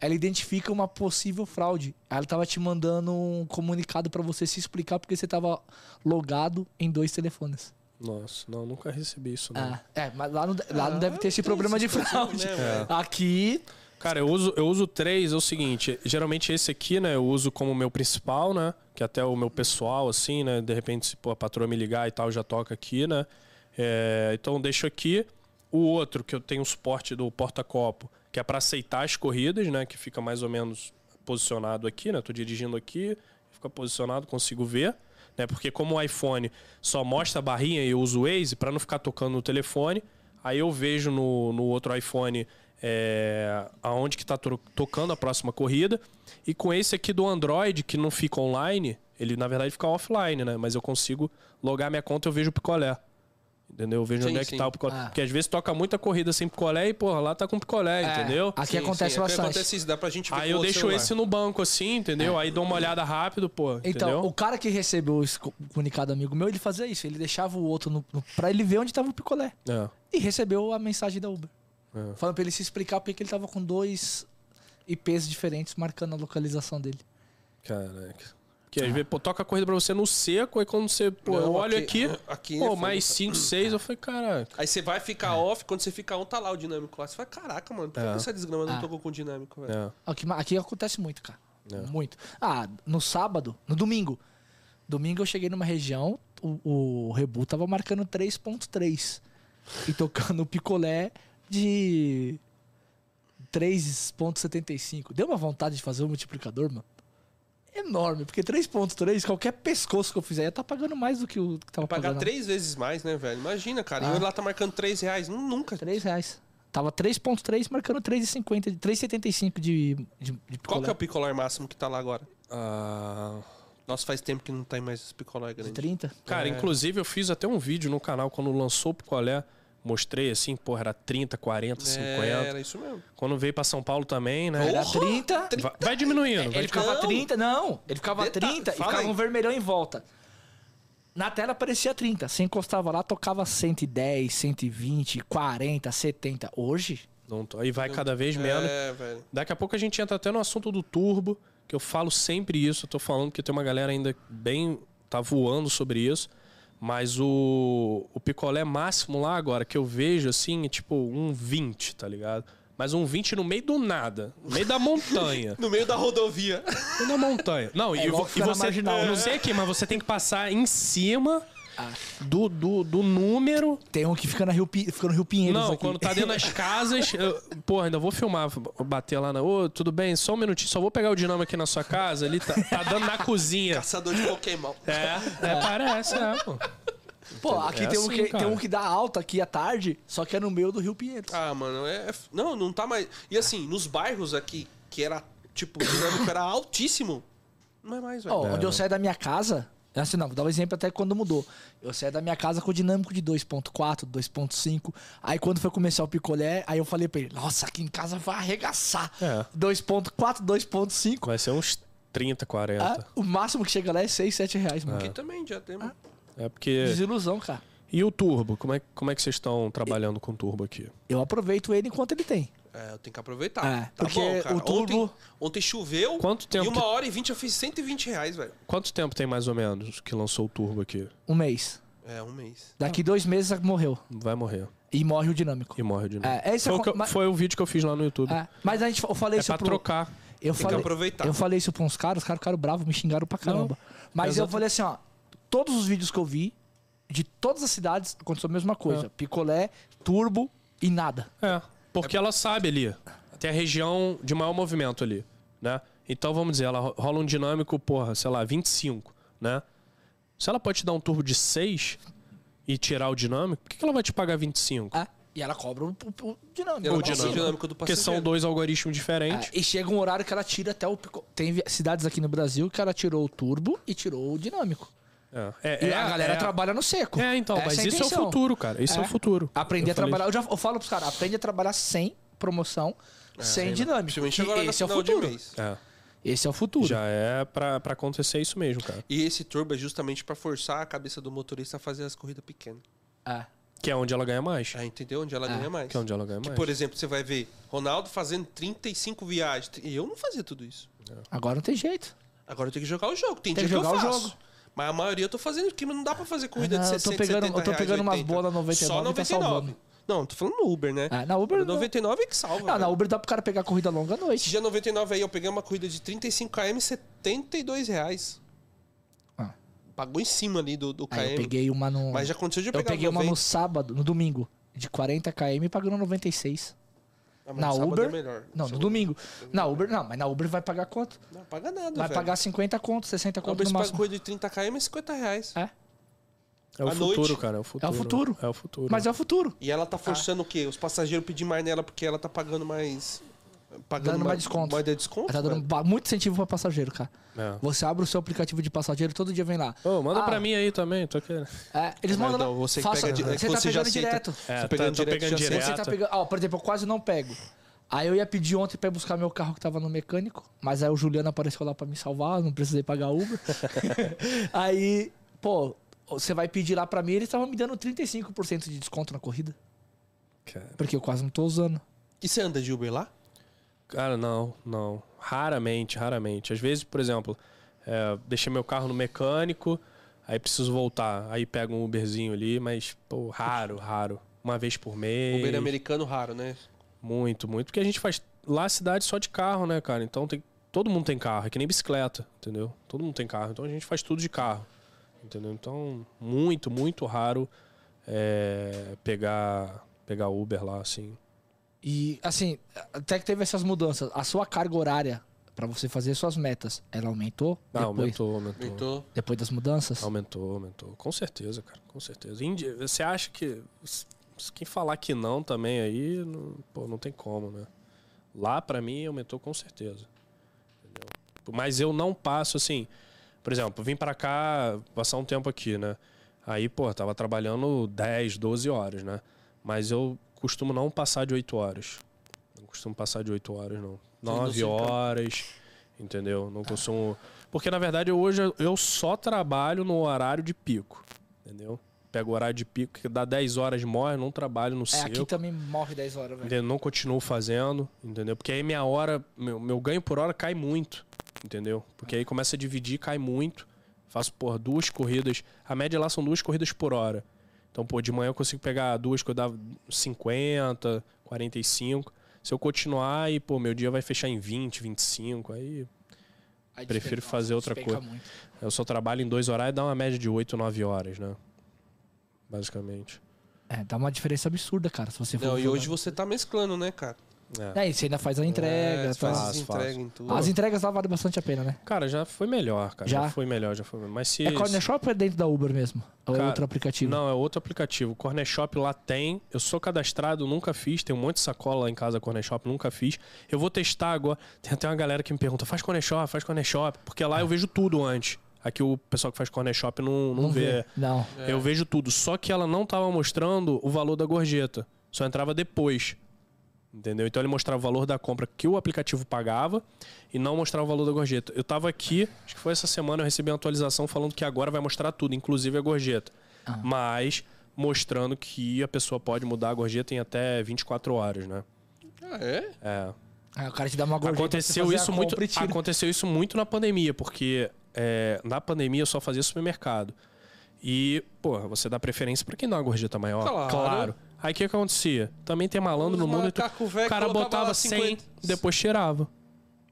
S2: ela identifica uma possível fraude. Ela tava te mandando um comunicado pra você se explicar porque você tava logado em dois telefones.
S3: Nossa, não, nunca recebi isso, não.
S2: Ah, é, mas É. lá não, lá não deve ter esse
S1: tem
S2: problema de
S1: esse problema,
S2: fraude.
S1: né,
S2: É.
S1: velho?
S2: Aqui
S3: Cara, eu uso, eu uso três, é o seguinte, geralmente esse aqui, né, eu uso como meu principal, né, que até o meu pessoal, assim, né, de repente se pô, a patroa me ligar e tal, já toca aqui, né, É, então eu deixo aqui o outro, que eu tenho o suporte do porta-copo, que é para aceitar as corridas, né, que fica mais ou menos posicionado aqui, né, tô dirigindo aqui, fica posicionado, consigo ver, né, porque como o iPhone só mostra a barrinha e eu uso o Waze, para não ficar tocando no telefone, aí eu vejo no, no outro iPhone é, aonde que tá tro- tocando a próxima corrida. E com esse aqui do Android, que não fica online, ele na verdade fica offline, né? Mas eu consigo logar minha conta e eu vejo o picolé. Entendeu? Eu vejo
S1: Sim,
S3: onde é
S1: sim.
S3: que tá o picolé.
S2: Ah.
S3: Porque às vezes toca muita corrida sem picolé e, porra, lá tá com picolé,
S1: É.
S3: entendeu?
S2: Aqui
S1: Sim,
S2: acontece
S1: sim, é que
S2: bastante.
S1: Acontece isso, dá pra gente ver
S3: Aí
S1: com
S3: eu
S1: outro
S3: deixo
S1: celular. É.
S3: esse no banco assim, entendeu? Aí dou uma olhada rápido, pô.
S2: Então,
S3: entendeu?
S2: o cara que recebeu esse co- comunicado amigo meu, ele fazia isso. Ele deixava o outro no, no, pra ele ver onde tava o picolé.
S3: É.
S2: E recebeu a mensagem da Uber.
S3: É.
S2: Falando pra ele se explicar porque ele tava com dois IPs diferentes marcando a localização dele.
S3: Caraca. Porque às vezes, pô, toca a corrida pra você no seco, aí quando você, pô,
S1: Ah. Não,
S3: eu olho
S1: aqui-
S3: aqui,
S1: aqui é
S3: pô,
S1: foda,
S3: mais
S1: cara.
S3: 5, 6, eu falei, caraca.
S1: Aí você vai
S2: É.
S1: ficar off, quando você fica on, tá lá o dinâmico lá. Você fala, caraca, mano, por que
S3: É.
S1: que essa desgrama não
S2: Ah.
S1: tocou com o dinâmico, velho?
S3: É.
S2: Aqui, ma- aqui acontece muito, cara.
S3: É.
S2: Muito. Ah, no sábado, no domingo. Domingo eu cheguei numa região, o, o Rebu tava marcando 3.3 e tocando o picolé de 3.75. Deu uma vontade de fazer um multiplicador, mano. Enorme, porque 3.3, qualquer pescoço que eu fizer, ia tá pagando mais do que o que tava
S1: Pagar
S2: pagando.
S1: três vezes mais, né, velho? Imagina, cara. E
S2: Ah.
S1: eu lá tá marcando três reais. Não, nunca.
S2: 3 reais. Tava 3.3, marcando 3,50, 3,75 de, de, de
S1: Qual
S2: picolé.
S1: que é o picolar máximo que tá lá agora?
S3: Ah,
S1: Nossa, faz tempo que não tem mais esse picolar grande.
S2: De 30?
S3: cara,
S1: É.
S3: inclusive eu fiz até um vídeo no canal quando lançou o picolé. Mostrei assim, porra, era 30, 40, 50.
S1: É, era isso mesmo.
S3: Quando veio pra São Paulo também, né?
S2: Era
S1: Porra! É,
S2: 30,
S3: Vai, vai diminuindo. vai
S2: Ele ficava
S1: Não.
S2: 30, não. Ele ficava
S1: Deta- fala
S2: 30 e
S1: aí.
S2: ficava um vermelhão em volta. Na tela aparecia 30. Você encostava lá, tocava 110, 120, 40, 70. Hoje?
S3: Não tô- Aí vai cada vez menos.
S1: É, velho.
S3: Daqui a pouco a gente entra até no assunto do turbo, que eu falo sempre isso, eu tô falando que tem uma galera ainda bem tá voando sobre isso, mas o, o picolé máximo lá agora que eu vejo assim, é tipo um 20, tá ligado? Mas um 20 no meio do nada, no meio da montanha.
S1: No meio da rodovia.
S3: E na montanha. Não, e,
S2: É igual
S3: vo-
S2: ficar
S3: e
S2: na
S3: você.
S2: marginal, Ah.
S3: não
S2: né?
S3: sei aqui, mas você tem que passar em cima do, do, do número.
S2: Tem um que fica, na Rio, Pi- fica no Rio Pinheiros.
S3: Não,
S2: aqui.
S3: quando tá dentro das casas. Eu, porra, ainda vou filmar, bater lá na. Ô, tudo bem? Só um minutinho, só vou pegar o dinamo aqui na sua casa. Ali tá, tá dando na cozinha.
S1: Caçador de Pokémon.
S3: É, é, parece, é, pô.
S2: Pô, aqui
S3: É
S2: tem, um
S3: assim,
S2: que,
S3: cara.
S2: tem um que dá alta aqui à tarde, só que é no meio do Rio Pinheiros.
S1: Ah, mano, é. é f- Não, não tá mais. E assim, nos bairros aqui, que era, tipo, o dinâmico era altíssimo. Não é mais, velho.
S2: Ó, onde eu saio da minha casa. é Assim, não, vou dar um exemplo até quando mudou. Eu saí da minha casa com o dinâmico de 2.4, 2.5. Aí quando foi começar o picolé, aí eu falei pra ele, nossa, aqui em casa vai arregaçar.
S3: É.
S2: 2.4, 2.5.
S3: Vai ser uns 30, 40.
S2: Ah, o máximo que chega lá é 6, 7 reais, mano.
S1: Aqui também já tem. um-
S2: Ah.
S3: É porque.
S2: Desilusão, cara.
S3: E o turbo? Como é, como é que vocês estão trabalhando com o turbo aqui?
S2: Eu aproveito ele enquanto ele tem.
S1: É, eu tenho que aproveitar.
S2: É,
S1: tá
S2: porque
S1: bom, cara.
S2: o turbo-
S1: Ontem, ontem choveu.
S3: Quanto tempo
S1: E uma
S3: que-
S1: hora e vinte eu fiz 120 reais, velho.
S3: Quanto tempo tem mais ou menos que lançou o turbo aqui?
S2: Um mês.
S1: É, um mês.
S3: Ah.
S2: Daqui dois meses morreu.
S3: Vai morrer.
S2: E morre o dinâmico.
S3: E morre de novo.
S2: É, esse é
S3: foi, o
S2: co-
S3: que eu-
S2: mas-
S3: foi o vídeo que eu fiz lá no YouTube.
S2: É, mas a gente, eu falei
S3: É
S2: isso
S3: pra
S2: pro...
S3: trocar.
S1: Tem
S2: Eu
S1: que
S2: falei,
S3: Tá.
S1: aproveitar.
S2: Eu falei isso pra uns caras, os caras ficaram bravos, me xingaram pra caramba. Mas eu
S3: exato.
S2: falei assim, ó, todos os vídeos que eu vi, de todas as cidades, aconteceu a mesma coisa. Picolé, turbo e nada.
S3: É, porque ela sabe ali. Tem a região de maior movimento ali, né? Então, vamos dizer, ela ro- rola um dinâmico, porra, sei lá, 25, né? Se ela pode te dar um turbo de 6 e tirar o dinâmico, por que que ela vai te pagar 25?
S2: Ah, e ela cobra o, o, o dinâmico.
S1: Ela
S2: Ela
S1: cobra É o
S2: cobra.
S1: dinâmico. do
S3: Porque são
S1: passageiro.
S3: dois algoritmos
S2: Ah,
S3: diferentes.
S2: e chega um horário que ela tira até o picolé. Tem vi- cidades aqui no Brasil que ela tirou o turbo e tirou o dinâmico.
S3: É, é,
S2: Ah, E
S3: é,
S2: a galera
S3: é.
S2: trabalha no seco.
S3: É, então,
S2: Essa
S3: mas
S2: a
S3: isso é o
S2: intenção.
S3: futuro, cara. Isso é,
S2: É.
S3: o futuro.
S2: Aprender
S3: Eu
S2: a
S3: falei-
S2: trabalhar. Eu já eu falo pros caras, aprende a trabalhar sem promoção, sem dinâmico.
S1: É, né? Principalmente
S2: que
S1: agora no
S2: esse é o
S1: final de
S2: futuro.
S1: mês.
S3: É,
S2: Esse é o futuro.
S3: já é pra, pra acontecer isso mesmo, cara.
S1: E esse turbo é justamente pra forçar a cabeça do motorista a fazer as corridas pequenas.
S2: É.
S3: Que é onde ela ganha mais.
S1: Ah, entendeu? Onde ela ganha mais.
S3: Que é onde ela ganha
S1: Que,
S3: mais.
S1: por exemplo, você vai ver Ronaldo fazendo 35 viagens. E eu não fazia tudo isso.
S2: Agora não tem jeito.
S1: Agora eu tenho que jogar o jogo. Tem, dia
S2: Tem que
S1: que eu
S2: jogar o
S1: faço.
S2: jogo.
S1: Mas a maioria eu tô fazendo, porque não dá pra fazer corrida
S2: Ah,
S1: de
S2: não, eu tô
S1: 60,
S2: pegando-
S1: 70
S2: eu tô pegando
S1: reais,
S2: umas
S1: 80.
S2: bolas 99
S1: Só
S2: e tá
S1: 99.
S2: salvando.
S1: Não, tô falando no Uber, né?
S2: Ah, na Uber.
S1: O
S2: Não,
S1: 99 é que salva.
S2: não,
S1: velho.
S2: na Uber dá pro cara pegar corrida longa à
S1: Esse
S2: noite.
S1: dia 99 aí, eu peguei uma corrida de 35km, R$ 72 reais.
S2: Ah.
S1: Pagou em cima ali do, do KM.
S2: Aí eu peguei uma no.
S1: Mas já aconteceu de eu
S2: eu
S1: pegar
S2: peguei uma
S1: 90.
S2: no sábado, no domingo, de 40 km pagando 96.
S1: Ah, mas
S2: na
S1: sábado
S2: Uber?
S1: É melhor.
S2: Não, no
S1: Sábado-
S2: domingo. Na Uber, não, mas na Uber vai pagar quanto?
S1: Não paga nada,
S2: Vai
S1: velho.
S2: pagar 50 conto, 60
S1: A
S2: conto
S1: Uber
S2: no
S1: se paga
S2: máximo.
S1: corrida de 30km, é 50 reais.
S3: É o
S1: À
S3: futuro,
S1: noite.
S3: cara. É o futuro.
S2: futuro.
S3: É o futuro.
S2: Mas é o futuro.
S1: E ela tá forçando o quê? Os passageiros pedir mais nela porque ela tá pagando mais... Pagando
S2: Dando mais desconto.
S1: Mais de desconto, né?
S2: Ela tá dando
S1: velho.
S2: ba- muito incentivo pra passageiro, cara.
S3: É.
S2: Você abre o seu aplicativo de passageiro, todo dia vem lá.
S3: Ô, manda
S2: Ah.
S3: pra mim aí também, tô querendo.
S2: É, eles
S1: Não,
S2: mandam.
S1: não,
S2: lá,
S1: você que
S2: faça,
S1: pega di- é que
S2: Você tá
S1: você já
S2: pegando
S1: aceita.
S2: direto.
S3: É,
S1: Tô pegando
S3: tá- tô
S1: direto, já
S3: pegando
S1: sei.
S3: direto.
S2: Você tá pegando. Ó, por exemplo, eu quase não pego. Aí eu ia pedir ontem pra ir buscar meu carro que tava no mecânico, mas aí o Juliano apareceu lá pra me salvar, não precisei pagar Uber. aí, pô, você vai pedir lá pra mim, eles estavam me dando 35% de desconto na corrida,
S3: Cara.
S2: porque eu quase não tô usando.
S1: E você anda de Uber lá?
S3: Cara, não, não. Raramente, raramente. Às vezes, por exemplo, é, deixei meu carro no mecânico, aí preciso voltar. Aí pego um Uberzinho ali, mas, pô, raro, raro. Uma vez por mês.
S1: Uber americano raro, né?
S3: Muito, muito. Porque a gente faz lá a cidade só de carro, né, cara? Então tem. Todo mundo tem carro, é que nem bicicleta, entendeu? Todo mundo tem carro. Então a gente faz tudo de carro. Entendeu? Então, muito, muito raro é, pegar, pegar Uber lá, assim.
S2: E assim, até que teve essas mudanças, a sua carga horária pra você fazer suas metas, ela aumentou
S3: Ah,
S2: depois,
S3: aumentou, aumentou.
S1: Então,
S2: depois das mudanças?
S3: Aumentou, aumentou. Com certeza, cara. Com certeza. Indi- Você acha que. s- Quem falar que não também aí, não, pô, não tem como, né? Lá, pra mim, aumentou com certeza. Entendeu? Mas eu não passo assim. Por exemplo, vim pra cá passar um tempo aqui, né? Aí, pô, tava trabalhando 10, 12 horas, né? Mas eu costumo não passar de 8 horas. Não costumo passar de 8 horas, não.
S1: não
S3: 9
S1: se encanta.
S3: horas, entendeu? Não consumo. Porque, na verdade, hoje eu só trabalho no horário de pico, entendeu? Pego o horário de pico, que dá 10 horas, morre, não trabalho no
S2: É,
S3: seco.
S2: aqui tá. também morre 10 horas, velho.
S3: Entendeu? Não continuo fazendo, entendeu? Porque aí minha hora, meu, meu ganho por hora cai muito, entendeu? Porque aí começa a dividir, cai muito. Faço, por duas corridas. A média lá são duas corridas por hora. Então, pô, de manhã eu consigo pegar duas que eu dava 50, 45. Se eu continuar, aí, pô, meu dia vai fechar em 20, 25. Aí
S2: Aí
S3: Prefiro
S2: despenca,
S3: fazer outra
S2: despenca
S3: coisa.
S2: muito.
S3: eu só trabalho em dois horários e dá uma média de 8, 9 horas, né? Basicamente.
S2: É, dá uma diferença absurda, cara, se você for
S1: não, e
S2: jogar.
S1: hoje você tá mesclando, né, cara?
S3: É.
S2: É, e você ainda faz a entrega,
S1: É,
S2: tá?
S1: faz as
S3: Faz, faz.
S1: entregas em tudo.
S2: As entregas lá valem bastante a pena, né?
S3: Cara, já foi melhor, cara. Já,
S2: Já?
S3: foi melhor, já foi melhor. Mas se.
S2: É corner shop ou é dentro da Uber mesmo? Ou é
S3: Cara,
S2: outro aplicativo?
S3: Não, é outro aplicativo. Corner Shop lá tem. Eu sou cadastrado, nunca fiz. Tem um monte de sacola lá em casa, Corner Shop, nunca fiz. Eu vou testar agora. Tem até uma galera que me pergunta: faz Corner Shop, faz Corner Shop. Porque lá eu vejo tudo antes. Aqui o pessoal que faz Corner Shop não, não,
S2: Vamos
S3: vê.
S2: ver. Não.
S3: É. Eu vejo tudo. Só que ela não tava mostrando o valor da gorjeta. Só entrava depois. Entendeu? Então ele mostrava o valor da compra que o aplicativo pagava e não mostrava o valor da gorjeta. Eu tava aqui, acho que foi essa semana, eu recebi uma atualização falando que agora vai mostrar tudo, inclusive a gorjeta. Mas mostrando que a pessoa pode mudar a gorjeta em até 24 horas, né?
S1: Ah, é?
S3: É.
S2: Ah, o cara te dá uma gorjeta. pra você
S3: Aconteceu
S2: fazer
S3: isso
S2: a
S3: muito.
S2: compra e tira.
S3: Aconteceu isso muito na pandemia, porque é, na pandemia eu só fazia supermercado. E, pô, você dá preferência pra quem dá uma gorjeta maior.
S1: Claro.
S3: Aí o que, que acontecia? Também tem malandro
S1: Os
S3: no mundo. e tu-
S1: macaco velho
S3: O cara
S1: colocava lá
S3: botava 100,
S1: 50.
S3: depois cheirava.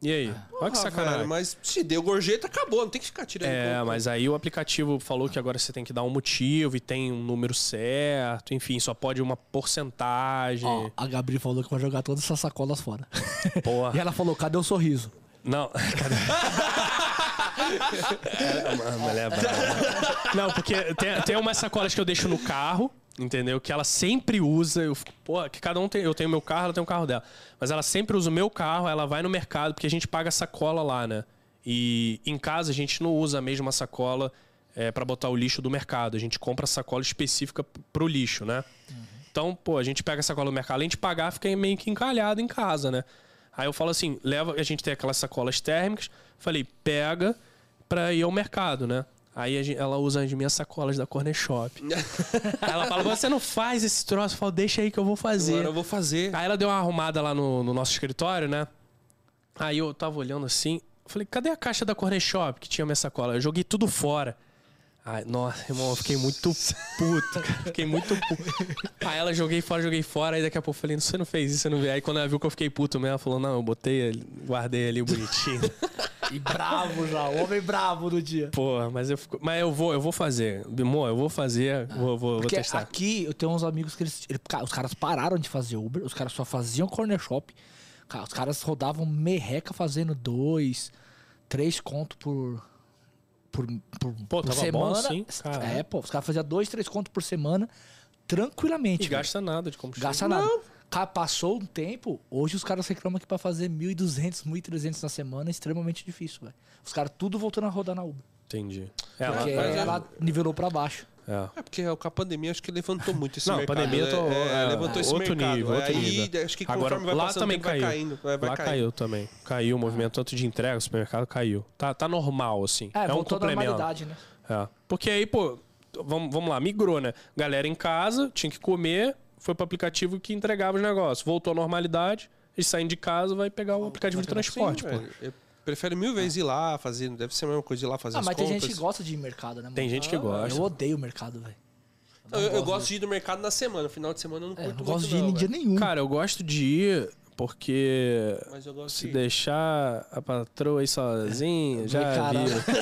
S3: E aí? Olha que
S1: Ah,
S3: sacanagem.
S1: velho, mas se deu gorjeta, acabou. Não tem que ficar tirando.
S3: É,
S1: conta.
S3: mas aí o aplicativo falou que agora você tem que dar um motivo e tem um número certo, enfim, só pode uma porcentagem.
S2: Ó, a Gabriel falou que vai jogar todas essas sacolas fora.
S3: Porra.
S2: e ela falou, cadê o sorriso?
S3: Não, cadê? É, mano, ela é brava. Não, porque tem, tem umas sacolas que eu deixo no carro, entendeu? Que ela sempre usa. Eu fico, pô, que cada um tem. Eu tenho meu carro, ela tem o carro dela. Mas ela sempre usa o meu carro, ela vai no mercado, porque a gente paga a sacola lá, né? E em casa a gente não usa a mesma sacola é, para botar o lixo do mercado. A gente compra a sacola específica p- pro lixo, né? Então, pô, a gente pega a sacola do mercado, além de pagar, fica meio que encalhado em casa, né? Aí eu falo assim, leva, a gente tem aquelas sacolas térmicas, falei, pega pra ir ao mercado, né? Aí a gen- ela usa as minhas sacolas da Corner Shop. Aí ela fala, você não faz esse troço, eu falo, deixa aí que eu vou fazer.
S1: Agora eu vou fazer.
S3: Aí ela deu uma arrumada lá no, no nosso escritório, né? Aí eu tava olhando assim, falei, cadê a caixa da Corner Shop que tinha minha sacola? Eu joguei tudo fora. Ai, nossa, irmão, eu fiquei muito puto, cara. Fiquei muito puto. Aí ela joguei fora, joguei fora. Aí daqui a pouco eu falei, você não fez isso, você não vê. Aí quando ela viu que eu fiquei puto mesmo, ela falou, não, eu botei, ali, guardei ali bonitinho.
S2: E bravo já, o homem bravo do dia.
S3: Porra, mas eu fico- Mas eu vou, eu vou fazer. Bimô, eu vou fazer. vou, vou, vou
S2: Porque
S3: testar.
S2: aqui eu tenho uns amigos que eles, ele- cara, os caras pararam de fazer Uber, os caras só faziam corner shop. Cara, os caras rodavam merreca fazendo dois, três conto por por, por,
S3: Pô,
S2: por
S3: tava bom
S2: semana.
S3: assim, cara.
S2: é, pô, os caras faziam dois, três conto por semana
S3: E
S2: tranquilamente. velho.
S3: gasta um nada de combustível.
S2: Gasta nada. Cara, passou um tempo, hoje os caras reclamam que pra fazer 1.200, 1.300 na semana é extremamente difícil, velho. Os caras tudo voltando a rodar na Uber.
S3: Entendi. É,
S2: Porque
S3: lá-
S1: mas é-
S2: ela nivelou pra baixo.
S3: é.
S1: É porque com a pandemia acho que levantou muito esse
S3: Não, a
S1: mercado.
S3: pandemia
S1: né?
S3: tô-
S1: É,
S3: é,
S1: levantou esse
S3: outro
S1: mercado.
S3: nível, outro
S1: aí
S3: nível.
S1: acho que conforme
S3: Agora,
S1: vai
S3: lá
S1: passando o
S3: também
S1: tempo, vai
S3: caiu.
S1: caindo. Vai, vai
S3: lá
S1: caindo.
S3: caiu também. Caiu o movimento tanto de entrega, o supermercado caiu. Tá, tá normal, assim.
S2: É,
S3: É, um
S2: voltou à
S3: complemento.
S2: normalidade, né?
S3: É. Porque aí, pô, vamos, vamos lá, migrou, né? Galera em casa, tinha que comer, foi pro aplicativo que entregava os negócios. Voltou à normalidade, e saindo de casa vai pegar o aplicativo de transporte,
S1: Sim,
S3: pô. É.
S1: velho. Eu prefiro mil vezes ir lá fazer. Deve ser a mesma coisa de ir lá fazer
S2: Ah,
S1: as
S2: mas
S1: compras.
S2: tem gente que gosta de ir em mercado, né, mano?
S3: Tem gente que gosta.
S2: Eu odeio o mercado, velho.
S1: Eu, eu gosto de ir no mercado na semana. Final de semana eu não
S2: É,
S1: curto
S2: não
S1: muito,
S2: gosto de ir em dia
S1: velho.
S2: nenhum.
S3: Cara, eu gosto de ir porque
S1: Mas eu gosto
S3: se
S1: de ir.
S3: deixar a patroa aí sozinha, já
S2: Caralho.
S3: viu.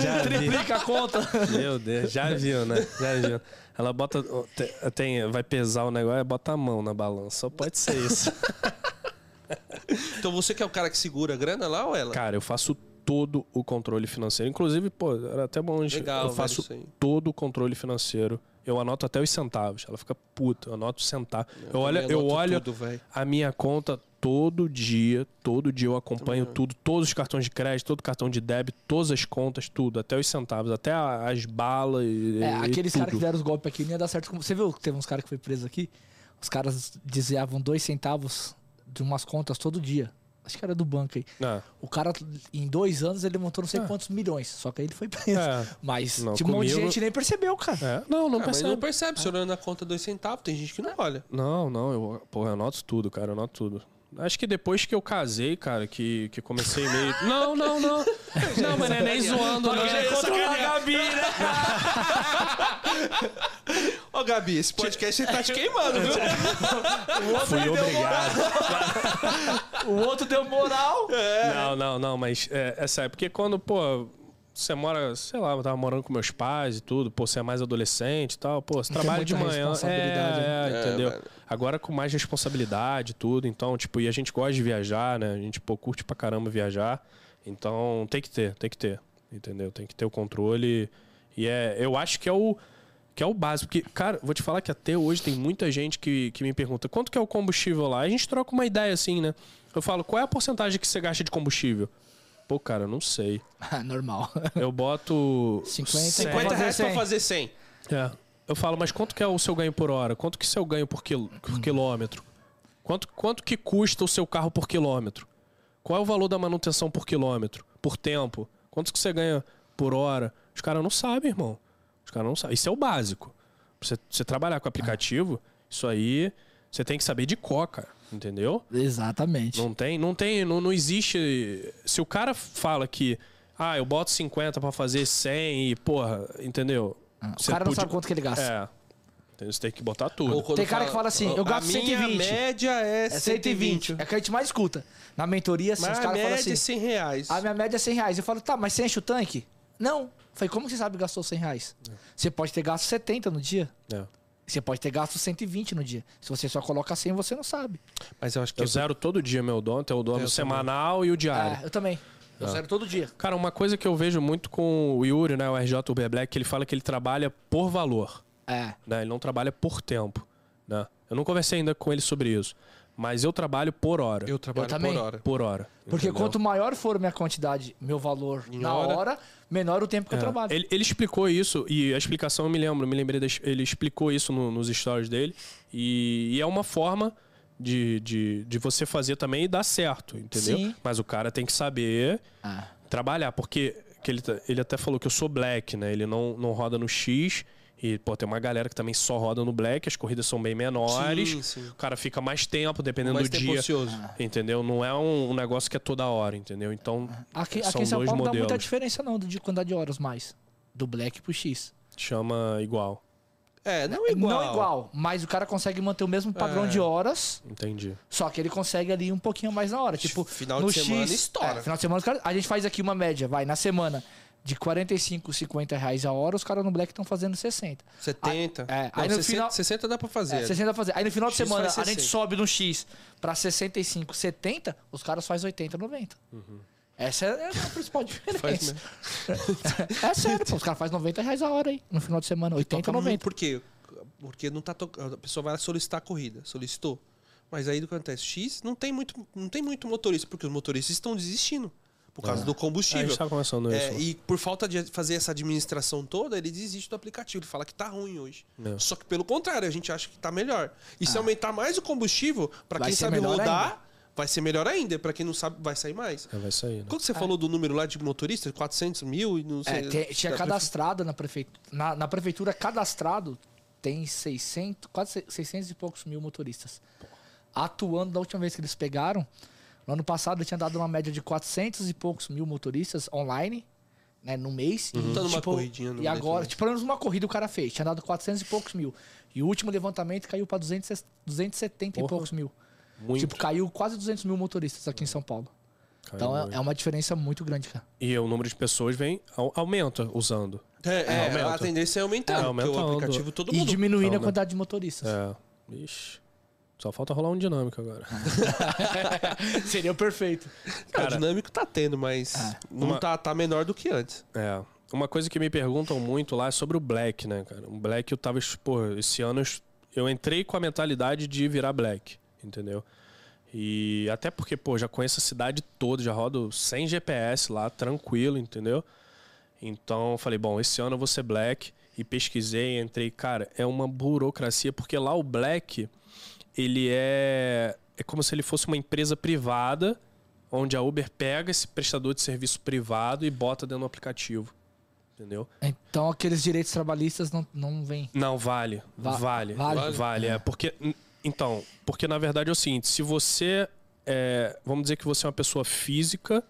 S3: já vi.
S2: Triplica a conta.
S3: Meu Deus, já viu, né? Já viu. Ela bota. tem- Tem, vai pesar o negócio, bota a mão na balança. Só pode ser isso.
S1: Então você que é o cara que segura a grana lá ou ela?
S3: Cara, eu faço todo o controle financeiro. Inclusive, pô, era até bom. a gente-
S1: Legal,
S3: eu
S1: velho,
S3: faço
S1: isso aí.
S3: todo o controle financeiro. Eu anoto até os centavos. Ela fica puta, eu anoto os centavos. Eu, olho,
S1: também
S3: eu
S1: anoto
S3: olho
S1: tudo, velho.
S3: a minha conta todo dia, todo dia eu acompanho tudo, todos os cartões de crédito, todo cartão de débito, todas as contas, tudo, até os centavos, até a- as balas e,
S2: É,
S3: e
S2: aqueles
S3: tudo.
S2: caras que deram os golpes aqui não ia dar certo. com- Você viu que teve uns caras que foi preso aqui? Os caras desviavam dois centavos de umas contas todo dia. Acho que era do banco aí.
S3: Ah,
S2: O cara, em dois anos, ele montou não sei quantos milhões. Só que aí ele foi preso.
S3: É.
S2: Mas
S3: Não,
S2: tinha um monte de
S3: comigo-
S2: gente que nem percebeu, cara.
S3: é. Não, não
S1: Ah, mas
S3: percebe.
S1: não percebe. Se olhando na conta dois centavos, tem gente que
S2: Ah.
S1: não olha.
S3: Não, não, eu, porra, eu anoto tudo, cara, eu anoto tudo. Acho que depois que eu casei, cara, que, que comecei meio. Não, não, não. Não, mas não é nem zoando, não.
S1: já ia sacanear. Ô, Gabi, esse podcast você tá te queimando, viu?
S3: Fui obrigado.
S2: O outro deu moral.
S3: Não, não, não, mas é, é sério, porque quando, pô, você mora, sei lá, eu tava morando com meus pais e tudo, pô, você é mais adolescente e tal, pô, você
S2: Tem
S3: trabalha de
S2: é muita
S3: manhã.
S2: responsabilidade,
S3: É, é,
S1: né? É,
S3: entendeu?
S1: velho.
S3: Agora com mais responsabilidade e tudo, então, tipo, e a gente gosta de viajar, né? A gente, pô, curte pra caramba viajar. Então, tem que ter, tem que ter, entendeu? Tem que ter o controle. E é, eu acho que é o que é o básico, porque, cara, vou te falar que até hoje tem muita gente que, que me pergunta quanto que é o combustível lá. A gente troca uma ideia assim, né? Eu falo, qual é a porcentagem que você gasta de combustível? Pô, cara, eu não sei.
S2: Ah, normal.
S3: Eu boto.
S2: 50,
S3: cem-
S1: 50
S2: fazer
S1: reais pra
S2: 100.
S1: fazer 100.
S3: é. Eu falo, mas quanto que é o seu ganho por hora? Quanto que seu ganho por, quil- por quilômetro? Quanto, quanto que custa o seu carro por quilômetro? Qual é o valor da manutenção por quilômetro? Por tempo? Quanto que você ganha por hora? Os caras não sabem, irmão. Os caras não sabem. Isso é o básico. Pra você, você trabalhar com aplicativo, isso aí você tem que saber de cor, cara. Entendeu?
S2: Exatamente.
S3: Não tem, não tem, não, não existe. Se o cara fala que, ah, eu boto 50 pra fazer 100 e, porra, entendeu?
S2: Ah, o cara não sabe quanto que ele gasta.
S3: É. Então você tem que botar tudo.
S2: Tem cara que fala assim, eu
S1: a
S2: gasto
S1: minha
S2: 120.
S1: média é
S2: É 120.
S1: 120.
S2: É o que a gente mais escuta. Na mentoria, assim,
S1: Mas
S2: os
S1: a
S2: caras
S1: média
S2: falam
S1: é
S2: assim...
S1: 100 reais.
S2: A minha média é 100 reais. Eu falo, tá, mas você enche o tanque? Não. Falei, como que você sabe que gastou 100 reais? Você pode ter gasto 70 no dia.
S3: É.
S2: Você pode ter gasto 120 no dia. Se você só coloca 100, você não sabe.
S1: Mas eu acho que...
S3: Eu zero todo dia meu dono, tem o dono
S1: Eu Ah.
S3: semanal e o diário.
S2: É, eu também.
S3: Ah.
S2: Eu zero todo dia.
S3: Cara, uma coisa que eu vejo muito com o Yuri, né, o RJ Uber Black, que ele fala que ele trabalha por valor.
S2: É.
S3: né? Ele não trabalha por tempo, né? Eu não conversei ainda com ele sobre isso, mas eu trabalho por hora.
S1: Eu trabalho
S2: Eu também.
S1: por hora.
S3: Por hora.
S2: Porque
S3: entendeu?
S2: quanto maior for minha quantidade, meu valor na hora,
S1: hora.
S2: menor o tempo que eu
S3: É.
S2: trabalho.
S3: Ele, ele explicou isso, e a explicação eu me lembro, me lembrei, das- ele explicou isso no- nos stories dele, e, e é uma forma de, de, de você fazer também e dar certo, entendeu?
S2: Sim.
S3: Mas o cara tem que saber
S2: Ah.
S3: trabalhar, porque que ele, tá- ele até falou que eu sou black, né? Ele não, não roda no X E, pô, tem uma galera que também só roda no black, as corridas são bem menores.
S1: Sim, sim.
S3: O cara fica mais tempo, dependendo
S1: Mais
S3: do
S1: tempo
S3: dia.
S1: ocioso.
S3: Entendeu? Não é um, um negócio que é toda hora, entendeu? Então,
S1: É.
S2: Aqui,
S3: são
S2: aqui em São Paulo
S3: dois
S2: não dá
S3: modelos.
S2: muita diferença, não, de quantidade de horas mais. Do black pro X.
S3: Chama igual.
S1: É, não igual.
S2: Não igual, mas o cara consegue manter o mesmo padrão
S3: É.
S2: de horas,
S3: Entendi.
S2: só que ele consegue ali um pouquinho mais na hora. Tipo,
S1: Final
S2: no
S1: de semana
S2: X,
S1: estoura.
S2: é, final de semana, os caras- a gente faz aqui uma média, vai, na semana, de 45, 50 reais a hora, os caras no black estão fazendo 60.
S1: 70.
S2: Ah, é,
S1: Não,
S2: aí no
S1: 60,
S2: final-
S1: 60 dá pra fazer.
S2: É, 60 fazer. Aí no final de
S1: X
S2: semana,
S1: faz
S2: a gente
S1: 60.
S2: sobe no X pra 65, 70, os caras fazem 80, 90. Essa é a principal diferença.
S1: Uhum. mesmo.
S2: é sério, pô, os caras fazem 90 reais a hora aí, no final de semana, 80,
S1: Toca
S2: 90.
S1: muito- Por quê? Porque não tá tocando. A pessoa vai solicitar a corrida, solicitou. Mas aí do que acontece? X não tem muito, não tem muito motorista, porque os motoristas estão desistindo por
S2: É.
S1: causa do
S3: A
S1: combustível.
S3: gente tá começando
S1: É,
S3: isso.
S1: e por falta de fazer essa administração toda, ele desiste do aplicativo. Ele fala que tá ruim hoje.
S3: É.
S1: Só que pelo contrário, a gente acha que tá melhor. E se aumentar mais o combustível, pra
S2: É. Vai
S1: quem
S2: ser
S1: sabe
S2: melhor
S1: rodar, vai ser melhor ainda. Pra quem não sabe, vai sair mais.
S3: É, vai sair, né?
S1: Quando você falou do número lá de motorista, 400 mil e não sei... Tá,
S2: É, tem- tinha
S1: da
S2: cadastrado na prefeitura. Na, na prefeitura, cadastrado tem 600, quase se- 600 e poucos mil motoristas. Atuando, da última vez que eles pegaram, no ano passado tinha dado uma média de 400 e poucos mil motoristas online, né, no mês. E,
S1: Tá numa corridinha no
S2: e agora,
S1: mês, né?
S2: tipo, pelo menos uma corrida o cara fez, tinha dado 400 e poucos mil. E o último levantamento caiu pra 200, e- 270 e
S3: Porra.
S2: poucos mil.
S3: Muito.
S2: Tipo, caiu quase 200 mil motoristas aqui em São Paulo.
S3: Caiu
S2: Então é-
S3: muito.
S2: é uma diferença muito grande, cara.
S3: E o número de pessoas vem, au- aumenta usando.
S1: É, é,
S3: aumenta.
S1: a tendência é aumentando,
S3: É,
S1: porque o
S3: aumentando.
S1: aplicativo todo
S2: E
S1: mundo.
S2: diminuindo
S3: Então,
S2: a
S3: né?
S2: quantidade de motoristas.
S3: É. Ixi. Só falta rolar um dinâmico agora.
S2: Seria o perfeito.
S1: É, o
S3: Cara, É.
S1: dinâmico tá tendo, mas não
S3: Uma-
S1: tá, tá menor do que antes.
S3: É. Uma coisa que me perguntam muito lá é sobre o Black, né, cara? O Black eu tava. Pô, esse ano eu es- eu entrei com a mentalidade de virar Black, entendeu? E até porque, pô, já conheço a cidade toda, já rodo sem GPS lá, tranquilo, entendeu? Então eu falei, bom, esse ano eu vou ser Black. E pesquisei, entrei, cara, é uma burocracia, porque lá o Black, ele é. É como se ele fosse uma empresa privada, onde a Uber pega esse prestador de serviço privado e bota dentro do aplicativo. Entendeu?
S2: Então aqueles direitos trabalhistas não, não vêm.
S3: Não, vale.
S2: Va-
S3: vale.
S2: vale.
S3: Vale. é. Porque. n- Então, porque na verdade é o seguinte: se você. é, vamos dizer que você é uma pessoa física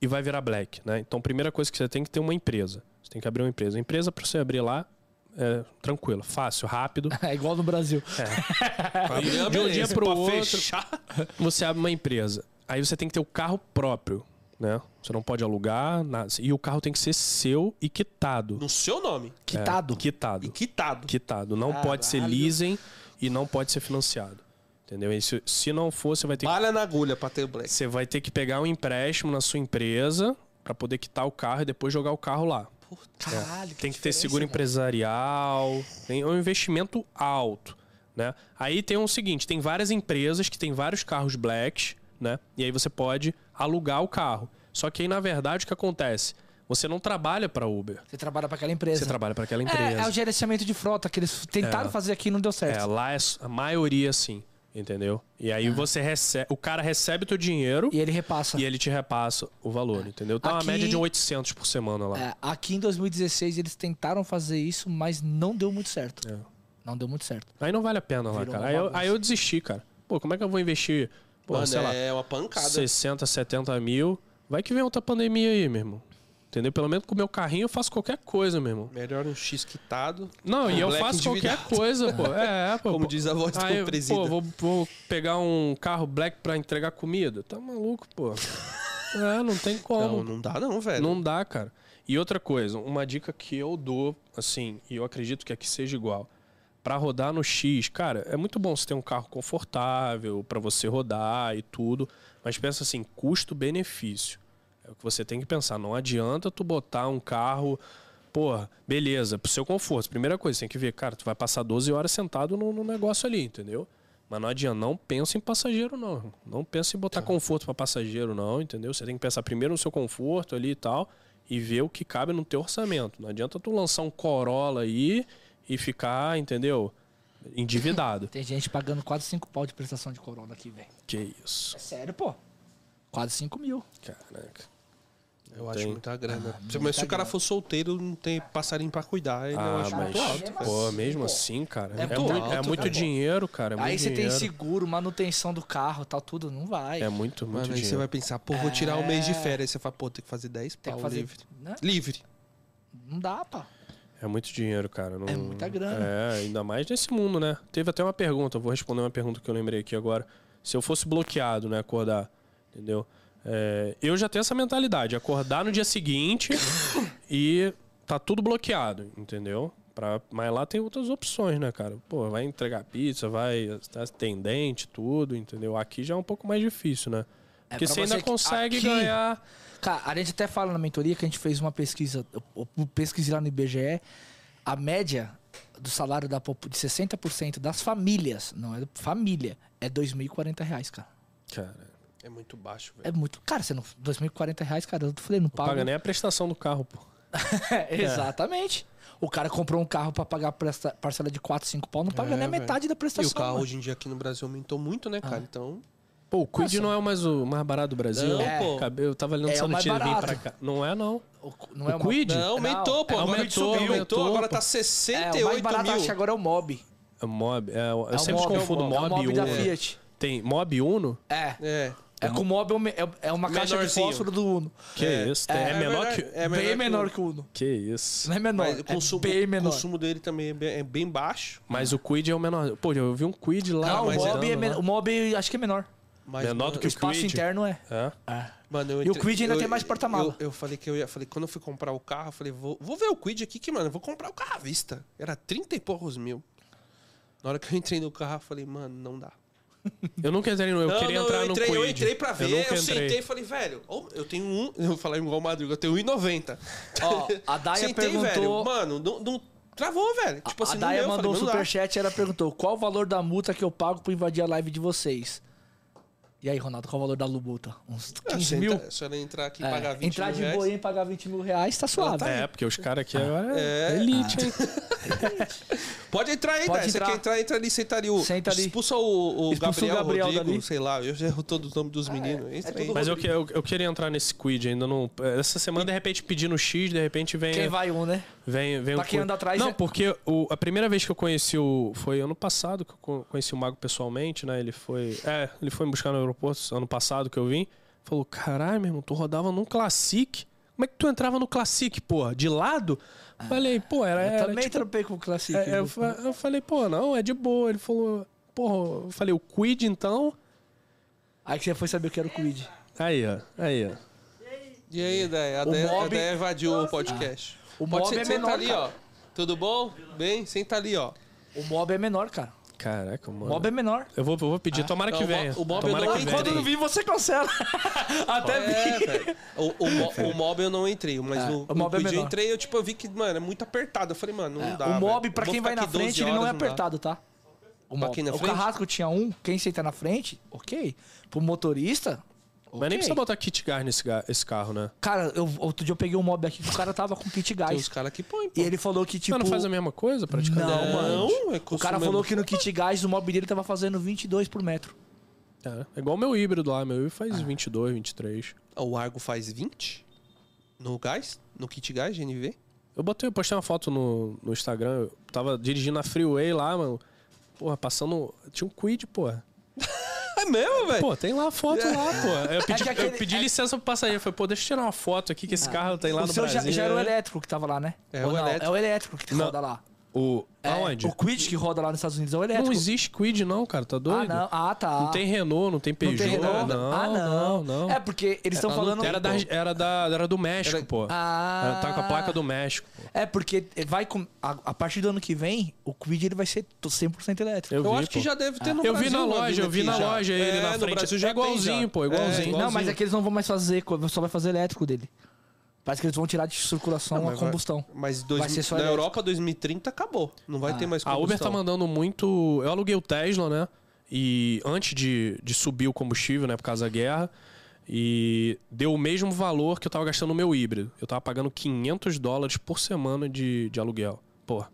S3: e vai virar black, né? Então, primeira coisa que você tem é que ter uma empresa. Você tem que abrir uma empresa. A empresa, para você abrir lá, é tranquilo, fácil, rápido.
S2: É igual no Brasil.
S3: de um dia pro
S1: Tá Pra
S3: outro.
S1: fechar.
S3: Você abre uma empresa. Aí você tem que ter o carro próprio, né? Você não pode alugar, nada. E o carro tem que ser seu e quitado.
S1: No seu nome.
S2: Quitado.
S3: É, quitado.
S1: E quitado.
S3: Quitado. Não pode ser leasing e não pode ser financiado. Entendeu? E se, se não for, você vai ter que
S1: Palha na agulha pra ter o Black.
S3: você vai ter que pegar um empréstimo na sua empresa para poder quitar o carro e depois jogar o carro lá.
S2: Caralho.
S3: É. Tem que ter seguro empresarial, tem é um investimento alto, né? Aí tem o seguinte, tem várias empresas que tem vários carros blacks, né? E aí você pode alugar o carro. Só que aí na verdade o que acontece? Você não trabalha para Uber,
S2: Você trabalha pra aquela empresa.
S3: você trabalha para aquela
S2: É, é o
S3: empresa.
S2: gerenciamento de frota que eles tentaram fazer aqui e não deu
S3: É,
S2: certo.
S3: lá é s- a maioria sim, entendeu? E aí você recebe, o cara recebe o teu dinheiro
S2: Ah. E ele repassa.
S3: e ele te repassa o valor, entendeu? Tá
S2: Aqui-
S3: uma média de 800 por semana lá.
S2: É, aqui em 2016 eles tentaram fazer isso, mas não deu muito certo.
S3: É.
S2: Não deu muito certo.
S3: Aí não vale a pena lá,
S2: Virou
S3: cara.
S2: uma
S3: Aí eu,
S2: bagunça.
S3: aí eu desisti, cara. Pô, como é que eu vou investir, pô,
S1: Mano,
S3: sei lá,
S1: é uma pancada.
S3: 60, 70 mil? Vai que vem outra pandemia aí, meu irmão. Entendeu? Pelo menos com o meu carrinho eu faço qualquer coisa, meu irmão.
S1: Melhor um X quitado.
S3: Não, e eu
S1: Black
S3: faço qualquer
S1: endividado.
S3: coisa, pô. É, é, pô.
S1: Como
S3: pô.
S1: diz a voz do
S3: Aí, eu,
S1: presida.
S3: Pô, vou, vou pegar um carro black pra entregar comida? Tá maluco, pô. É, não tem como.
S1: Não, não dá não, velho.
S3: Não dá, cara. E outra coisa, uma dica que eu dou, assim, e eu acredito que aqui seja igual. Pra rodar no X, cara, é muito bom você ter um carro confortável pra você rodar e tudo, mas pensa assim, custo-benefício. É o que você tem que pensar, não adianta tu botar um carro, porra, beleza, pro seu conforto. Primeira coisa, você tem que ver, cara, tu vai passar 12 horas sentado no, no negócio ali, entendeu? Mas não adianta, não pensa em passageiro, não. irmão. Não pensa em botar conforto pra passageiro, não, entendeu? Você tem que pensar primeiro no seu conforto ali e tal e ver o que cabe no teu orçamento. Não adianta tu lançar um Corolla aí e ficar, entendeu? Endividado.
S2: Tem gente pagando quase 5 pau de prestação de corona aqui, velho.
S3: que isso,
S2: É sério, pô. Quase 5 mil.
S3: caraca.
S1: Eu acho
S3: tem. Ah,
S1: muita grana. Mas se o cara for solteiro, não tem passarinho pra cuidar, ele eu
S3: Ah,
S1: acho
S3: mas.
S1: muito alto. né?
S3: Pô, mesmo assim, cara. É,
S2: É
S1: muito
S3: muito, é
S1: alto,
S3: muito
S1: velho.
S3: dinheiro, cara. É muito
S2: Aí você tem
S3: dinheiro.
S2: seguro, manutenção do carro, tal, tudo, não vai.
S3: É muito, muito
S1: Mano, aí você
S3: dinheiro.
S1: vai pensar, pô, vou tirar um mês de férias. Aí Você fala, pô, tem que fazer 10
S2: É. Tem
S1: pau
S2: que fazer,
S1: livre.
S2: né?
S1: Livre.
S2: Não dá, pá.
S3: É muito dinheiro, cara. Não...
S2: É muita grana.
S3: É, ainda mais nesse mundo, né? Teve até uma pergunta, eu vou responder uma pergunta que eu lembrei aqui agora. Se eu fosse bloqueado, né, acordar, entendeu? É, eu já tenho essa mentalidade, acordar no dia seguinte e tá tudo bloqueado, entendeu? Pra, mas lá tem outras opções, né, cara? Pô, vai entregar pizza, vai tá atendente, tudo, entendeu? Aqui já é um pouco mais difícil, né? Porque
S2: É pra
S3: você ainda
S2: você que-
S3: consegue
S2: aqui-
S3: ganhar.
S2: Cara, a gente até fala na mentoria que a gente fez uma pesquisa, eu eu pesquisei lá no IBGE, a média do salário da, popu- de 60% das famílias, não é família, é R$ 2.040 reais, cara.
S3: Cara,
S1: É muito baixo, velho.
S2: É muito. Cara, você não. R$ 2.040 reais, cara, eu falei, não
S3: não paga né?
S2: paga.
S3: nem a prestação do carro, pô.
S2: Exatamente. O cara comprou um carro pra pagar presta- parcela de 4, 5 pau, não paga
S1: É,
S2: nem a
S1: velho.
S2: metade da
S1: E
S2: prestação.
S1: o carro
S2: mano.
S1: hoje em dia aqui no Brasil aumentou muito, né,
S2: Ah.
S1: cara? Então.
S3: Pô, o Quid não é o mais, o mais barato do Brasil? né?
S1: Não, É. pô.
S3: Acabei- eu tava lendo
S2: É
S3: essa
S2: o mais
S3: notícia e vim pra
S2: barato.
S3: cá. Não é, não.
S2: O- não é
S3: o
S2: uma-
S3: Quid?
S1: Não, aumentou, pô.
S3: Não,
S1: Agora
S3: aumentou,
S1: subiu, aumentou.
S3: aumentou,
S1: Agora
S3: pô.
S1: tá
S2: É, o mais
S1: 68
S2: barato acho que
S1: mil.
S2: agora é o Mob.
S3: É Mob. é, eu
S2: É o
S3: sempre
S2: Mob,
S3: confundo
S2: é o
S3: Mob,
S2: Mob
S3: e um, né?
S2: da
S3: Uno.
S2: Fiat.
S3: Tem Mob Uno?
S2: É.
S1: É.
S2: É que o Mob é um- é, é uma caixa de
S1: Menorzinho.
S2: fósforo do Uno.
S3: Que
S1: É.
S3: isso? tem- É,
S1: É
S3: menor
S1: verdade.
S3: que...
S1: É menor que
S2: bem
S1: o
S2: menor
S1: Uno.
S2: que o Uno.
S3: Que isso.
S2: Não é menor,
S1: Mas o consumo,
S2: é bem menor.
S1: o consumo dele também é bem, é bem baixo.
S3: Mas o Quid é o menor. Pô, eu vi um Quid lá.
S2: Não, o
S1: mas
S2: Mob,
S3: andando
S2: é men-
S3: lá.
S2: o Mob acho que é menor.
S1: Mas,
S3: Menor do
S2: O
S3: que o
S2: espaço
S3: Quid?
S2: interno é.
S3: É?
S1: Mano, eu
S2: E o
S1: entrei-
S2: Kwid ainda
S1: eu-
S2: tem mais porta-mala.
S1: Eu, eu falei que eu ia. Falei, quando eu fui comprar o carro, eu falei, vou, vou ver o Quid aqui, que, mano, eu vou comprar o carro à vista. Era 30 e poucos mil. Na hora que eu entrei no carro, eu falei, mano, não dá.
S3: Eu nunca entrei no... Eu
S1: não,
S3: queria
S1: não,
S3: entrar
S1: eu
S3: no
S1: entrei,
S3: Quid.
S1: eu entrei pra ver, eu,
S3: nunca
S1: sentei e falei, velho, ou- eu tenho um. Eu vou falar igual o Madruga, eu tenho 1,90.
S2: Ó, a Daya
S1: Sentei, velho.
S2: perguntou.
S1: Mano, não, não- travou, velho. Tipo assim,
S2: a
S1: não
S2: Daya
S1: deu, eu falei,
S2: mandou um
S1: não dá.
S2: superchat e ela perguntou: qual o valor da multa que eu pago pra invadir a live de vocês? E aí, Ronaldo, qual o valor da multa? Uns
S1: Ah,
S2: 15
S1: se
S2: mil?
S1: entra- Se ela entrar aqui e
S2: É,
S1: pagar 20
S2: entrar
S1: mil
S2: de
S1: reais,
S2: boinha e pagar 20 mil reais, tá Ah, suave.
S3: É, porque os caras aqui agora...
S1: É.
S3: É elite, hein?
S1: Pode entrar aí,
S2: Pode
S1: Dé. Você
S2: entrar.
S1: quer entrar, entra ali, senta ali. O,
S2: Senta ali.
S1: Expulsa o, o
S2: Expulsa o
S1: Gabriel,
S2: Gabriel
S1: Rodrigo,
S2: dali. É,
S1: sei lá. Eu já erro todo o nome dos meninos. entra aí.
S2: tudo
S3: Mas eu, que- eu, eu queria entrar nesse Quid, ainda não... Essa semana, de repente, pedi no X, de repente vem...
S2: Quem vai um, né?
S3: Vem, vem
S2: Pra
S3: o
S2: quem
S3: Cu-
S2: anda atrás,
S3: Não,
S2: é-
S3: porque o- a primeira vez que eu conheci o. Foi ano passado que eu co- conheci o Mago pessoalmente, né? Ele foi. É, ele foi me buscar no aeroporto ano passado que eu vim. Falou: caralho, meu irmão, tu rodava num Classic. Como é que tu entrava no Classic, porra? De lado? Falei, pô, era.
S2: Ah, Eu
S3: era
S2: também
S3: tipo-
S2: trampei com o Classic.
S3: é, eu,
S2: viu?
S3: fa- eu falei, pô, não, é de boa. Ele falou, porra, eu falei, o Quid então.
S2: Aí que você foi saber o que era o Quid.
S3: Aí, ó, aí, ó.
S1: E aí, Dé? A Dé
S2: Mob-
S1: a Dé evadiu o podcast.
S2: O
S1: Pode
S2: Mob
S1: ser,
S2: é
S1: senta
S2: menor,
S1: ali, ó. Tudo bom? Bem, senta ali, ó.
S2: O Mob é menor, cara.
S3: Caraca,
S2: O
S3: mano.
S2: Mob é Ah, menor.
S3: Eu vou, eu vou pedir, tomara
S1: Não,
S3: que
S1: o Mo-
S3: venha.
S1: o Mob eu
S3: tomara
S1: não
S3: que venha.
S1: encontro
S2: Quando é não vir, você cancela. Até
S1: É,
S2: vir.
S1: velho. O, o, mo- o mob eu não entrei, mas
S2: É,
S1: no,
S2: o
S1: no
S2: mob é
S1: Quid eu
S2: menor. É,
S1: entrei eu tipo, eu vi que, mano, é muito apertado. Eu falei, mano, não dá.
S2: o mob,
S1: velho.
S2: pra
S1: Eu vou
S2: quem
S1: ficar
S2: vai na
S1: aqui 12
S2: frente, ele não é
S1: horas, dá.
S2: apertado, tá? O, mob.
S1: quem na
S2: o
S1: frente?
S2: carrasco tinha um, quem senta na frente, ok. Pro motorista, ok.
S3: Mas nem precisa botar kit gas nesse ga- esse carro, né?
S2: Cara, eu, outro dia eu peguei um mob aqui que o cara tava com kit
S1: Tem os
S2: gás.
S1: caras que põem, pô.
S2: E ele falou que, tipo...
S3: Mas não faz a mesma coisa praticamente?
S2: Não,
S1: Não,
S2: mano.
S1: é
S2: O cara
S1: consumo-
S2: falou que no kit gás o mob dele tava fazendo 22 por metro.
S3: É, é igual o meu híbrido lá. Meu híbrido
S2: Ah.
S3: faz 22, 23.
S1: O Argo faz 20 no gás, no kit gás, GNV.
S3: Eu botei, eu postei uma foto no, no Instagram. Eu tava dirigindo a freeway lá, mano. Porra, passando... Tinha um quid, porra.
S1: É mesmo, velho?
S3: Pô, tem lá a foto lá, porra. Eu pedi,
S2: É. que aquele- é Ah.
S3: eu pedi licença pro passageiro. Eu Falei, pô, deixa eu tirar uma foto aqui que esse carro tem lá
S2: o
S3: no
S2: seu já,
S3: Brasil.
S2: já era o elétrico que tava lá, né?
S1: É, o
S2: não?
S1: elétrico.
S2: É o elétrico que
S3: Não.
S2: roda lá.
S3: O...
S2: É,
S3: Aonde?
S2: O quid que roda lá nos Estados Unidos é o
S3: Não
S2: elétrico.
S3: existe quid não, cara. Tá
S2: ah,
S3: doido?
S2: não. Ah, tá.
S3: Não tem Renault, não tem Peugeot.
S2: Não tem Renault?
S3: Não,
S2: ah, não.
S3: não, não. Tá
S2: É porque eles estão
S1: Ah, não
S2: falando.
S1: tem,
S3: Era, da,
S1: pô.
S3: era, da, era do México,
S1: Era-
S3: pô.
S2: Ah.
S3: Ela Tá com a placa do México, pô.
S2: É porque vai com... a, a partir do ano que vem, o Quid ele vai ser to- 100% elétrico.
S1: Eu
S3: vi,
S1: acho que
S3: pô.
S1: já deve
S2: Ah.
S1: ter no
S3: eu
S1: Brasil.
S3: vi na
S1: uma
S3: loja,
S1: vida
S3: eu vi
S1: aqui
S3: na
S1: já.
S3: loja ele
S1: É,
S3: na
S1: no
S3: frente.
S1: Brasil já
S3: é
S1: tem,
S3: igualzinho,
S1: já.
S3: pô,
S1: É,
S3: igualzinho.
S1: igual-
S2: Não, mas
S1: igualzinho.
S2: é que eles não vão mais fazer, co- só vai fazer elétrico dele. Parece que eles vão tirar de circulação a
S1: Mas vai-
S2: combustão.
S1: Mas dois,
S2: Vai ser só
S1: na
S2: elétrico. Ah.
S1: Europa 2030 acabou. Não vai ter mais
S3: A Uber tá
S1: combustão.
S3: mandando muito. Eu aluguei o Tesla, né? E antes de, de subir o combustível, né, por causa da guerra, e deu o mesmo valor que eu tava gastando no meu híbrido. Eu tava pagando 500 dólares por semana de, de aluguel. Pô,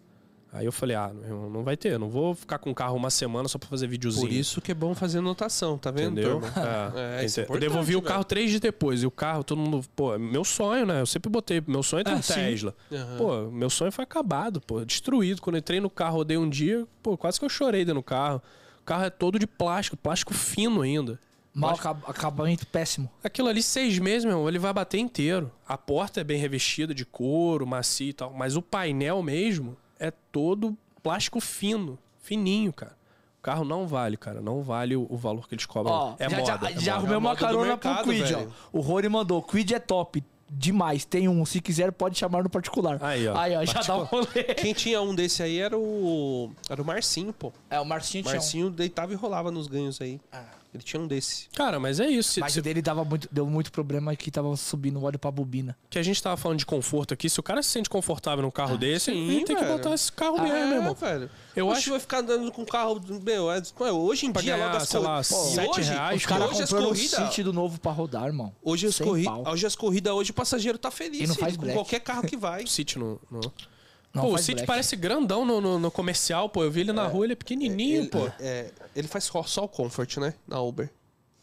S3: Aí eu falei, ah, não não vai ter, não vou ficar com o carro uma semana só pra fazer videozinho.
S1: Por isso que é bom fazer anotação, tá vendo?
S3: Entendeu?
S1: turma?
S3: É.
S1: É, isso é
S3: eu devolvi
S1: importante,
S3: o carro três dias depois. E o carro, todo mundo, pô, é meu sonho, né? Eu sempre botei, meu sonho é ter
S2: Ah,
S3: um
S2: sim.
S3: Tesla.
S1: Aham.
S3: Pô, meu sonho foi acabado, pô, destruído. Quando eu entrei no carro, rodei um dia, pô, quase que eu chorei dentro do carro. O carro é todo de plástico, plástico fino ainda.
S2: Mal acab- acabamento péssimo.
S3: Aquilo ali, seis meses, meu irmão, ele vai bater inteiro. A porta é bem revestida de couro, macio e tal. Mas o painel mesmo é todo plástico fino, fininho, cara. O carro não vale, cara. Não vale o o valor que eles cobram.
S2: Ó,
S3: é
S2: já,
S3: moda.
S2: já,
S3: é
S2: já
S3: moda.
S2: arrumei
S1: É
S2: uma
S1: moda do
S2: carona
S1: mercado,
S2: pro Quid, ó.
S1: velho.
S2: O Rory mandou, Quid é top. Demais, tem um. Se quiser, pode chamar no particular.
S3: Aí, ó.
S2: Aí, ó, já dá um rolê.
S1: Quem tinha um desse aí era o. Era o Marcinho, pô.
S2: É, o Marcinho tinha um.
S1: Marcinho deitava e rolava nos ganhos aí.
S3: Ah.
S1: Ele tinha um desse.
S3: Cara, mas é isso. Se-
S2: Mas
S3: se-
S2: o dele dava muito, deu muito problema que tava subindo o óleo pra bobina.
S3: que a gente tava falando de conforto aqui. Se o cara se sente confortável num carro desse,
S1: Ah, sim, Ah,
S3: ele tem que
S1: velho.
S3: botar esse carro mesmo, É, meu irmão.
S1: É, velho.
S3: Eu
S1: Eu acho
S3: acho-
S1: que vai ficar andando com carro. Meu, é- ué, hoje em
S3: Pra
S1: dia,
S3: ganhar,
S1: logo as
S3: sei lá,
S1: corridas.
S3: sete reais,
S1: hoje,
S3: os cara
S1: hoje as
S2: comprando um
S1: corridas.
S2: sítio do novo pra rodar, irmão.
S1: Hoje as,
S2: Sem
S1: corri...
S2: pau.
S1: hoje as corridas, hoje o passageiro tá feliz
S2: E não faz
S1: ele, com
S2: black.
S1: qualquer carro que vai.
S3: O City no. no-
S2: Não
S3: Pô, o
S2: faz
S3: City
S2: black.
S3: parece grandão no, no- no comercial, pô. Eu vi ele na rua, ele é pequenininho,
S1: ele,
S3: pô.
S1: é, ele faz só, só o Comfort, né? Na Uber.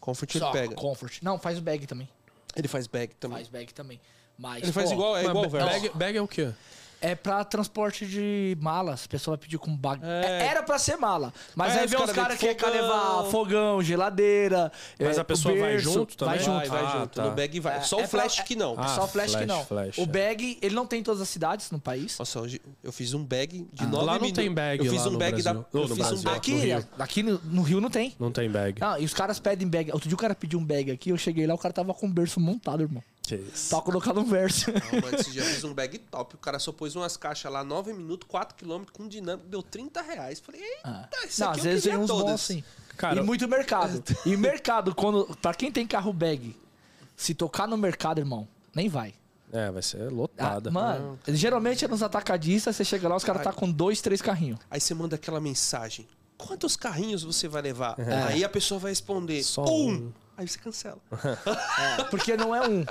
S1: Comfort
S2: Só
S1: ele pega.
S2: comfort. Não, faz o bag também.
S1: Ele faz bag também.
S2: Faz bag também. Mas,
S1: Ele faz
S2: pô,
S1: igual, é
S3: Mas
S1: igual o
S3: ba-
S1: Versa.
S3: bag, bag é o quê?
S2: É pra transporte de malas. A pessoa vai pedir com bag.
S1: É.
S2: É, Era pra ser mala. Mas
S1: É,
S2: aí
S1: os
S2: vem
S1: cara
S2: os caras
S1: vem
S2: que
S1: com
S2: quer
S1: fogão.
S2: levar fogão, geladeira.
S3: Mas
S2: é,
S3: a pessoa
S2: o
S3: vai
S2: berço,
S3: junto também?
S2: Vai junto.
S1: Vai, vai
S3: Ah,
S1: junto.
S3: tá.
S1: No bag vai.
S2: É,
S1: só
S2: é
S1: o Flash
S2: pra- é-
S1: que não.
S2: É
S3: Ah,
S2: só o flash, que
S3: flash,
S2: não.
S3: flash, é.
S2: o bag, ele não tem em todas as cidades no país.
S1: Nossa, hoje eu fiz um bag de nove
S3: Ah, Lá não
S1: minutos.
S3: tem bag
S1: Eu fiz
S3: lá
S1: um
S3: no
S1: bag da.
S3: Brasil.
S1: Eu
S3: No
S1: fiz um
S3: Brasil. é
S1: bag.
S2: aqui,
S3: no Rio.
S2: aqui no, no Rio não tem.
S3: Não tem bag.
S2: Não, e os caras pedem bag. Outro dia o cara pediu um bag aqui, eu cheguei lá, o cara tava com o berço montado, irmão.
S3: Que isso.
S2: Tava colocado um verso.
S1: Não, mano, esse dia eu fiz um bag top. O cara só pôs umas caixas lá, 9 minutos, 4km com dinâmico, deu 30 reais. Falei,
S3: Ah."
S1: eita, Tá, isso
S2: Não,
S1: aqui é
S2: às
S1: eu
S2: vezes tem
S1: queria
S2: uns bons
S1: todas.
S2: assim.
S3: Cara,
S2: e muito mercado. E mercado, quando. Pra quem tem carro bag, se tocar no mercado, irmão, nem vai.
S3: É, vai ser
S2: Ah,
S3: lotada.
S2: mano, geralmente é nos atacadistas, você chega lá, os caras tá com dois, três carrinhos.
S1: Aí você manda aquela mensagem. Quantos carrinhos você vai levar? Aí a pessoa vai responder,
S3: É. Só
S1: um.
S3: um.
S1: Aí você cancela.
S2: É, porque não é um.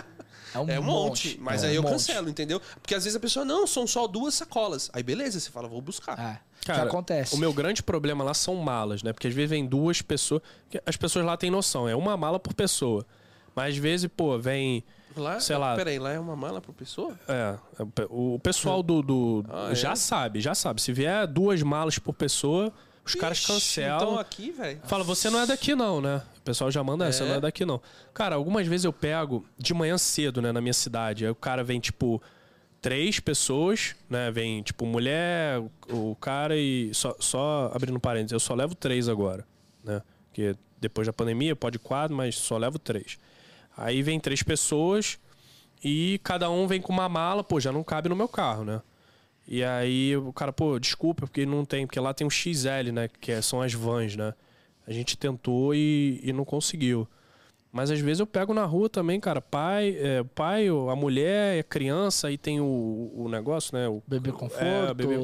S2: É um,
S1: É um monte, mas aí
S2: um
S1: eu
S2: monte.
S1: cancelo, entendeu? Porque às vezes a pessoa, não, são só duas sacolas. Aí beleza, você fala, vou buscar.
S2: É, que
S3: Cara,
S2: acontece.
S3: O meu grande problema lá são malas, né? Porque às vezes vem duas pessoas. que As pessoas lá têm noção, é uma mala por pessoa. Mas às vezes, pô, vem.
S1: Lá,
S3: Sei lá.
S1: Peraí, lá é uma mala por pessoa?
S3: É, o pessoal do. do-
S1: Ah, é?
S3: já sabe, já sabe. Se vier duas malas por pessoa, os caras
S1: Ixi,
S3: cancelam.
S1: Então aqui, velho.
S3: Fala, você não é daqui não, né? O pessoal já manda, essa, você não é daqui não. Cara, algumas vezes eu pego de manhã cedo, né, na minha cidade. Aí o cara vem, tipo, três pessoas, né? Vem, tipo, mulher, o o cara e... Só, só abrindo parênteses, eu só levo três agora, né? Porque depois da pandemia pode quatro, mas só levo três. Aí vem três pessoas e cada um vem com uma mala, pô, já não cabe no meu carro, né? E aí o cara, pô, desculpa, porque não tem, porque lá tem um XL, né? Que é- são as vans, né? A gente tentou e, e não conseguiu. Mas às vezes eu pego na rua também, cara, pai, é, pai, ou a mulher, a criança, aí tem o, o negócio, né? O
S2: Bebê
S3: é,
S2: conforto,
S3: bebê-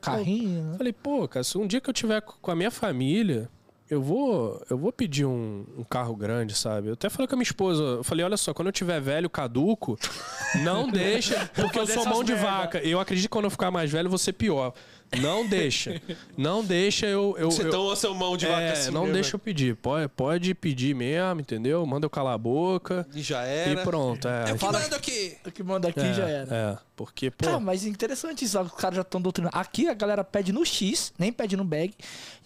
S2: carrinho, né?
S3: Falei, pô, cara, se um dia que eu tiver co- com a minha família, eu vou, eu vou pedir um, um carro grande, sabe? Eu até falei com a minha esposa, eu falei, olha só, quando eu tiver velho, caduco, não deixa, porque eu sou mão de vaca. Eu acredito que quando eu ficar mais velho, eu vou ser pior. Não deixa. Não deixa eu. eu,
S1: Você é
S3: eu-
S1: tão a seu mão de vaca
S3: é,
S1: assim,
S3: não
S1: né,
S3: deixa eu pedir. Pode, pode pedir mesmo, entendeu? Manda eu calar a boca.
S1: velho? né? E já era.
S3: E pronto. É,
S1: Eu que
S2: Fala-
S1: mando aqui.
S2: O que manda aqui
S3: é,
S2: já era.
S3: É, porque, pô.
S1: Tá,
S2: Cara, mas é interessante isso. Os caras já estão doutrinando. Aqui a galera pede no X, nem pede no bag.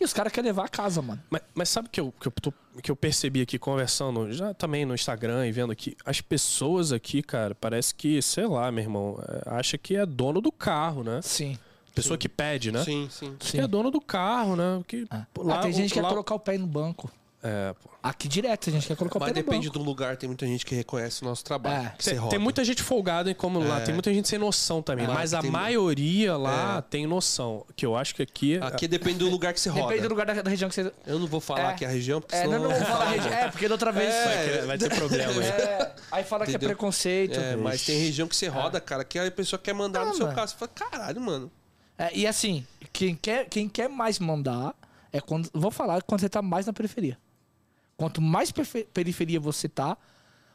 S2: E os caras querem levar a casa, mano.
S3: Mas, mas sabe que eu, que, eu tô- que eu percebi aqui conversando, já também no Instagram e vendo aqui, as pessoas aqui, cara, parece que, sei lá, meu irmão, é, acha que é dono do carro, né?
S2: Sim.
S3: Pessoa que pede, né?
S1: Sim, sim.
S3: Que é dono do carro, né? Que, pô,
S2: ah, tem
S3: o-
S2: gente que
S3: lá-
S2: quer colocar o pé no banco.
S3: É, pô.
S2: Aqui direto, a gente quer colocar o
S1: Mas
S2: pé
S1: depende
S2: no banco.
S1: do lugar, tem muita gente que reconhece o nosso trabalho.
S2: É.
S1: que você
S3: Tem,
S1: roda.
S3: tem muita gente folgada em como lá, tem muita gente sem noção também.
S2: Ah,
S1: Lá
S3: mas
S1: que
S3: a
S1: tem-
S3: maioria
S2: É.
S3: lá tem noção. Que eu acho que aqui. é
S1: Aqui depende do lugar que você roda.
S2: Depende do lugar da, da região que você.
S1: Eu não vou falar
S2: É.
S1: aqui a região, porque
S2: É, não,
S1: senão...
S2: não vou falar região. É, porque da outra vez.
S1: É.
S3: é, vai ter problema.
S2: É, aí fala que é
S1: Entendeu?
S2: preconceito.
S1: É, mas tem região que você roda, cara, que a pessoa quer mandar
S2: Ah,
S1: no seu
S2: mano.
S1: carro. Você fala, caralho, mano.
S2: É, e assim, quem quer, quem quer mais mandar é quando. Vou falar quando você tá mais na periferia. Quanto mais perfe- periferia você tá,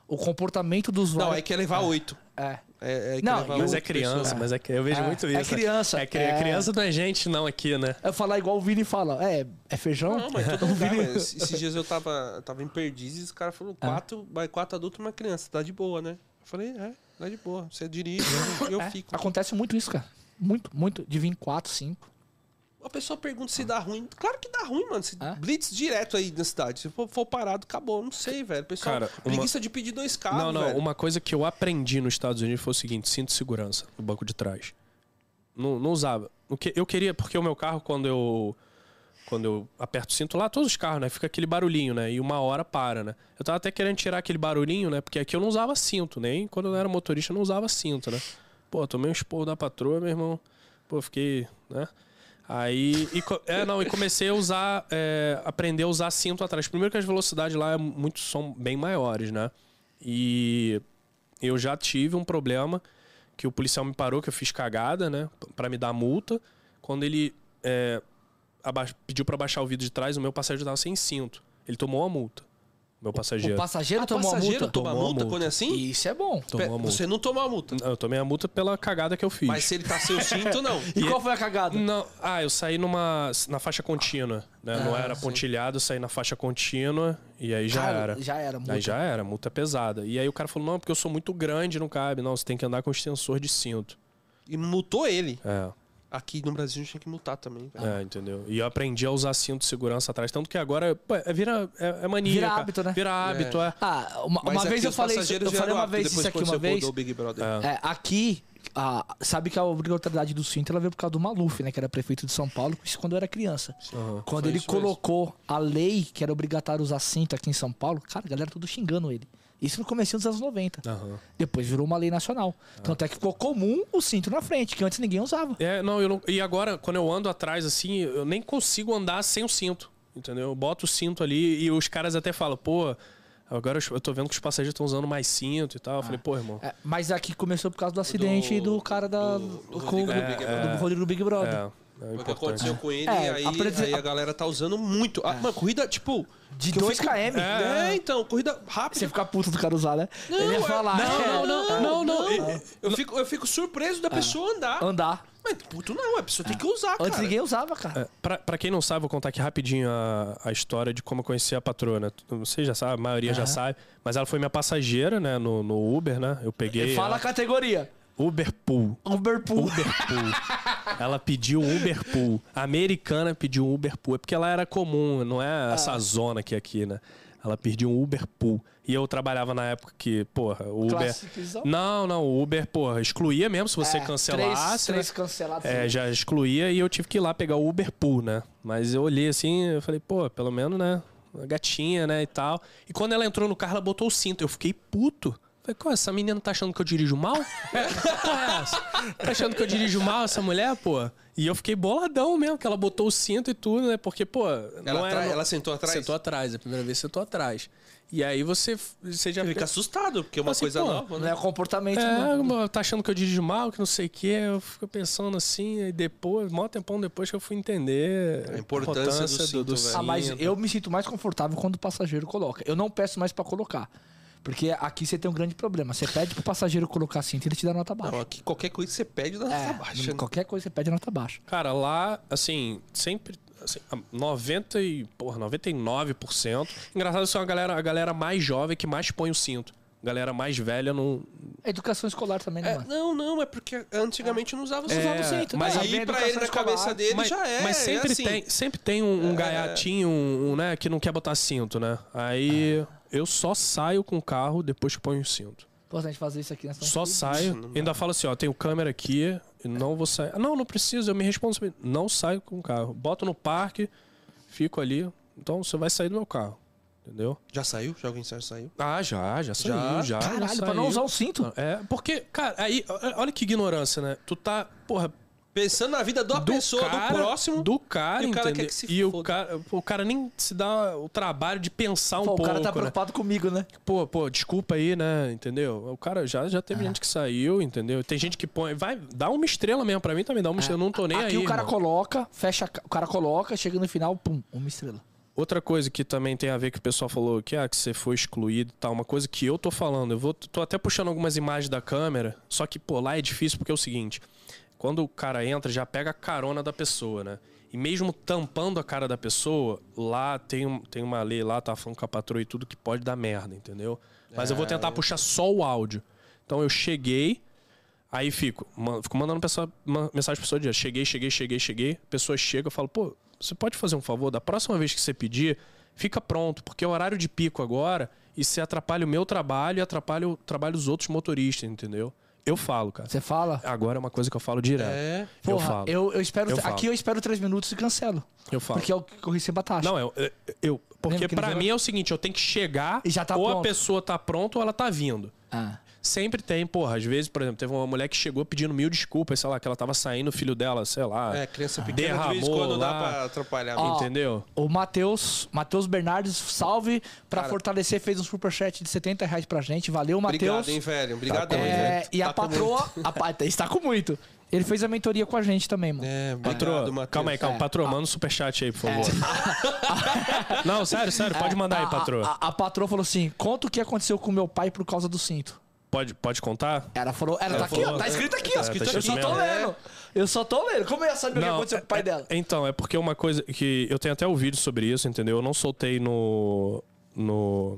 S2: o comportamento dos
S1: Não,
S2: usuário.
S1: aí quer levar oito.
S2: É.
S1: É, é que
S2: Não,
S1: leva
S2: e
S3: Mas é
S1: outras pessoas.
S3: criança, mas é, cri- eu vejo
S2: É,
S3: muito
S2: é
S3: isso.
S2: criança,
S3: É, cri-
S2: é.
S3: Criança não é gente, não, aqui, né?
S2: Eu falar igual o Vini fala, é, é feijão?
S1: Não, mas todo lugar, mas esses dias eu tava, tava em Perdizes e os caras
S2: Ah.
S1: falaram quatro, vai quatro adultos e uma criança, tá de boa, né? Eu falei, é, tá de boa. Você dirige, eu- eu
S2: É,
S1: fico.
S2: Acontece muito isso, cara. Muito, muito. De vir 4, 5.
S1: A pessoa pergunta se dá ruim. Claro que dá ruim, mano. Se
S2: É?
S1: Blitz direto aí na cidade. Se for, for parado, acabou. Não sei, velho. Pessoal,
S3: Cara, uma-
S1: preguiça de pedir dois carros,
S3: Não, não.
S1: velho.
S3: Uma coisa que eu aprendi nos Estados Unidos foi o seguinte: cinto de segurança no banco de trás. Não, não usava. O que eu queria, porque o meu carro, quando eu. Quando eu aperto o cinto lá, todos os carros, né? Fica aquele barulhinho, né? E uma hora para, né? Eu tava até querendo tirar aquele barulhinho, né? Porque aqui eu não usava cinto, nem quando eu era motorista eu não usava cinto, né? Pô, tomei um esporro da patroa, meu irmão. Pô, fiquei, né? Aí. e co- é, não, e comecei a usar. é, aprender a usar cinto atrás. Primeiro que as velocidades lá é muito, são bem maiores, né? E eu já tive um problema que o policial me parou, que eu fiz cagada, né? Pra me dar multa. Quando ele é, aba- pediu pra baixar o vidro de trás, o meu passageiro tava sem cinto. Ele tomou a multa. O meu passageiro.
S2: O passageiro
S1: Ah,
S2: tomou
S1: passageiro
S2: a multa.
S1: toma
S3: Tomou a
S1: multa
S3: multa.
S1: quando é assim?
S2: Isso é bom.
S1: Pe-
S3: tomou a multa.
S1: Você não toma a multa.
S3: Eu tomei a multa pela cagada que eu fiz.
S1: Mas se ele tá sem o cinto, não.
S2: E qual foi a cagada?
S3: Não, ah, eu saí numa na faixa contínua, né? não
S1: Ah,
S3: era pontilhado, eu saí na faixa contínua e aí já
S2: Cara,
S3: era.
S2: Já era,
S1: é
S2: multa.
S3: Aí já era, multa pesada. E aí o cara falou: "Não, é porque eu sou muito grande, não cabe, não, você tem que andar com extensor de cinto".
S1: E multou ele.
S3: É.
S1: Aqui no Brasil a gente tem que multar também, velho.
S2: Tá.
S3: É, entendeu? E eu aprendi a usar cinto de segurança atrás, tanto que agora pô, é, vira, é, é mania.
S2: Vira
S3: cara.
S2: hábito, né?
S3: Vira hábito, é.
S2: Ah, uma,
S1: Mas
S2: uma
S1: aqui
S2: vez eu
S1: os
S2: falei isso,
S1: passageiros
S2: eu falei
S1: vieram
S2: uma
S1: apto
S2: vez
S1: depois
S2: isso aqui
S1: quando
S2: uma
S1: você
S2: vez.
S1: rodou o Big Brother.
S2: É, aqui, ah, sabe que a obrigatoriedade do cinto ela veio por causa do Maluf, né? Que era prefeito de São Paulo, isso quando eu era criança. Quando
S1: Foi
S2: ele
S1: isso mesmo.
S2: colocou a lei que era obrigatório usar cinto aqui em São Paulo, cara, a galera tudo xingando ele. Isso no começo dos anos 90.
S3: Aham.
S2: Depois virou uma lei nacional. Tanto é que ficou comum o cinto na frente, que antes ninguém usava.
S3: É, não, eu não. E agora, quando eu ando atrás, assim, eu nem consigo andar sem o cinto. Entendeu? Eu boto o cinto ali e os caras até falam, pô, agora eu- eu tô vendo que os passageiros estão usando mais cinto e tal. Eu falei, pô, irmão.
S2: É, mas aqui começou por causa do acidente do, cara da.
S1: do-
S2: Do,
S1: do
S2: com-
S1: Rodrigo
S2: do,
S1: Big Brother.
S2: Rodrigo Big Brother.
S3: É, é
S1: Foi o que
S3: importante.
S1: aconteceu com ele,
S2: É,
S1: aí,
S2: a
S1: aí a,
S2: presi-
S1: galera tá usando muito. Ah, mano, corrida, tipo.
S2: De
S1: que eu
S2: 2
S1: fico-
S2: km. né?
S1: É, então, corrida rápida.
S2: Você fica puto do cara usar, né?
S1: Não,
S2: ele ia
S1: é-
S2: falar.
S1: não,
S2: é,
S1: não, não,
S2: é,
S1: não, não. Eu- Eu fico, eu fico surpreso da pessoa andar.
S2: Andar.
S1: Mas puto não, a pessoa tem que usar, cara.
S2: Antes ninguém usava, cara.
S3: É, pra, pra quem não sabe, vou contar aqui rapidinho a, a história de como eu conheci a patrona. Você já sabe, a maioria já sabe, mas ela foi minha passageira, né, no, no Uber, né? Eu peguei
S2: Fala a
S3: ela,
S2: categoria.
S3: Uberpool.
S2: Uberpool.
S3: Uberpool. ela pediu um Uberpool. A americana pediu um Uberpool. É porque ela era comum, não
S2: Ah.
S3: é essa zona que é aqui, né? Ela pediu um Uberpool. E eu trabalhava na época que, porra, o Uber.
S2: Classicizão.
S3: Não, não, o Uber, porra, excluía mesmo se você
S2: É, Três,
S3: cancelasse. né?
S2: três cancelados.
S3: É, já excluía e eu tive que ir lá pegar o Uber Pool, né? Mas eu olhei assim, eu falei, pô, pelo menos, né? Uma gatinha, né? E tal. E quando ela entrou no carro, ela botou o cinto. Eu fiquei puto. Falei, qual, essa menina tá achando que eu dirijo mal? Porra, é essa? Tá achando que eu dirijo mal essa mulher, pô? E eu fiquei boladão mesmo, que ela botou o cinto e tudo, né? Porque, pô.
S1: Ela,
S3: não
S1: atra-
S3: era,
S1: ela sentou atrás?
S3: Sentou atrás, é a primeira vez sentou atrás. E aí você, você já.
S1: Fica assustado, porque é uma
S3: Assim,
S1: coisa
S3: pô,
S1: nova,
S2: Não
S1: né?
S2: é o comportamento,
S3: É,
S2: não.
S3: mano, tá achando que eu dirijo mal, que não sei o que. Eu fico pensando assim, e depois, mó tempão depois que eu fui entender
S1: A importância do cinto, velho.
S2: Ah, mas eu me sinto mais confortável quando o passageiro coloca. Eu não peço mais pra colocar. Porque aqui você tem um grande problema. Você pede pro passageiro colocar cinto, ele te dá nota baixa.
S1: Não, aqui qualquer coisa que você pede, dá
S2: É,
S1: nota baixa. né?
S2: qualquer coisa você pede nota baixa.
S3: Cara, lá, assim, sempre. Assim, a 90 e, porra, 99%. Engraçado isso é uma galera, a galera mais jovem que mais põe o cinto. Galera mais velha não.
S2: É educação escolar também, né,
S1: É,
S2: mano?
S1: não, não, é porque antigamente não usava
S2: É,
S1: usava cinto.
S2: mas
S1: Mas
S2: aí
S1: né? aí
S2: a
S1: pra
S2: educação
S1: ele, na
S2: escolar-
S1: cabeça dele,
S3: mas,
S1: já é.
S3: mas
S1: é
S3: sempre
S1: assim.
S3: tem, sempre tem um, um gaiatinho, um, um, né, que não quer botar cinto, né? Aí
S2: Ah.
S3: eu só saio com o carro depois que ponho o cinto.
S2: Importante fazer isso aqui né? nessa
S3: Só saio. Ainda falo assim, ó, tenho câmera aqui, não vou sair. Ah, Não, não preciso, eu me respondo. Não saio com o carro. Boto no parque, fico ali. Então você vai sair do meu carro. Entendeu?
S1: Já saiu? Já alguém saiu? saiu?
S3: Ah, já, já saiu, já. já
S2: um Caralho, pra não
S3: saiu.
S2: usar o cinto?
S3: É, porque, cara, aí, ó, olha que ignorância, né? Tu tá, porra,
S1: Pensando na vida da
S3: do
S1: pessoa,
S3: cara,
S1: do próximo.
S3: do cara,
S1: e o cara
S3: entendeu?
S1: quer que se
S3: e o
S1: foda.
S3: cara, pô, o cara nem se dá o trabalho de pensar um
S2: Pô,
S3: pouco,
S2: o cara tá
S3: né?
S2: preocupado comigo, né?
S3: pô, pô, desculpa aí, né? Entendeu? O cara já, já
S2: É.
S3: teve gente que saiu, entendeu? Tem gente que põe. Vai, dá uma estrela mesmo pra mim também, dá uma estrela. Eu não tô nem
S2: É. aqui
S3: aí.
S2: o cara
S3: irmão.
S2: coloca, fecha, a ca- o cara coloca, chega no final, pum, uma estrela.
S3: Outra coisa que também tem a ver que o pessoal falou que, ah, que você foi excluído e tal, uma coisa que eu tô falando, eu vou, tô até puxando algumas imagens da câmera, só que, pô, lá é difícil porque é o seguinte, quando o cara entra, já pega a carona da pessoa, né? E mesmo tampando a cara da pessoa, lá tem, um- tem uma lei lá, tá falando com a patroa e tudo, que pode dar merda, entendeu? Mas eu vou tentar puxar só o áudio. Então eu cheguei, Aí fico, man- fico mandando pessoa, man- mensagem pra pessoa direto. Cheguei, cheguei, cheguei, cheguei. A pessoa chega, eu falo, pô, você pode fazer um favor? Da próxima vez que você pedir, fica pronto, porque é horário de pico agora e você atrapalha o meu trabalho e atrapalha o trabalho dos outros motoristas, entendeu? Eu falo, cara.
S2: Você fala?
S3: Agora é uma coisa que eu falo direto.
S1: É.
S3: Eu
S2: Porra, eu,
S3: falo.
S2: eu, espero.
S3: Eu falo.
S2: Aqui eu espero três minutos e cancelo.
S3: Eu falo.
S2: Porque é o que eu recebo a taxa.
S3: Não, eu. eu- eu- porque
S2: Lembra que no
S3: pra
S2: geral-
S3: mim é o seguinte, eu tenho que chegar
S2: E já tá
S3: ou a
S2: pronto.
S3: pessoa tá pronta ou ela tá vindo.
S2: Ah.
S3: Sempre tem, porra, às vezes, por exemplo, teve uma mulher que chegou pedindo mil desculpas, sei lá, que ela tava saindo, o filho dela, sei lá.
S1: É, criança pequena de vez em
S3: Derramou
S1: quando dá
S3: lá.
S1: pra atrapalhar.
S2: Ó,
S3: Entendeu?
S2: O Matheus, Matheus Bernardes, salve pra
S1: Cara.
S2: fortalecer, fez um superchat de 70 reais pra gente. Valeu, Matheus.
S1: Obrigado, hein, velho. Obrigado, hein,
S2: É,
S1: velho.
S3: né?
S2: e a
S1: Tá com
S2: patroa, a, pa- está com muito. Ele fez a mentoria com a gente também, mano.
S1: É,
S3: Patroa,
S1: obrigado, Matheus. É.
S3: calma aí, calma.
S2: É.
S3: Patroa, manda um superchat aí, por favor. Não, sério, sério, pode mandar
S2: a,
S1: tá,
S3: aí, patroa.
S2: A, a, patroa falou assim: conta o que aconteceu com meu pai por causa do cinto.
S3: Pode, pode contar?
S2: Ela falou, ela, tá aqui,
S3: falou,
S2: ó, tá
S3: é,
S2: escrito aqui,
S3: tá,
S2: ó.
S3: tá
S2: escrito eu
S3: escrito
S2: só tô
S3: mesmo.
S2: lendo. Eu só tô lendo. Como eu ia saber o que aconteceu com o pai
S3: é-
S2: dela?
S3: Então, é porque uma coisa que. Eu tenho até um vídeo sobre isso, entendeu? Eu não soltei no. no.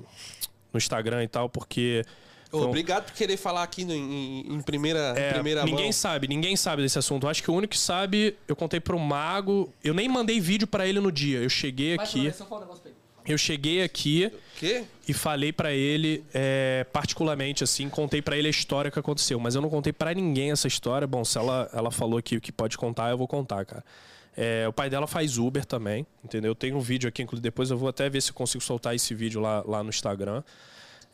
S3: no Instagram e tal, porque.
S1: Ô,
S3: foi um-
S1: Obrigado por querer falar aqui no- em, em primeira, em
S3: É,
S1: primeira
S3: ninguém
S1: mão.
S3: sabe, ninguém sabe desse assunto. Eu Acho que o único que sabe, eu contei pro Mago. Eu nem mandei vídeo pra ele no dia. Eu cheguei aqui.
S2: um
S3: Eu cheguei aqui.
S1: Quê?
S3: e falei pra ele é, particularmente assim, contei pra ele a história que aconteceu, mas eu não contei pra ninguém essa história. Bom, se ela, ela falou que que pode contar, eu vou contar, cara. É, o pai dela faz Uber também, entendeu? Tem um vídeo aqui, inclusive depois eu vou até ver se eu consigo soltar esse vídeo lá, lá no Instagram.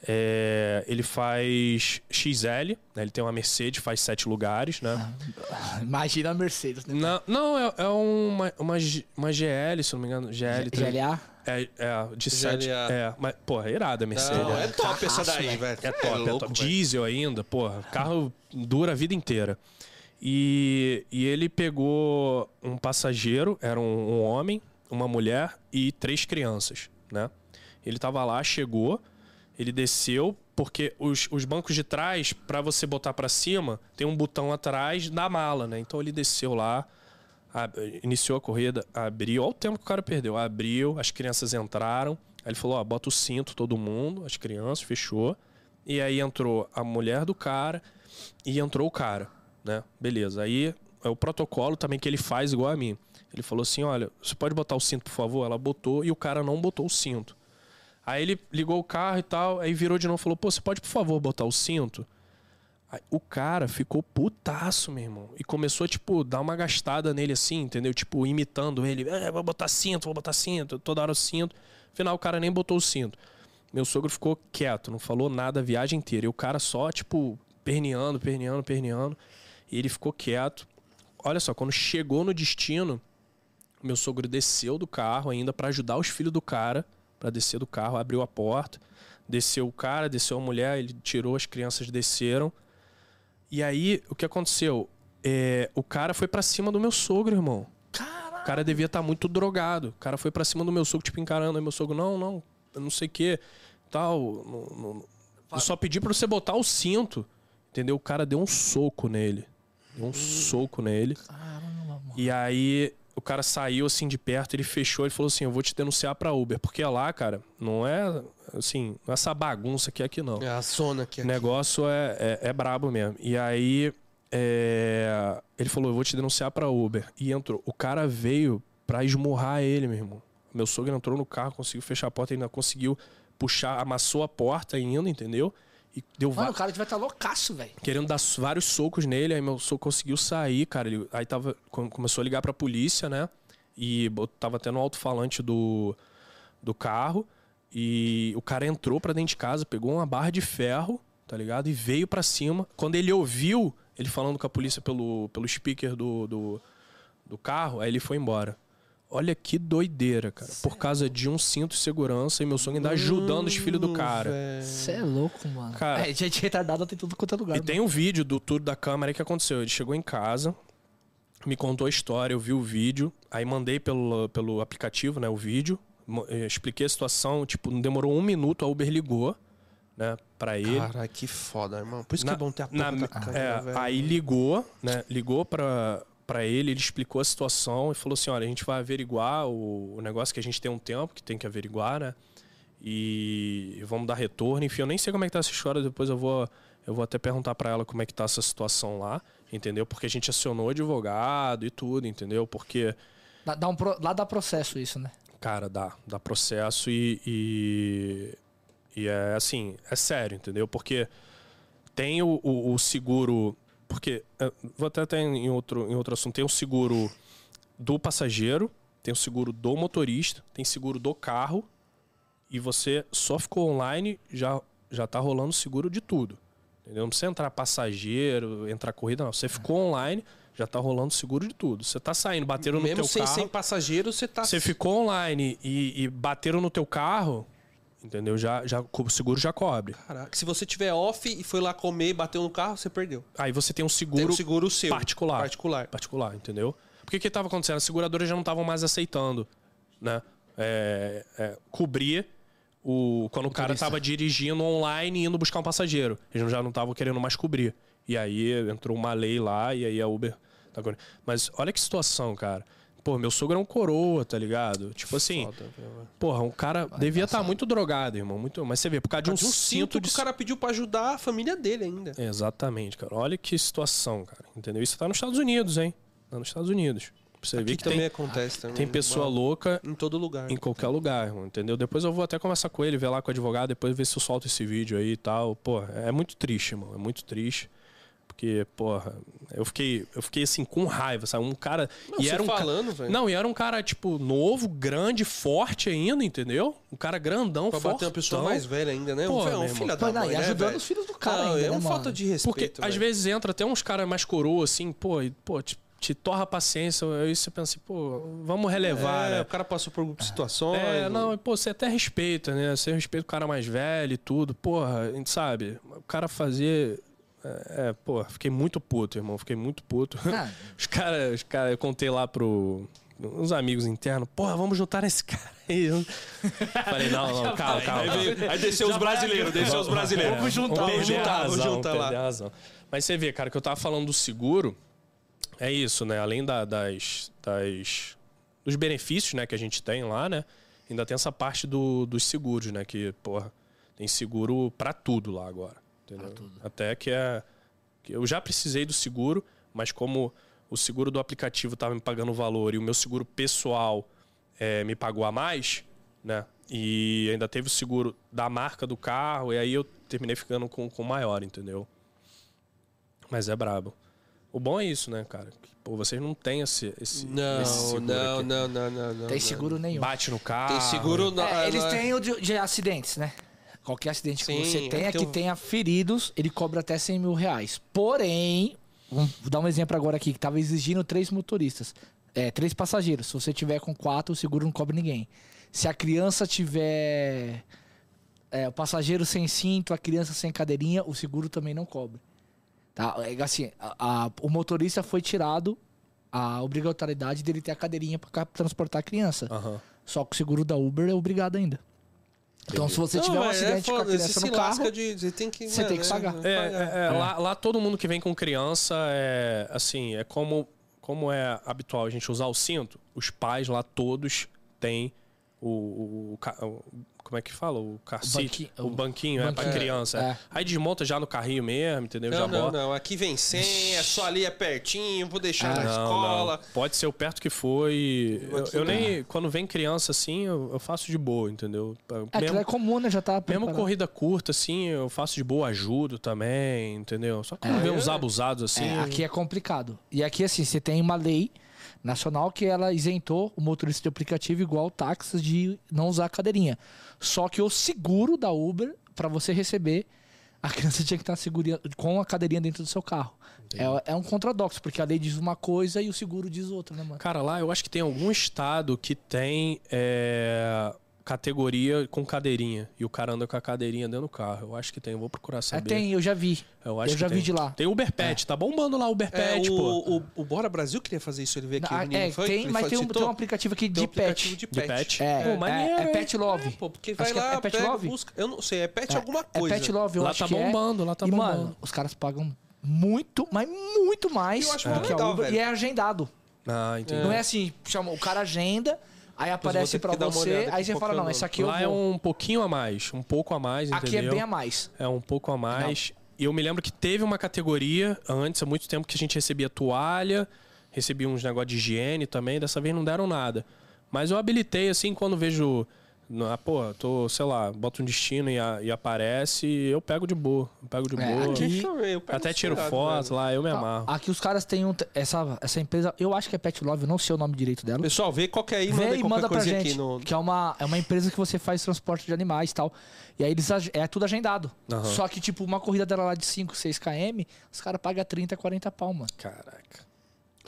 S3: É, ele faz XL, né? ele tem uma Mercedes, faz sete lugares, né?
S2: Imagina a Mercedes, né?
S3: Não, não é, é uma, uma, G- uma GL, se eu não me engano, GL.
S2: GLA.
S3: É, é, de sete.
S1: GLA.
S3: É, mas, porra, é irada a Mercedes.
S1: Não,
S3: né?
S1: é top essa daí, velho.
S3: É top, é,
S1: louco,
S3: top.
S1: velho.
S3: Diesel ainda, porra. Carro dura a vida inteira. E, e ele pegou um passageiro, era um, um homem, uma mulher e três crianças, né? Ele tava lá, chegou, ele desceu, porque os, os bancos de trás, pra você botar pra cima, tem um botão atrás da mala, né? Então ele desceu lá, ab- iniciou a corrida, abriu. Olha o tempo que o cara perdeu. Abriu, as crianças entraram. Aí ele falou: ó, bota o cinto todo mundo, as crianças, fechou. E aí entrou a mulher do cara e entrou o cara, né? Beleza. Aí é o protocolo também que ele faz igual a mim. Ele falou assim: olha, você pode botar o cinto, por favor? Ela botou e o cara não botou o cinto. Aí ele ligou o carro e tal, aí virou de novo e falou: pô, você pode, por favor, botar o cinto? Aí o cara ficou putaço, meu irmão. E começou, tipo, dar uma gastada nele assim, entendeu? Tipo, imitando ele. É, vou botar cinto, vou botar cinto, toda hora o cinto. Afinal, o cara nem botou o cinto. Meu sogro ficou quieto, não falou nada a viagem inteira. E o cara só, tipo, perneando, perneando, perneando. E ele ficou quieto. Olha só, quando chegou no destino, meu sogro desceu do carro ainda pra ajudar os filhos do cara pra descer do carro, abriu a porta, desceu o cara, desceu a mulher, ele tirou as crianças, desceram. E aí, o que aconteceu? É, o cara foi pra cima do meu sogro, irmão. O cara devia estar muito drogado. O cara foi pra cima do meu sogro, tipo, encarando. Aí meu sogro, não, não, eu não sei o quê. Tal. não- não- eu só pedi pra você botar o cinto. Entendeu? O cara deu um soco nele. Deu um soco nele. E aí o cara saiu assim de perto, ele fechou, ele falou assim: Eu vou te denunciar pra Uber. Porque lá, cara, não é assim, não é essa bagunça que é aqui, não.
S1: É a zona aqui.
S3: O negócio é, é, é brabo mesmo. E aí é, ele falou: Eu vou te denunciar pra Uber. E entrou. O cara veio pra esmurrar ele, meu irmão. Meu sogro entrou no carro, conseguiu fechar a porta, ainda conseguiu puxar, amassou a porta ainda, entendeu? E deu va-
S2: Mano, o cara devia estar loucaço, velho.
S3: querendo dar s- vários socos nele, aí meu soco conseguiu sair, cara. Ele, aí tava, com- começou a ligar pra polícia, né? E bot- tava até no alto-falante do, do carro. E o cara entrou pra dentro de casa, pegou uma barra de ferro, tá ligado? E veio pra cima. Quando ele ouviu ele falando com a polícia pelo, pelo speaker do, do, do carro, aí ele foi embora. Olha que doideira, cara. Por causa de um cinto de segurança e meu sonho ainda ajudando os filhos do cara.
S2: Você é louco, mano.
S3: Cara-
S2: é, gente retardada tem tudo quanto é lugar.
S3: E tem um vídeo do tour da câmera que aconteceu. Ele chegou em casa, me contou a história, eu vi o vídeo, aí mandei pelo, pelo aplicativo, né, o vídeo. Mo- eh, Expliquei a situação, tipo, não demorou um minuto, a Uber ligou, né, pra ele.
S1: Cara, que foda, irmão. Por isso
S3: Na-
S1: que é bom ter a
S3: na-
S1: porra da câmera,
S3: é,
S1: velho.
S3: Aí ligou, né? Ligou pra, pra ele, ele explicou a situação e falou assim: olha, a gente vai averiguar o, o negócio que a gente tem um tempo que tem que averiguar, né? E vamos dar retorno. Enfim, eu nem sei como é que tá essa história, depois eu vou. Eu vou até perguntar pra ela como é que tá essa situação lá, entendeu? Porque a gente acionou advogado e tudo, entendeu? Porque
S2: Dá, dá um pro- lá dá processo isso, né?
S3: Cara, dá. Dá processo e, e. e é assim, é sério, entendeu? Porque tem o, o- o seguro. Porque. é, Vou até até em outro, em outro assunto. Tem o seguro do passageiro, tem o seguro do motorista, tem seguro do carro. E você só ficou online, já, já tá rolando seguro de tudo. Entendeu? Não precisa entrar passageiro, entrar corrida, não. Você ficou online, já tá rolando seguro de tudo. Você tá saindo, bateram no
S1: Mesmo
S3: teu
S1: sem,
S3: carro.
S1: sem passageiro, você tá.
S3: Você ficou online e, e bateram no teu carro, entendeu? Já, já, o seguro já cobre.
S1: Caraca, se você tiver off e foi lá comer e bateu no carro, você perdeu.
S3: Aí você tem um seguro,
S1: Tem um seguro seu.
S3: particular.
S1: Particular.
S3: particular, entendeu? Porque o que estava acontecendo? As seguradoras já não estavam mais aceitando, né? É, é, cobrir o quando o cara estava dirigindo online e indo buscar um passageiro. Eles já não estavam querendo mais cobrir. E aí entrou uma lei lá e aí a Uber. tá com- Mas olha que situação, cara. Pô, meu sogro é um coroa, tá ligado? Tipo assim,
S1: Foda, velho.
S3: Porra, um cara devia estar muito drogado, irmão. Muito... Mas você vê, por causa de um,
S1: De um cinto que
S3: de. É,
S1: o cara pediu pra ajudar a família dele ainda.
S3: Exatamente, cara. Olha que situação, cara. Entendeu? Isso tá nos Estados Unidos, hein? Tá nos Estados Unidos. Pra você ver
S1: Aqui
S3: que
S1: também
S3: tem,
S1: acontece também.
S3: tem pessoa
S1: Uau.
S3: louca
S1: Em todo lugar.
S3: em qualquer lugar, irmão. Entendeu? Depois eu vou até conversar com ele, ver lá com o advogado, depois ver se eu solto esse vídeo aí e tal. Pô, é muito triste, irmão. É muito triste. Porque, porra, eu fiquei, eu fiquei assim com raiva, sabe? Um cara.
S1: Não,
S3: e
S1: você
S3: era um ca-
S1: falando, velho.
S3: Não, e era um cara, tipo, novo, grande, forte ainda, entendeu? Um cara grandão,
S1: Pra
S3: fortão.
S1: bater uma pessoa mais velha ainda, né?
S3: Pô,
S1: um,
S3: meu
S1: velho, um
S3: irmão.
S1: filho
S2: Pô,
S1: da
S2: não,
S1: mãe,
S2: e
S1: né,
S2: ajudando
S1: velho?
S2: os filhos do cara
S1: Não,
S2: ainda,
S1: é
S2: né,
S1: uma
S2: mano?
S1: falta de respeito,
S3: Porque às
S1: velho.
S3: vezes entra até uns caras mais coroa, assim, pô, e, pô, te, te torra a paciência. Aí você pensa assim, pô, vamos relevar,
S1: É,
S3: né?
S1: o cara passou por situações.
S3: É, não, e, pô, você até respeita, né? Você respeita o cara mais velho e tudo. Porra, a gente sabe, o cara fazer. É, é, pô, fiquei muito puto, irmão. Fiquei muito puto.
S2: Ah.
S3: Os caras, os cara, eu contei lá pro. Uns amigos internos, porra, vamos juntar esse cara aí. Eu Falei, não, não, calma, calma.
S1: Aí,
S3: calma.
S1: veio- aí desceu os brasileiros, desceu os brasileiros.
S3: Vamos juntar,
S1: vamos juntar, vamos juntar lá.
S3: Mas você vê, cara, que eu tava falando do seguro, é isso, né? Além da- das, das- dos benefícios, né, que a gente tem lá, né? Ainda tem essa parte do, dos seguros, né? Que, porra, tem seguro pra tudo lá agora. Entendeu? Até que é. que Eu já precisei do seguro, mas como o seguro do aplicativo tava me pagando o valor e o meu seguro pessoal é, me pagou a mais, né? E ainda teve o seguro da marca do carro, e aí eu terminei ficando com com o maior, entendeu? Mas é brabo. O bom é isso, né, cara? Que, pô, vocês não têm esse, esse,
S1: Não,
S3: esse seguro
S1: não,
S3: aqui. Ah,
S1: não, não, não, não.
S2: Tem
S1: não.
S2: seguro nenhum.
S3: Bate no carro.
S1: Tem seguro na.
S2: É, eles
S1: na-
S2: têm o de, de acidentes, né? Qualquer acidente
S1: Sim,
S2: que você tenha,
S1: é que
S2: que
S1: eu-
S2: tenha feridos, ele cobra até 100 mil reais. Porém, vamos dar um exemplo agora aqui, que tava exigindo três motoristas, é, três passageiros. Se você tiver com quatro, o seguro não cobre ninguém. Se a criança tiver é, o passageiro sem cinto, a criança sem cadeirinha, o seguro também não cobre. Tá? É assim, a- a- o motorista foi tirado a obrigatoriedade dele ter a cadeirinha para transportar a criança.
S3: Aham.
S2: Só que o seguro da Uber é obrigado ainda. Então, se você
S1: Não,
S2: tiver um
S1: mas é
S2: acidente com a
S1: foda,
S2: criança
S1: você
S2: no
S1: se
S2: carro,
S1: lasca de- Você tem que.
S2: você tem que
S1: é,
S2: pagar.
S3: É, é, é, Lá, lá todo mundo que vem com criança é assim, é como, como é habitual a gente usar o cinto, os pais lá todos têm o. o- o ca- o- como é que fala? O car seat,
S2: banqui-
S3: o,
S2: o-
S3: banquinho, é pra
S2: banquinho.
S3: criança.
S2: É.
S3: Aí desmonta já no carrinho mesmo, entendeu? já
S1: Não, não,
S3: bota.
S1: não. Aqui vem 100, é só ali, é pertinho, vou deixar na
S3: Ah, Não,
S1: escola. né?
S3: não. Pode ser o perto que foi. Eu, eu nem. Quando vem criança assim, eu, eu faço de boa, entendeu?
S2: é, aquilo é comum, né? Já tá
S3: Mesmo
S2: preparado.
S3: corrida curta, assim, eu faço de boa, ajudo também, entendeu? Só que não vê uns abusados assim.
S2: É, aqui é complicado. E aqui, assim, você tem uma lei nacional que ela isentou o motorista de aplicativo igual táxi de não usar a cadeirinha. Só que o seguro da Uber, pra você receber, a criança tinha que estar segura- com a cadeirinha dentro do seu carro. É, é um contradoxo, porque a lei diz uma coisa e o seguro diz outra, né, mano?
S3: Cara, lá eu acho que tem algum estado que tem. é, categoria com cadeirinha. E o cara anda com a cadeirinha dentro do carro. Eu acho que tem, eu vou procurar
S2: É,
S3: saber.
S2: tem, eu já vi.
S3: Eu, acho
S2: Eu já
S3: que
S2: vi
S3: tem.
S2: de lá. É.
S3: Tem Uber Pet, tá bombando lá o Uber
S1: É,
S3: Pet, pô.
S1: o, o, o Bora Brasil queria fazer isso, ele veio aqui.
S2: Ah,
S1: o menino
S2: é,
S1: foi,
S2: tem,
S1: ele
S2: mas
S1: foi-
S2: tem um,
S1: citou.
S2: tem um aplicativo aqui
S1: Tem um
S2: de
S1: aplicativo
S2: pet.
S3: De pet.
S2: É,
S3: Pô,
S2: é-
S3: maneiro,
S2: é
S3: hein?
S2: Pet Love.
S1: Pô, porque
S2: Acho
S1: vai
S2: que é-
S1: lá,
S2: é Pet
S1: pega,
S2: Love?
S1: busca. Eu não sei, é pet alguma
S2: É
S1: coisa.
S2: Pet Love, eu
S3: Lá
S2: acho
S3: tá
S2: que é.
S3: bombando, lá tá
S2: e,
S3: bombando.
S2: mano, os caras pagam muito, mas muito mais
S1: Eu acho
S2: do
S1: muito
S2: que a
S1: legal,
S2: Uber.
S1: velho.
S2: E é agendado.
S3: Ah, entendi.
S2: Não é assim, chama, o cara agenda, aí
S1: vou ter
S2: aparece
S1: que
S2: pra
S1: dar uma
S2: você,
S1: olhada
S2: aí você
S1: qual que
S2: fala,
S1: é o
S2: não,
S1: nome.
S2: esse aqui eu
S3: lá é
S2: vou.
S3: um pouquinho a mais, um pouco a mais,
S2: Aqui é
S3: entendeu?
S2: bem a mais.
S3: É um pouco a mais. E eu me lembro que teve uma categoria antes, há muito tempo, que a gente recebia toalha, recebia uns negócios de higiene também, dessa vez não deram nada. Mas eu habilitei, assim, quando vejo. Ah, pô, tô, sei lá, boto um destino e, a- e aparece, eu pego de boa. Eu pego de
S2: É,
S3: boa.
S2: aqui-
S1: Deixa eu ver, eu pego
S3: Até
S1: esse
S3: tiro
S1: cuidado, né?
S3: foto
S1: velho.
S3: lá, eu me
S2: Não,
S3: amarro.
S2: Tá, Aqui os caras têm um. Essa, essa empresa, eu acho que é Pet Love, eu não sei o nome direito dela.
S1: Pessoal, vê qual que é aí, manda
S2: Vê
S1: aí
S2: e
S1: qualquer
S2: manda pra
S1: coisa
S2: gente.
S1: aqui no.
S2: Que é uma, é uma empresa que você faz transporte de animais e tal. E aí eles ag- é tudo agendado.
S3: Aham.
S2: Só que, tipo, uma corrida dela lá de 5, 6 km, os caras pagam 30, 40 pau, mano.
S3: Caraca.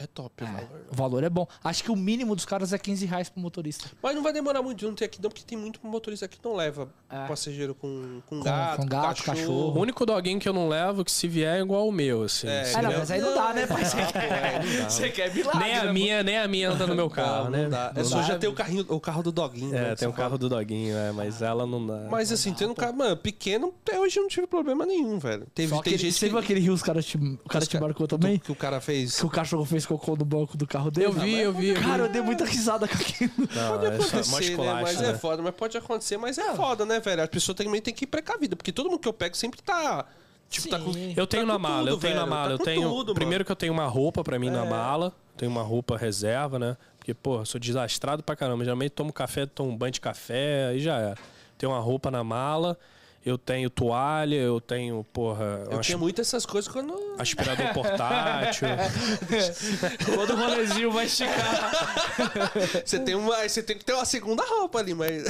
S1: É top, mano.
S2: O valor é bom. Acho que o mínimo dos caras é 15 reais pro motorista.
S1: Mas não vai demorar muito de não ter aqui, não, porque tem muito motorista que não leva passageiro com, com, gato,
S2: É. com gato,
S3: O
S2: cachorro.
S3: único doguinho que eu não levo, que se vier, é igual o meu, assim.
S1: É,
S3: Se
S2: Ah, não,
S1: né?
S2: mas aí não dá, né, parceiro?
S1: Ah, pô, é, não dá.
S2: Você quer milagre.
S3: Nem a
S2: né,
S3: minha, nem a minha anda no meu carro,
S1: Não,
S3: né?
S1: não dá. É
S3: Não
S1: só
S3: dá.
S1: já ter o carrinho, o carro do doguinho. né,
S3: É,
S1: que
S3: tem
S1: você
S3: o carro do doguinho, é, mas ela não dá.
S1: fala. Mas assim,
S2: Ah,
S1: tendo um carro, mano, pequeno, até hoje eu não tive problema nenhum, velho. Teve,
S2: Só
S1: tem
S2: aquele,
S1: gente
S2: você
S1: que,
S2: viu aquele rio os caras te, o cara te marcou também?
S1: que o cara fez.
S2: Que o cachorro fez cocô no banco do carro dele? Ah,
S3: Eu vi, eu vi, eu vi.
S2: Cara, eu dei muita risada com aquilo.
S3: Não,
S1: Pode
S3: é só- mó
S1: acontecer, né?
S3: esculacho,
S1: Mas é
S3: né?
S1: foda, mas pode acontecer, mas é foda, né, velho? As pessoas também têm que ir precavida, porque todo mundo que eu pego sempre tá. Tipo, tá com.
S2: Sim.
S3: Eu tenho
S1: Tá
S3: na
S1: com
S3: mala, eu
S1: tudo,
S3: tenho na
S1: velho,
S3: mala,
S1: tá
S3: eu
S1: com
S3: tenho.
S1: tudo, mano. É.
S3: primeiro que eu tenho uma roupa pra mim na mala, tenho uma roupa reserva, né? Porque, porra, sou desastrado pra caramba. Geralmente tomo café, tomo banho de café, aí já era. Tenho uma roupa na mala, eu tenho toalha, eu tenho, porra,
S1: Eu
S3: asp-
S1: tinha muito essas coisas quando.
S3: aspirador portátil.
S2: Todo rolezinho vai esticar. É.
S1: Você tem uma. Você tem que ter uma segunda roupa ali, mas.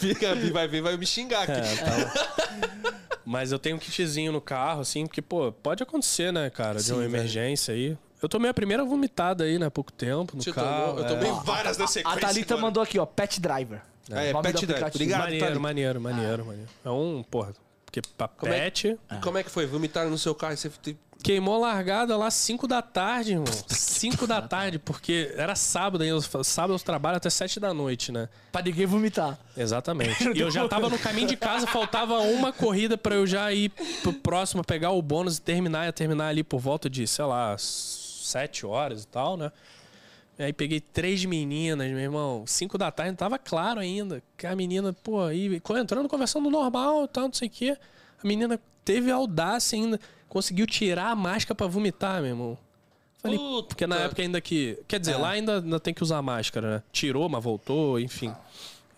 S1: Fica, vai ver, vai me xingar aqui.
S3: É, tá. Mas eu tenho um kitzinho no carro, assim, porque, pô, pode acontecer, né, cara, de uma emergência aí. Eu tomei a primeira vomitada aí, né, há pouco tempo, no
S1: Você
S3: carro.
S1: tomou- eu
S3: é.
S1: tomei várias da sequência.
S2: A Thalita
S1: agora.
S2: mandou aqui, ó, Pet Driver.
S1: Ah, é,
S2: Nome do
S1: Pet Drive.
S2: aplicativo.
S1: Obrigado,
S3: maneiro,
S1: Thalita.
S3: maneiro, maneiro, maneiro. É um, porra, porque pra
S1: Ah. Como é
S3: pet.
S1: E Como é que foi? Vomitaram no seu carro e você. tipo, te-
S3: Queimou a largada lá 5 da tarde, irmão. 5 da tarde, porque era sábado ainda. Sábado eu trabalho até 7 da noite, né?
S2: Pra ninguém vomitar.
S3: Exatamente. E eu já tava no caminho de casa, faltava uma corrida pra eu já ir pro próximo, pegar o bônus e terminar. Ia terminar ali por volta de, sei lá, 7 horas e tal, né? E Aí peguei três meninas, meu irmão. Cinco da tarde, não tava claro ainda. Que a menina, pô, aí co- entrando, conversando normal tal, não sei o quê. A menina teve audácia ainda, conseguiu tirar a máscara pra vomitar, meu irmão. Falei,
S1: Puta.
S3: porque na época ainda que. Quer
S1: É.
S3: dizer, lá ainda, ainda tem que usar máscara, né? Tirou, mas voltou, enfim.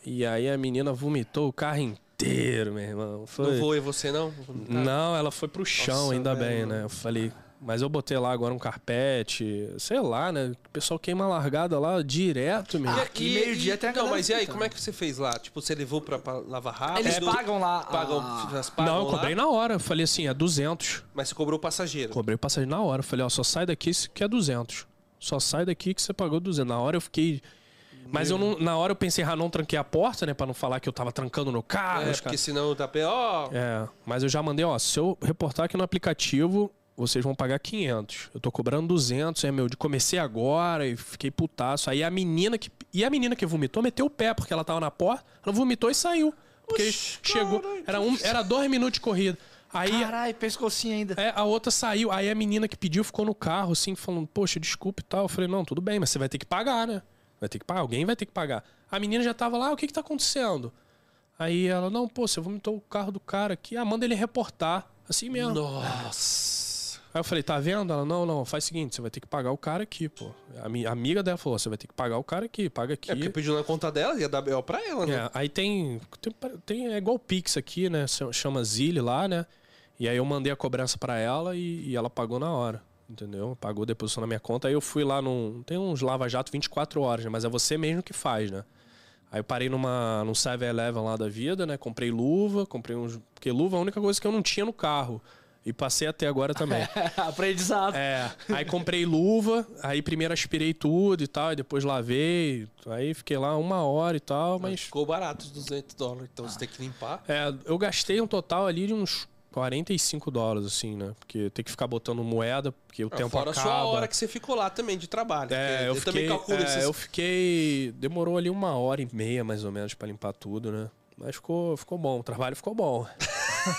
S3: E aí a menina vomitou o carro inteiro, meu irmão. Foi...
S1: Não vou e você não? Vou vomitar.
S3: Não, ela foi pro chão,
S1: Nossa,
S3: ainda
S1: velho.
S3: bem, né? Eu falei, mas eu botei lá agora um carpete, sei lá, né? O pessoal queima a largada lá direto, meu.
S1: E-
S2: aqui
S1: e-
S2: meio-dia
S1: e-
S2: tem a
S1: Não,
S2: galera
S1: mas e aí,
S2: vomitando.
S1: como é que você fez lá? Tipo, você levou pra, pra lavar rápido?
S2: Eles pagam lá.
S1: Ah, é
S2: Ah.
S1: Pagam, Ah.
S2: a-
S1: elas pagam
S3: Não, eu cobrei
S1: lá,
S3: na hora. Eu falei assim, é 200.
S1: Mas você cobrou o passageiro.
S3: Cobrei passagem na hora. Eu falei, ó, só sai daqui que é 200. Só sai daqui que você pagou 200. Na hora eu fiquei... Mas eu não, na hora eu pensei, ah, não tranquei a porta, né? Pra não falar que eu tava trancando no carro.
S1: é,
S3: os
S1: porque
S3: caras-
S1: senão tá pé, ó.
S3: É, mas eu já mandei, ó, se eu reportar aqui no aplicativo, vocês vão pagar 500. Eu tô cobrando 200, é meu, de comecei agora e fiquei putaço. Aí a menina que e a menina que vomitou meteu o pé porque ela tava na porta, ela vomitou e saiu. Porque chegou, era um, era dois minutos de corrida. Aí
S2: Caralho, pescocinho ainda.
S3: é, a outra saiu, aí a menina que pediu ficou no carro, assim, falando, poxa, desculpa e tal. Eu falei, não, tudo bem, mas você vai ter que pagar, né? Vai ter que pagar, alguém vai ter que pagar. A menina já tava lá, o que que tá acontecendo? Aí ela, não, pô, você vomitou o carro do cara aqui, ah, manda ele reportar. Assim mesmo.
S1: Nossa.
S3: Aí eu falei, tá vendo? Ela, não, não, faz o seguinte, você vai ter que pagar o cara aqui, pô. A, mi- a amiga dela falou, você vai ter que pagar o cara aqui, paga aqui.
S1: É porque pediu na conta dela, ia dar B.O. pra ela, né?
S3: É, aí tem, tem, tem- É igual o Pix aqui, né? Se- Chama Zilli lá, né? E aí eu mandei a cobrança pra ela e, e ela pagou na hora. Entendeu? Pagou, depositou na minha conta. Aí eu fui lá num. Tem uns lava-jato 24 horas, né? Mas é você mesmo que faz, né? Aí eu parei numa, num 7-Eleven lá da vida, né? Comprei luva, comprei uns. Porque luva é a única coisa que eu não tinha no carro. E passei até agora também.
S2: Aprendizado.
S3: É, aí comprei luva, aí primeiro aspirei tudo e tal, e depois lavei, aí fiquei lá uma hora e tal, mas...
S1: Ficou barato os 200 dólares, então você tem que limpar.
S3: É, eu gastei um total ali de uns 45 dólares, assim, né? Porque tem que ficar botando moeda, porque o
S1: Ah,
S3: tempo
S1: Fora
S3: acaba.
S1: a sua hora que você ficou lá também de trabalho.
S3: É,
S1: porque
S3: eu, fiquei,
S1: também calculo
S3: é,
S1: esses...
S3: eu fiquei. Demorou ali uma hora e meia, mais ou menos, pra limpar tudo, né? Mas ficou, ficou bom, o trabalho ficou bom.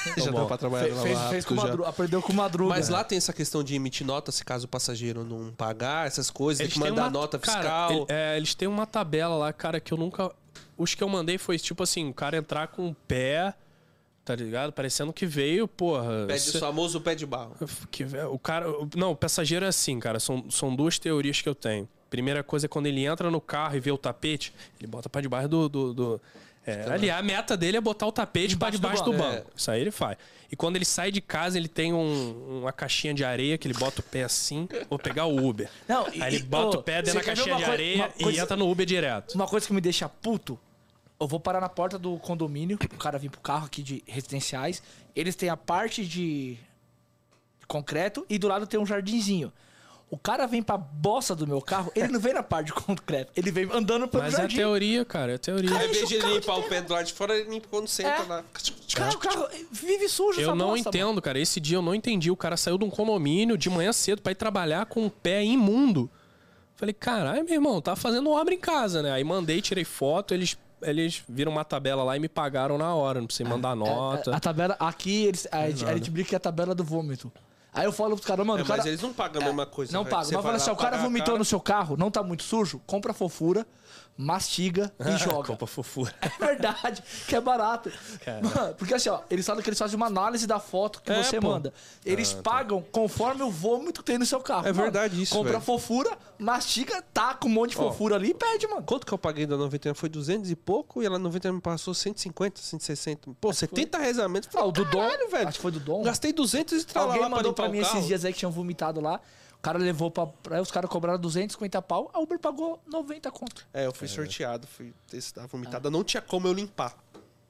S3: Ficou
S1: Já
S3: bom.
S1: deu pra trabalhar
S2: Fe-
S1: lá
S2: fez,
S1: rápido
S2: fez com
S1: já.
S2: madruga, aprendeu com madruga.
S1: Mas lá tem essa questão de emitir nota se caso o passageiro não pagar, essas coisas, tem que
S3: têm
S1: mandar
S3: uma-
S1: nota
S3: cara,
S1: fiscal.
S3: ele- é, eles têm uma tabela lá, cara, que eu nunca. Os que eu mandei foi tipo assim, o cara entrar com o pé, tá ligado? Parecendo que veio, porra.
S1: Pede
S3: cê-
S1: o famoso pé de barro.
S3: Que, vé- o cara, o- não, o passageiro é assim, cara. São, são duas teorias que eu tenho. Primeira coisa é quando ele entra no carro e vê o tapete, ele bota pra debaixo do. do, do- é, ali, a meta dele é botar o tapete pra
S2: Embaixo Tá do
S3: debaixo do
S2: banco. É.
S3: banco. Isso aí ele faz. E quando ele sai de casa, ele tem um- uma caixinha de areia que ele bota o pé assim. Vou pegar o Uber.
S2: Não, e-
S3: aí ele
S2: e-
S3: bota
S2: ô,
S3: o pé dentro
S2: você
S3: da
S2: quer ver
S3: caixinha
S2: uma
S3: de
S2: coi-
S3: areia
S2: uma
S3: e
S2: coisa-
S3: entra no Uber direto.
S2: Uma coisa que me deixa puto, eu vou parar na porta do condomínio, o cara vem pro carro aqui de residenciais, eles têm a parte de concreto e do lado tem um jardinzinho. O cara vem pra bosta do meu carro, ele não vem na parte de concreto, ele vem andando pelo
S3: Mas é a
S2: jardim.
S3: teoria, cara. É a teoria.
S1: Ao
S2: Cara,
S1: invés
S2: enche
S1: de
S2: o carro
S1: limpar
S2: de
S1: o pé do lado de fora, ele limpa quando você entra
S2: É.
S1: lá.
S2: Cara, o carro vive sujo essa
S3: Eu não
S2: bosta,
S3: entendo, cara. Esse dia eu não entendi. O cara saiu de um condomínio de manhã cedo pra ir trabalhar com um pé imundo. Falei, caralho, meu irmão, tá fazendo obra em casa, né? Aí mandei, tirei foto, eles, eles viram uma tabela lá e me pagaram na hora. Não precisei mandar
S2: mano.
S3: nota.
S2: é, A, a tabela, aqui eles, a, gente- a gente brinca que é a tabela do vômito. Aí eu falo pros caras, mano,
S1: É,
S2: o cara,
S1: mas eles não pagam a mesma coisa.
S2: Não
S1: né?
S2: paga.
S1: Você vai
S2: Mas
S1: lá
S2: fala assim, o cara
S1: pagar a
S2: vomitou
S1: cara.
S2: no seu carro, não tá muito sujo, compra fofura, mastiga e joga.
S3: Copa fofura.
S2: É verdade, que é barato. Mano, porque assim, ó, eles falam que eles fazem uma análise da foto que
S3: É,
S2: você
S3: pô.
S2: manda. Eles pagam conforme o vômito que tem no seu carro.
S1: Ah, tá. É verdade isso,
S2: Compra
S1: velho.
S2: fofura, mastiga, taca um monte de fofura ali e pede, mano.
S1: Quanto que eu paguei da 91? Foi 200 e pouco e ela 90 me passou 150, 160. Pô, 70 reais a menos.
S2: Ah, o do Dom,
S1: Caralho, velho.
S2: acho que foi do Dom.
S1: Gastei 200 e tralala
S2: Alguém mandou
S1: tá limpar
S2: pra mim
S1: o carro.
S2: esses dias aí que tinham vomitado lá. O cara levou pra. pra os caras cobraram 250 pau, a Uber pagou 90 conto.
S1: É, eu fui sorteado, fui testar a vomitada. Não tinha como eu limpar.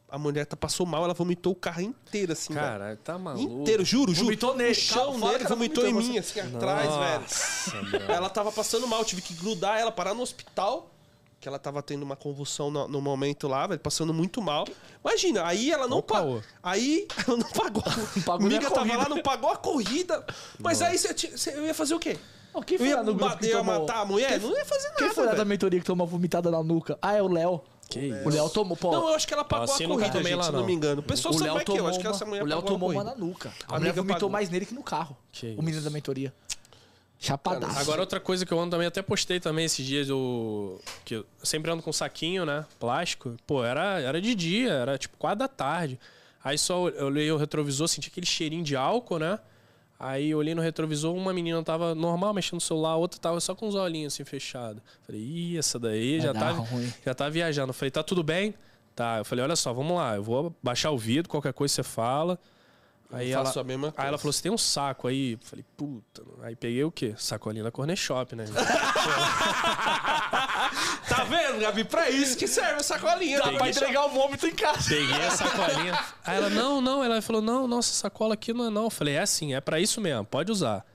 S1: A mulher tá- passou mal, ela vomitou o carro inteiro, assim, velho.
S3: Caralho, tá maluco.
S1: Inteiro, juro, juro.
S2: Vomitou nele.
S1: O chão
S2: Cara, fala
S1: nele
S2: que ela
S1: vomitou em
S2: vomitou em
S1: mim, assim, atrás,
S3: Nossa,
S1: velho. Ela tava passando mal, eu tive que grudar ela, parar no hospital. Que ela tava tendo uma convulsão no, no momento lá, velho, passando muito mal. Imagina, aí ela não
S3: Opa,
S1: pagou.
S3: ô.
S1: Aí ela não pagou.
S2: pagou nem a
S1: Amiga tava
S2: corrida.
S1: lá, não pagou a corrida. Mas aí você tinha- você- eu ia fazer o quê?
S2: Ó, quem
S1: Eu
S2: foi
S1: ia
S2: lá no grupo que
S1: bater, ia
S2: tomou-
S1: matar a mulher? Não ia fazer nada.
S2: Quem foi lá da
S1: velho.
S2: mentoria que tomou uma vomitada na nuca? Ah, é o Léo.
S3: Que isso.
S2: O Léo tomou, pô.
S1: Não, eu acho que ela pagou
S3: Assim
S1: a
S3: eu nunca
S1: corrida,
S3: tomei
S1: gente,
S3: lá,
S1: se eu não
S3: não.
S1: me engano. O pessoal
S2: o
S1: sabe
S2: Léo
S1: mais é que eu.
S2: tomou
S1: Acho que
S2: uma-
S1: essa mulher
S2: O Léo
S1: pagou a
S2: tomou uma
S1: corrida.
S2: na nuca.
S1: A
S2: A mulher
S1: amiga
S2: vomitou
S1: pagou.
S2: mais nele que no carro.
S3: Que
S2: o menino
S3: isso.
S2: da mentoria. Chapadaço.
S3: Agora outra coisa que eu ando também, até postei também esses dias, eu, que eu sempre ando com saquinho, né? Plástico. Pô, era, era de dia, era tipo quatro da tarde. Aí só eu olhei o retrovisor, senti aquele cheirinho de álcool, né? Aí eu olhei no retrovisor, uma menina tava normal mexendo no celular, a outra tava só com os olhinhos assim fechados. Falei, Ih, essa daí já
S2: dar
S3: tá,
S2: ruim.
S3: já tá viajando. Eu Falei, tá tudo bem? Tá, eu falei, olha só, vamos lá, eu vou baixar o vidro, qualquer coisa você fala. Aí
S1: Eu
S3: ela,
S1: faço a mesma
S3: aí
S1: coisa.
S3: ela falou, você tem um saco aí? Eu Falei, puta. Aí peguei o quê? Sacolinha da Corner Shop, né?
S1: Tá vendo, Gabi? Pra isso que serve a sacolinha. né,
S2: Dá pra entregar o vômito em casa.
S3: peguei a sacolinha. Aí ela, não, não. Ela falou, não, não, essa sacola aqui não é não. Eu falei, é sim, é pra isso mesmo, pode usar.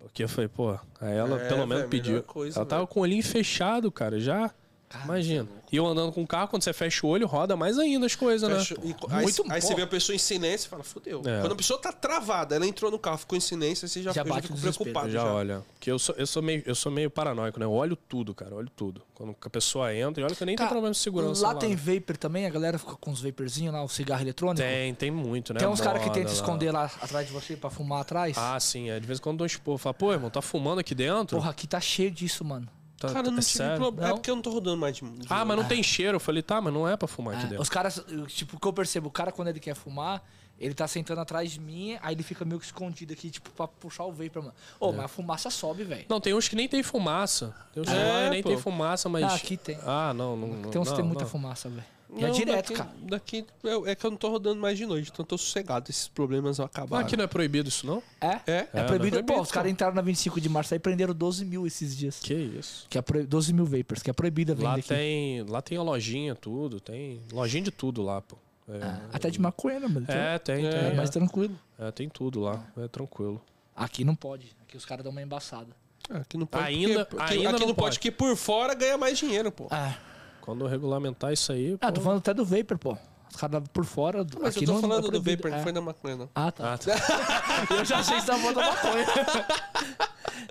S3: Porque eu falei, pô, aí ela
S1: É,
S3: pelo
S1: velho, melhor
S3: menos pediu.
S1: coisa, né?
S3: ela tava
S1: velho.
S3: com o olhinho fechado, cara, já.
S2: Ah, tá
S3: Imagina. E eu andando com o carro, quando você fecha o olho, roda mais ainda as coisas, né?
S1: Fecha- e- aí,
S2: muito
S1: aí você
S2: bom.
S1: vê a pessoa em silêncio e fala, fudeu.
S3: É.
S1: Quando a pessoa tá travada, ela entrou no carro, ficou em silêncio, aí você já,
S2: Já
S1: eu já
S2: bate
S1: fico
S2: o desespero,
S1: preocupado.
S3: já
S1: já.
S3: olha. Porque eu sou, eu, sou meio, eu sou meio paranoico, né? Eu olho tudo, cara. Eu olho tudo. Quando a pessoa entra, e olha que eu nem tenho problema de segurança.
S2: Lá tem vapor também, a galera fica com os vaporzinhos lá, o cigarro eletrônico.
S3: Tem, tem muito, né?
S2: Tem uns caras que
S3: Moda
S2: tentam
S3: lá.
S2: esconder lá atrás de você pra fumar atrás.
S3: Ah, sim. É. De vez em quando eu expor. Fala, pô, irmão, tá fumando aqui dentro?
S2: Porra, aqui tá cheio disso, mano.
S3: Tá-
S1: Cara, eu não
S3: é
S1: tive
S3: sério?
S1: problema. É
S2: Não.
S1: porque eu não tô rodando mais de.
S3: Ah, mas não tem cheiro. Eu falei, tá, mas não é pra fumar aqui
S2: É,
S3: dentro.
S2: os caras, eu- tipo, o que eu percebo, o cara quando ele quer fumar, ele tá sentando atrás de mim, aí ele fica meio que escondido aqui, tipo, pra puxar o vapor, mano.
S3: É.
S2: Ô, mas a fumaça sobe, velho.
S3: Não, tem uns que nem tem fumaça. Tem uns que
S1: É,
S3: lá nem
S1: pô.
S3: tem fumaça, mas.
S2: Ah, aqui tem.
S3: Ah, não, não. não
S2: Tem uns que
S3: não,
S2: tem muita
S3: não.
S2: fumaça, velho. E é direto,
S1: daqui,
S2: cara.
S1: Daqui eu- é que eu não tô rodando mais de noite, então eu tô sossegado. Esses problemas vão
S3: Ah,
S1: acabar.
S3: aqui não é proibido isso, não?
S2: É?
S1: É?
S2: É, proibido.
S3: É, não é
S2: Pô,
S3: proibido,
S2: os caras entraram na 25 de março aí e prenderam 12 mil esses dias.
S3: Que isso.
S2: Que é pro... 12 mil vapors, que é proibida a venda
S3: Lá
S2: aqui.
S3: tem, lá tem a lojinha, tudo. Tem lojinha de tudo lá, pô.
S2: Ah, até de maconha, né, mano? Então,
S3: É, tem,
S1: É,
S3: tem.
S2: é
S3: É,
S2: mais tranquilo.
S3: É, tem tudo lá. É tranquilo.
S2: Aqui não pode. Aqui os caras dão uma embaçada.
S1: Ah, Aqui não pode.
S3: Ainda-
S1: porque, porque
S3: ainda
S1: aqui
S3: não
S1: não pode,
S3: pode.
S1: que por fora ganha mais dinheiro, pô.
S2: Ah,
S3: É. Quando eu regulamentar isso aí.
S2: ah tô
S3: pô-
S2: falando até do Vapor, pô. Os caras por fora. do-
S1: Mas
S2: aqui
S1: eu tô
S2: não- não é
S1: falando do
S2: proibido.
S1: Vapor,
S2: É.
S1: não foi da maconha, não.
S2: Ah, tá.
S3: Ah, tá.
S2: Eu já achei que você tava falando da maconha.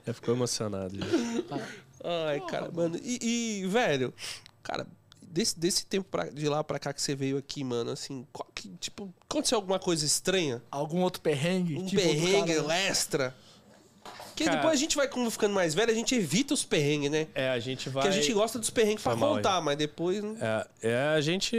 S3: É, ficou emocionado. já.
S1: Ai, cara, mano. E, e, velho, cara, desse, desse tempo pra- de lá pra cá que você veio aqui, mano, assim, qual que, tipo, aconteceu alguma coisa estranha?
S2: Algum outro perrengue?
S1: Um
S2: tipo, do
S1: perrengue,
S2: cara-
S1: lestra? Porque
S3: né? Cara-
S1: depois a gente vai como ficando mais velho, a gente evita os perrengues, né?
S3: É, a gente vai.
S1: Porque a gente gosta dos perrengues pra
S3: Foi mal aí.
S1: contar, mas depois... né?
S3: É, é, a gente.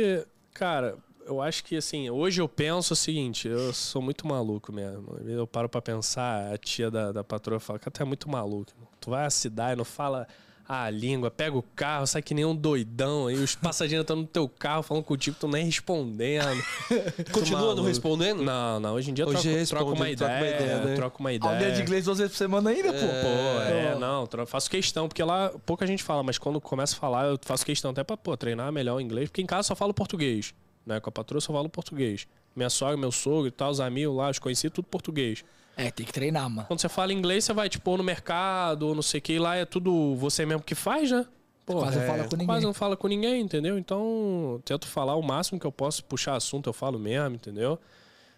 S3: Cara, eu acho que assim, hoje eu penso o seguinte, eu sou muito maluco mesmo. Eu paro pra pensar, a tia da, da patroa fala, cara, tu é muito maluco. irmão. Tu vai à cidade, não fala a língua, pega o carro, sai que nem um doidão aí, os passageiros estão no teu carro falando contigo, tu nem respondendo.
S1: Continua não
S3: maluco.
S1: respondendo?
S3: Não, não, hoje em dia
S1: Hoje
S3: troca,
S1: responde,
S3: troca uma
S1: troca uma
S3: ideia,
S1: ideia, né?
S3: troca uma ideia.
S2: Aulinha de inglês duas vezes por semana ainda, pô.
S3: Pô, é, não, tro- faço questão, porque lá pouca gente fala, mas quando começa a falar, eu faço questão até pra pô, treinar melhor o inglês, porque em casa só falo português, né? Com a patroa eu só falo português. Minha sogra, meu sogro e tal, os amigos lá, os conheci, tudo português.
S2: É, tem que treinar, mano.
S3: Quando você fala inglês, você vai, tipo, ou no mercado, ou não sei o que, e lá é tudo você mesmo que faz, né? Pô,
S2: Quase não
S3: é,
S2: fala com ninguém.
S3: Quase não fala com ninguém, entendeu? Então, tento falar o máximo que eu posso, puxar assunto, eu falo mesmo, entendeu?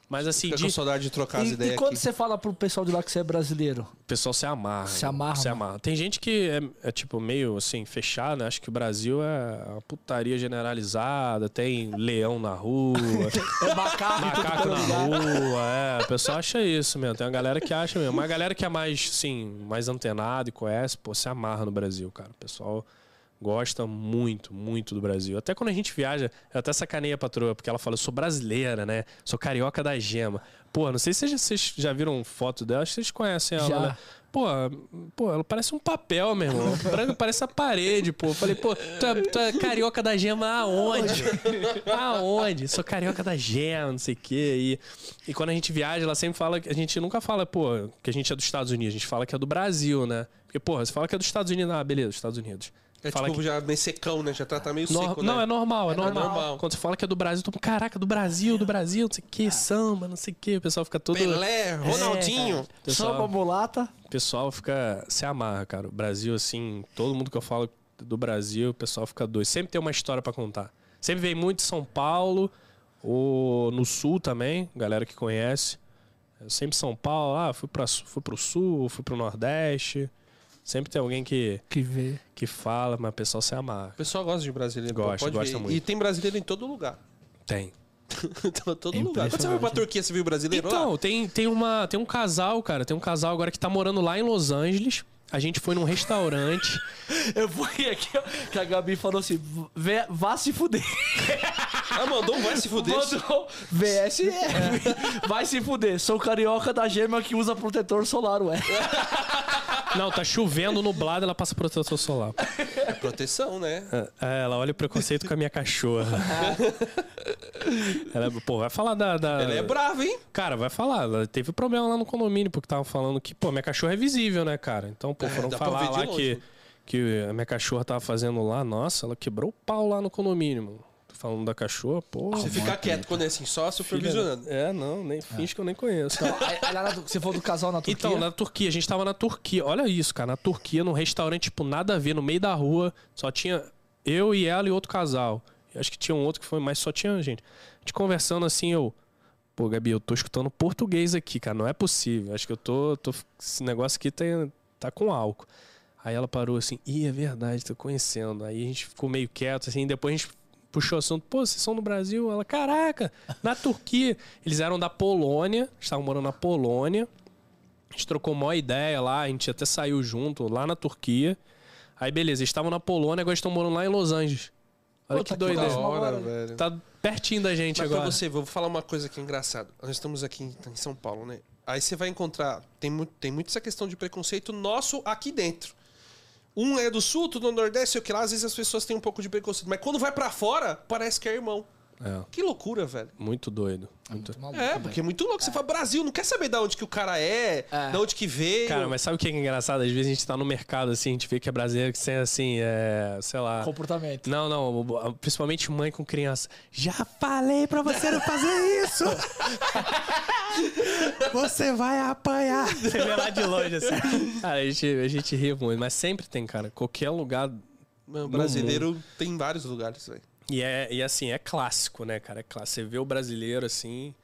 S3: Mas assim,
S1: Fica
S3: de,
S1: com saudade de trocar as
S2: E,
S1: ideias
S2: e quando
S1: aqui.
S2: você fala pro pessoal de lá que você é brasileiro?
S3: O pessoal se amarra.
S2: Se
S3: irmão.
S2: amarra,
S3: Se
S2: mano.
S3: amarra. Tem gente que é, é, tipo meio assim, fechada. né? Acho que o Brasil é uma putaria generalizada. Tem leão na rua,
S2: É macaco, e tudo
S3: macaco
S2: pelo
S3: na
S2: lugar.
S3: rua. É, o pessoal acha isso mesmo. Tem uma galera que acha mesmo. Mas a galera que é mais, assim, mais antenada e conhece, pô, se amarra no Brasil, cara. O pessoal gosta muito, muito do Brasil. Até quando a gente viaja, eu até sacaneia a patroa, porque ela fala, eu sou brasileira, né? Sou carioca da gema. Pô, não sei se vocês já viram foto dela, acho que vocês conhecem ela,
S2: Já.
S3: né? Pô, pô, ela parece um papel, meu irmão. Branco parece a parede, pô. Eu Falei, pô, tu é, tu é carioca da gema aonde? Aonde? Sou carioca da gema, não sei o quê. E, e quando a gente viaja, ela sempre fala... que- A gente nunca fala, pô, que a gente é dos Estados Unidos. A gente fala que é do Brasil, né? Porque, porra, você fala que é dos Estados Unidos. Ah, beleza, Estados Unidos.
S1: É
S3: fala
S1: tipo
S3: que-
S1: já meio secão, né? Já tá, tá meio
S3: Nor-
S1: seco,
S3: não,
S1: né?
S3: é normal, é, normal.
S1: normal. Ah.
S3: Quando você fala que é do Brasil, tu, caraca, do Brasil, do Brasil, não sei o que, samba, não sei o que. O pessoal fica todo.
S1: Pelé, Ronaldinho.
S3: O
S2: Só uma
S3: pessoal,
S2: mulata.
S3: o pessoal fica. Se amarra, cara. O Brasil, assim, todo mundo que eu falo do Brasil, o pessoal fica doido. Sempre tem uma história pra contar. Sempre vem muito de São Paulo, ou no Sul também, galera que conhece. É Sempre São Paulo, ah, fui, pra, su- fui pro Sul, fui pro Nordeste. Sempre tem alguém que,
S2: Que vê.
S3: que fala, mas o pessoal se amarra.
S1: O pessoal gosta de brasileiro.
S3: Gosta,
S1: pode
S3: gosta
S1: ver.
S3: muito.
S1: E tem brasileiro em todo lugar.
S3: Tem.
S1: Tá todo lugar. Quando você foi pra Turquia, você viu brasileiro
S3: Então,
S1: lá?
S3: tem, tem, uma, tem um casal, cara. Tem um casal agora que tá morando lá em Los Angeles. A gente foi num restaurante.
S2: Eu fui aqui, ó, que a Gabi falou assim: "Vê- vá se fuder.
S1: Ah, mandou um vai se fuder.
S2: Mandou VSF. Vai se fuder. Sou carioca da gema que usa protetor solar, ué.
S3: Não, tá chovendo, nublado, ela passa protetor solar.
S1: É proteção, né?
S3: É, ela olha o preconceito com a minha cachorra. Ela, pô, vai falar da. da-
S1: Ela é brava, hein?
S3: Cara, vai falar. Ela teve problema lá no condomínio, porque tava falando que, pô, minha cachorra é visível, né, cara? Então, pô, foram
S1: É, dá pra ver
S3: falar
S1: de
S3: lá
S1: longe,
S3: que,
S1: né?
S3: que a minha cachorra tava fazendo lá, nossa, ela quebrou o pau lá no condomínio, mano. Tô falando da cachorra, pô.
S1: Você fica quieto quando é assim, só supervisionando.
S3: É, não, nem finge que eu nem conheço.
S2: Você falou do casal na Turquia?
S3: Então,
S1: né?
S3: na Turquia, a gente tava na Turquia. Olha isso, cara. Na Turquia, num restaurante, tipo, nada a ver, no meio da rua. Só tinha eu e ela e outro casal. Eu Acho que tinha um outro que foi, mas só tinha gente. A gente conversando assim, eu. Pô, Gabi, eu tô escutando português aqui, cara. Não é possível. Acho que eu tô. tô- esse negócio aqui tá, tá com álcool. Aí ela parou assim, ih, é verdade, tô conhecendo. Aí a gente ficou meio quieto, assim, depois a gente puxou o assunto, pô, vocês são do Brasil? Ela, caraca, na Turquia. Eles eram da Polônia, estavam morando na Polônia. A gente trocou uma ideia lá, a gente até saiu junto lá na Turquia. Aí beleza, eles estavam na Polônia, agora estão morando lá em Los Angeles. Olha
S2: Pô,
S3: que
S2: tá que
S3: doideira.
S2: da hora.
S1: velho.
S3: Tá pertinho da gente
S1: Mas pra
S3: agora.
S1: você, vou falar uma coisa que é engraçada. Nós estamos aqui em em São Paulo, né? Aí você vai encontrar. Tem muito, tem muito essa questão de preconceito nosso aqui dentro. Um é do sul, outro do nordeste, sei o que lá. Às vezes as pessoas têm um pouco de preconceito. Mas quando vai pra fora, parece que é irmão.
S3: É,
S1: Que loucura, velho.
S3: muito doido. Muito...
S2: Muito maluco,
S1: É,
S2: velho.
S1: porque é muito louco. Você fala, Brasil, não quer saber de onde que o cara é, de onde que veio.
S3: Cara, mas sabe o que é engraçado? Às vezes a gente tá no mercado, assim, a gente vê que é brasileiro que tem, assim, é, sei lá...
S2: Comportamento.
S3: Não, não, principalmente mãe com criança. Já falei pra você não fazer isso! você vai apanhar! Você vê lá de longe, assim. Cara, a gente, a gente ri muito, mas sempre tem, cara. Qualquer lugar
S1: Mano, brasileiro tem vários lugares, velho.
S3: E, é, e assim, é clássico, né, cara? É clássico. Você vê o brasileiro assim,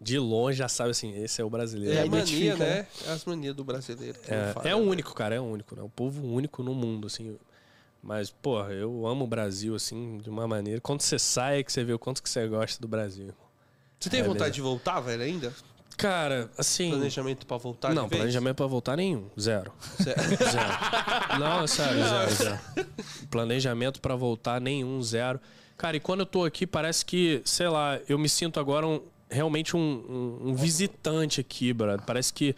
S3: de longe já sabe assim, esse é o brasileiro.
S1: É a
S3: É,
S1: mania, né? É as manias do brasileiro. que não fala,
S3: é
S1: né?
S3: único, cara, é único, né? O povo único no mundo, assim. Mas, porra, eu amo o Brasil, assim, de uma maneira. Quando você sai, é que você vê o quanto que você gosta do Brasil. irmão.
S1: Você tem
S3: É,
S1: vontade
S3: beleza.
S1: de voltar, velho, ainda?
S3: Cara, assim.
S1: Planejamento pra voltar? de
S3: não,
S1: vez?
S3: planejamento pra voltar nenhum. Zero.
S1: Você-
S3: Zero. Não, sério, zero, zero. Planejamento pra voltar, nenhum, zero. Cara, e quando eu tô aqui, parece que, sei lá, eu me sinto agora um- realmente um, um- um visitante aqui, brother. Parece que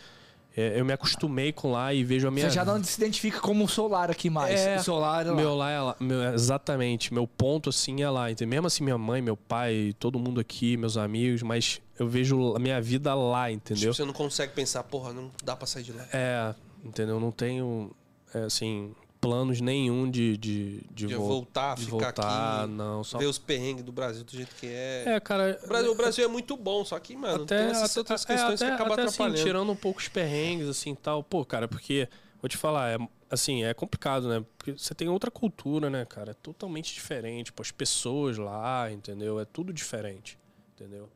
S3: é, eu me acostumei com lá e vejo a minha.
S2: Você já não se identifica como um solar aqui mais.
S3: É,
S2: O solar é lá.
S3: Meu lá é lá. Meu- exatamente. Meu ponto, assim, é lá. Entendeu? Mesmo assim, minha mãe, meu pai, todo mundo aqui, meus amigos, mas eu vejo a minha vida lá, entendeu?
S1: Tipo, você não consegue pensar, porra, não dá pra sair de lá.
S3: É, entendeu? Não tenho, é, assim, planos nenhum de, de, de,
S1: De
S3: vol-
S1: voltar,
S3: de
S1: ficar
S3: voltar,
S1: aqui,
S3: não. Só...
S1: Ver os perrengues do Brasil do jeito que é.
S3: É, cara...
S1: O, Brasil, o Brasil é muito bom, só que, mano, tem essas outras
S3: até- é,
S1: questões
S3: até-
S1: que acabam
S3: até, assim,
S1: atrapalhando.
S3: tirando um pouco os perrengues, assim, tal. Pô, cara, porque, vou te falar, é, assim, é complicado, né? Porque você tem outra cultura, né, cara? É totalmente diferente. Pô, as pessoas lá, entendeu? É tudo diferente, entendeu?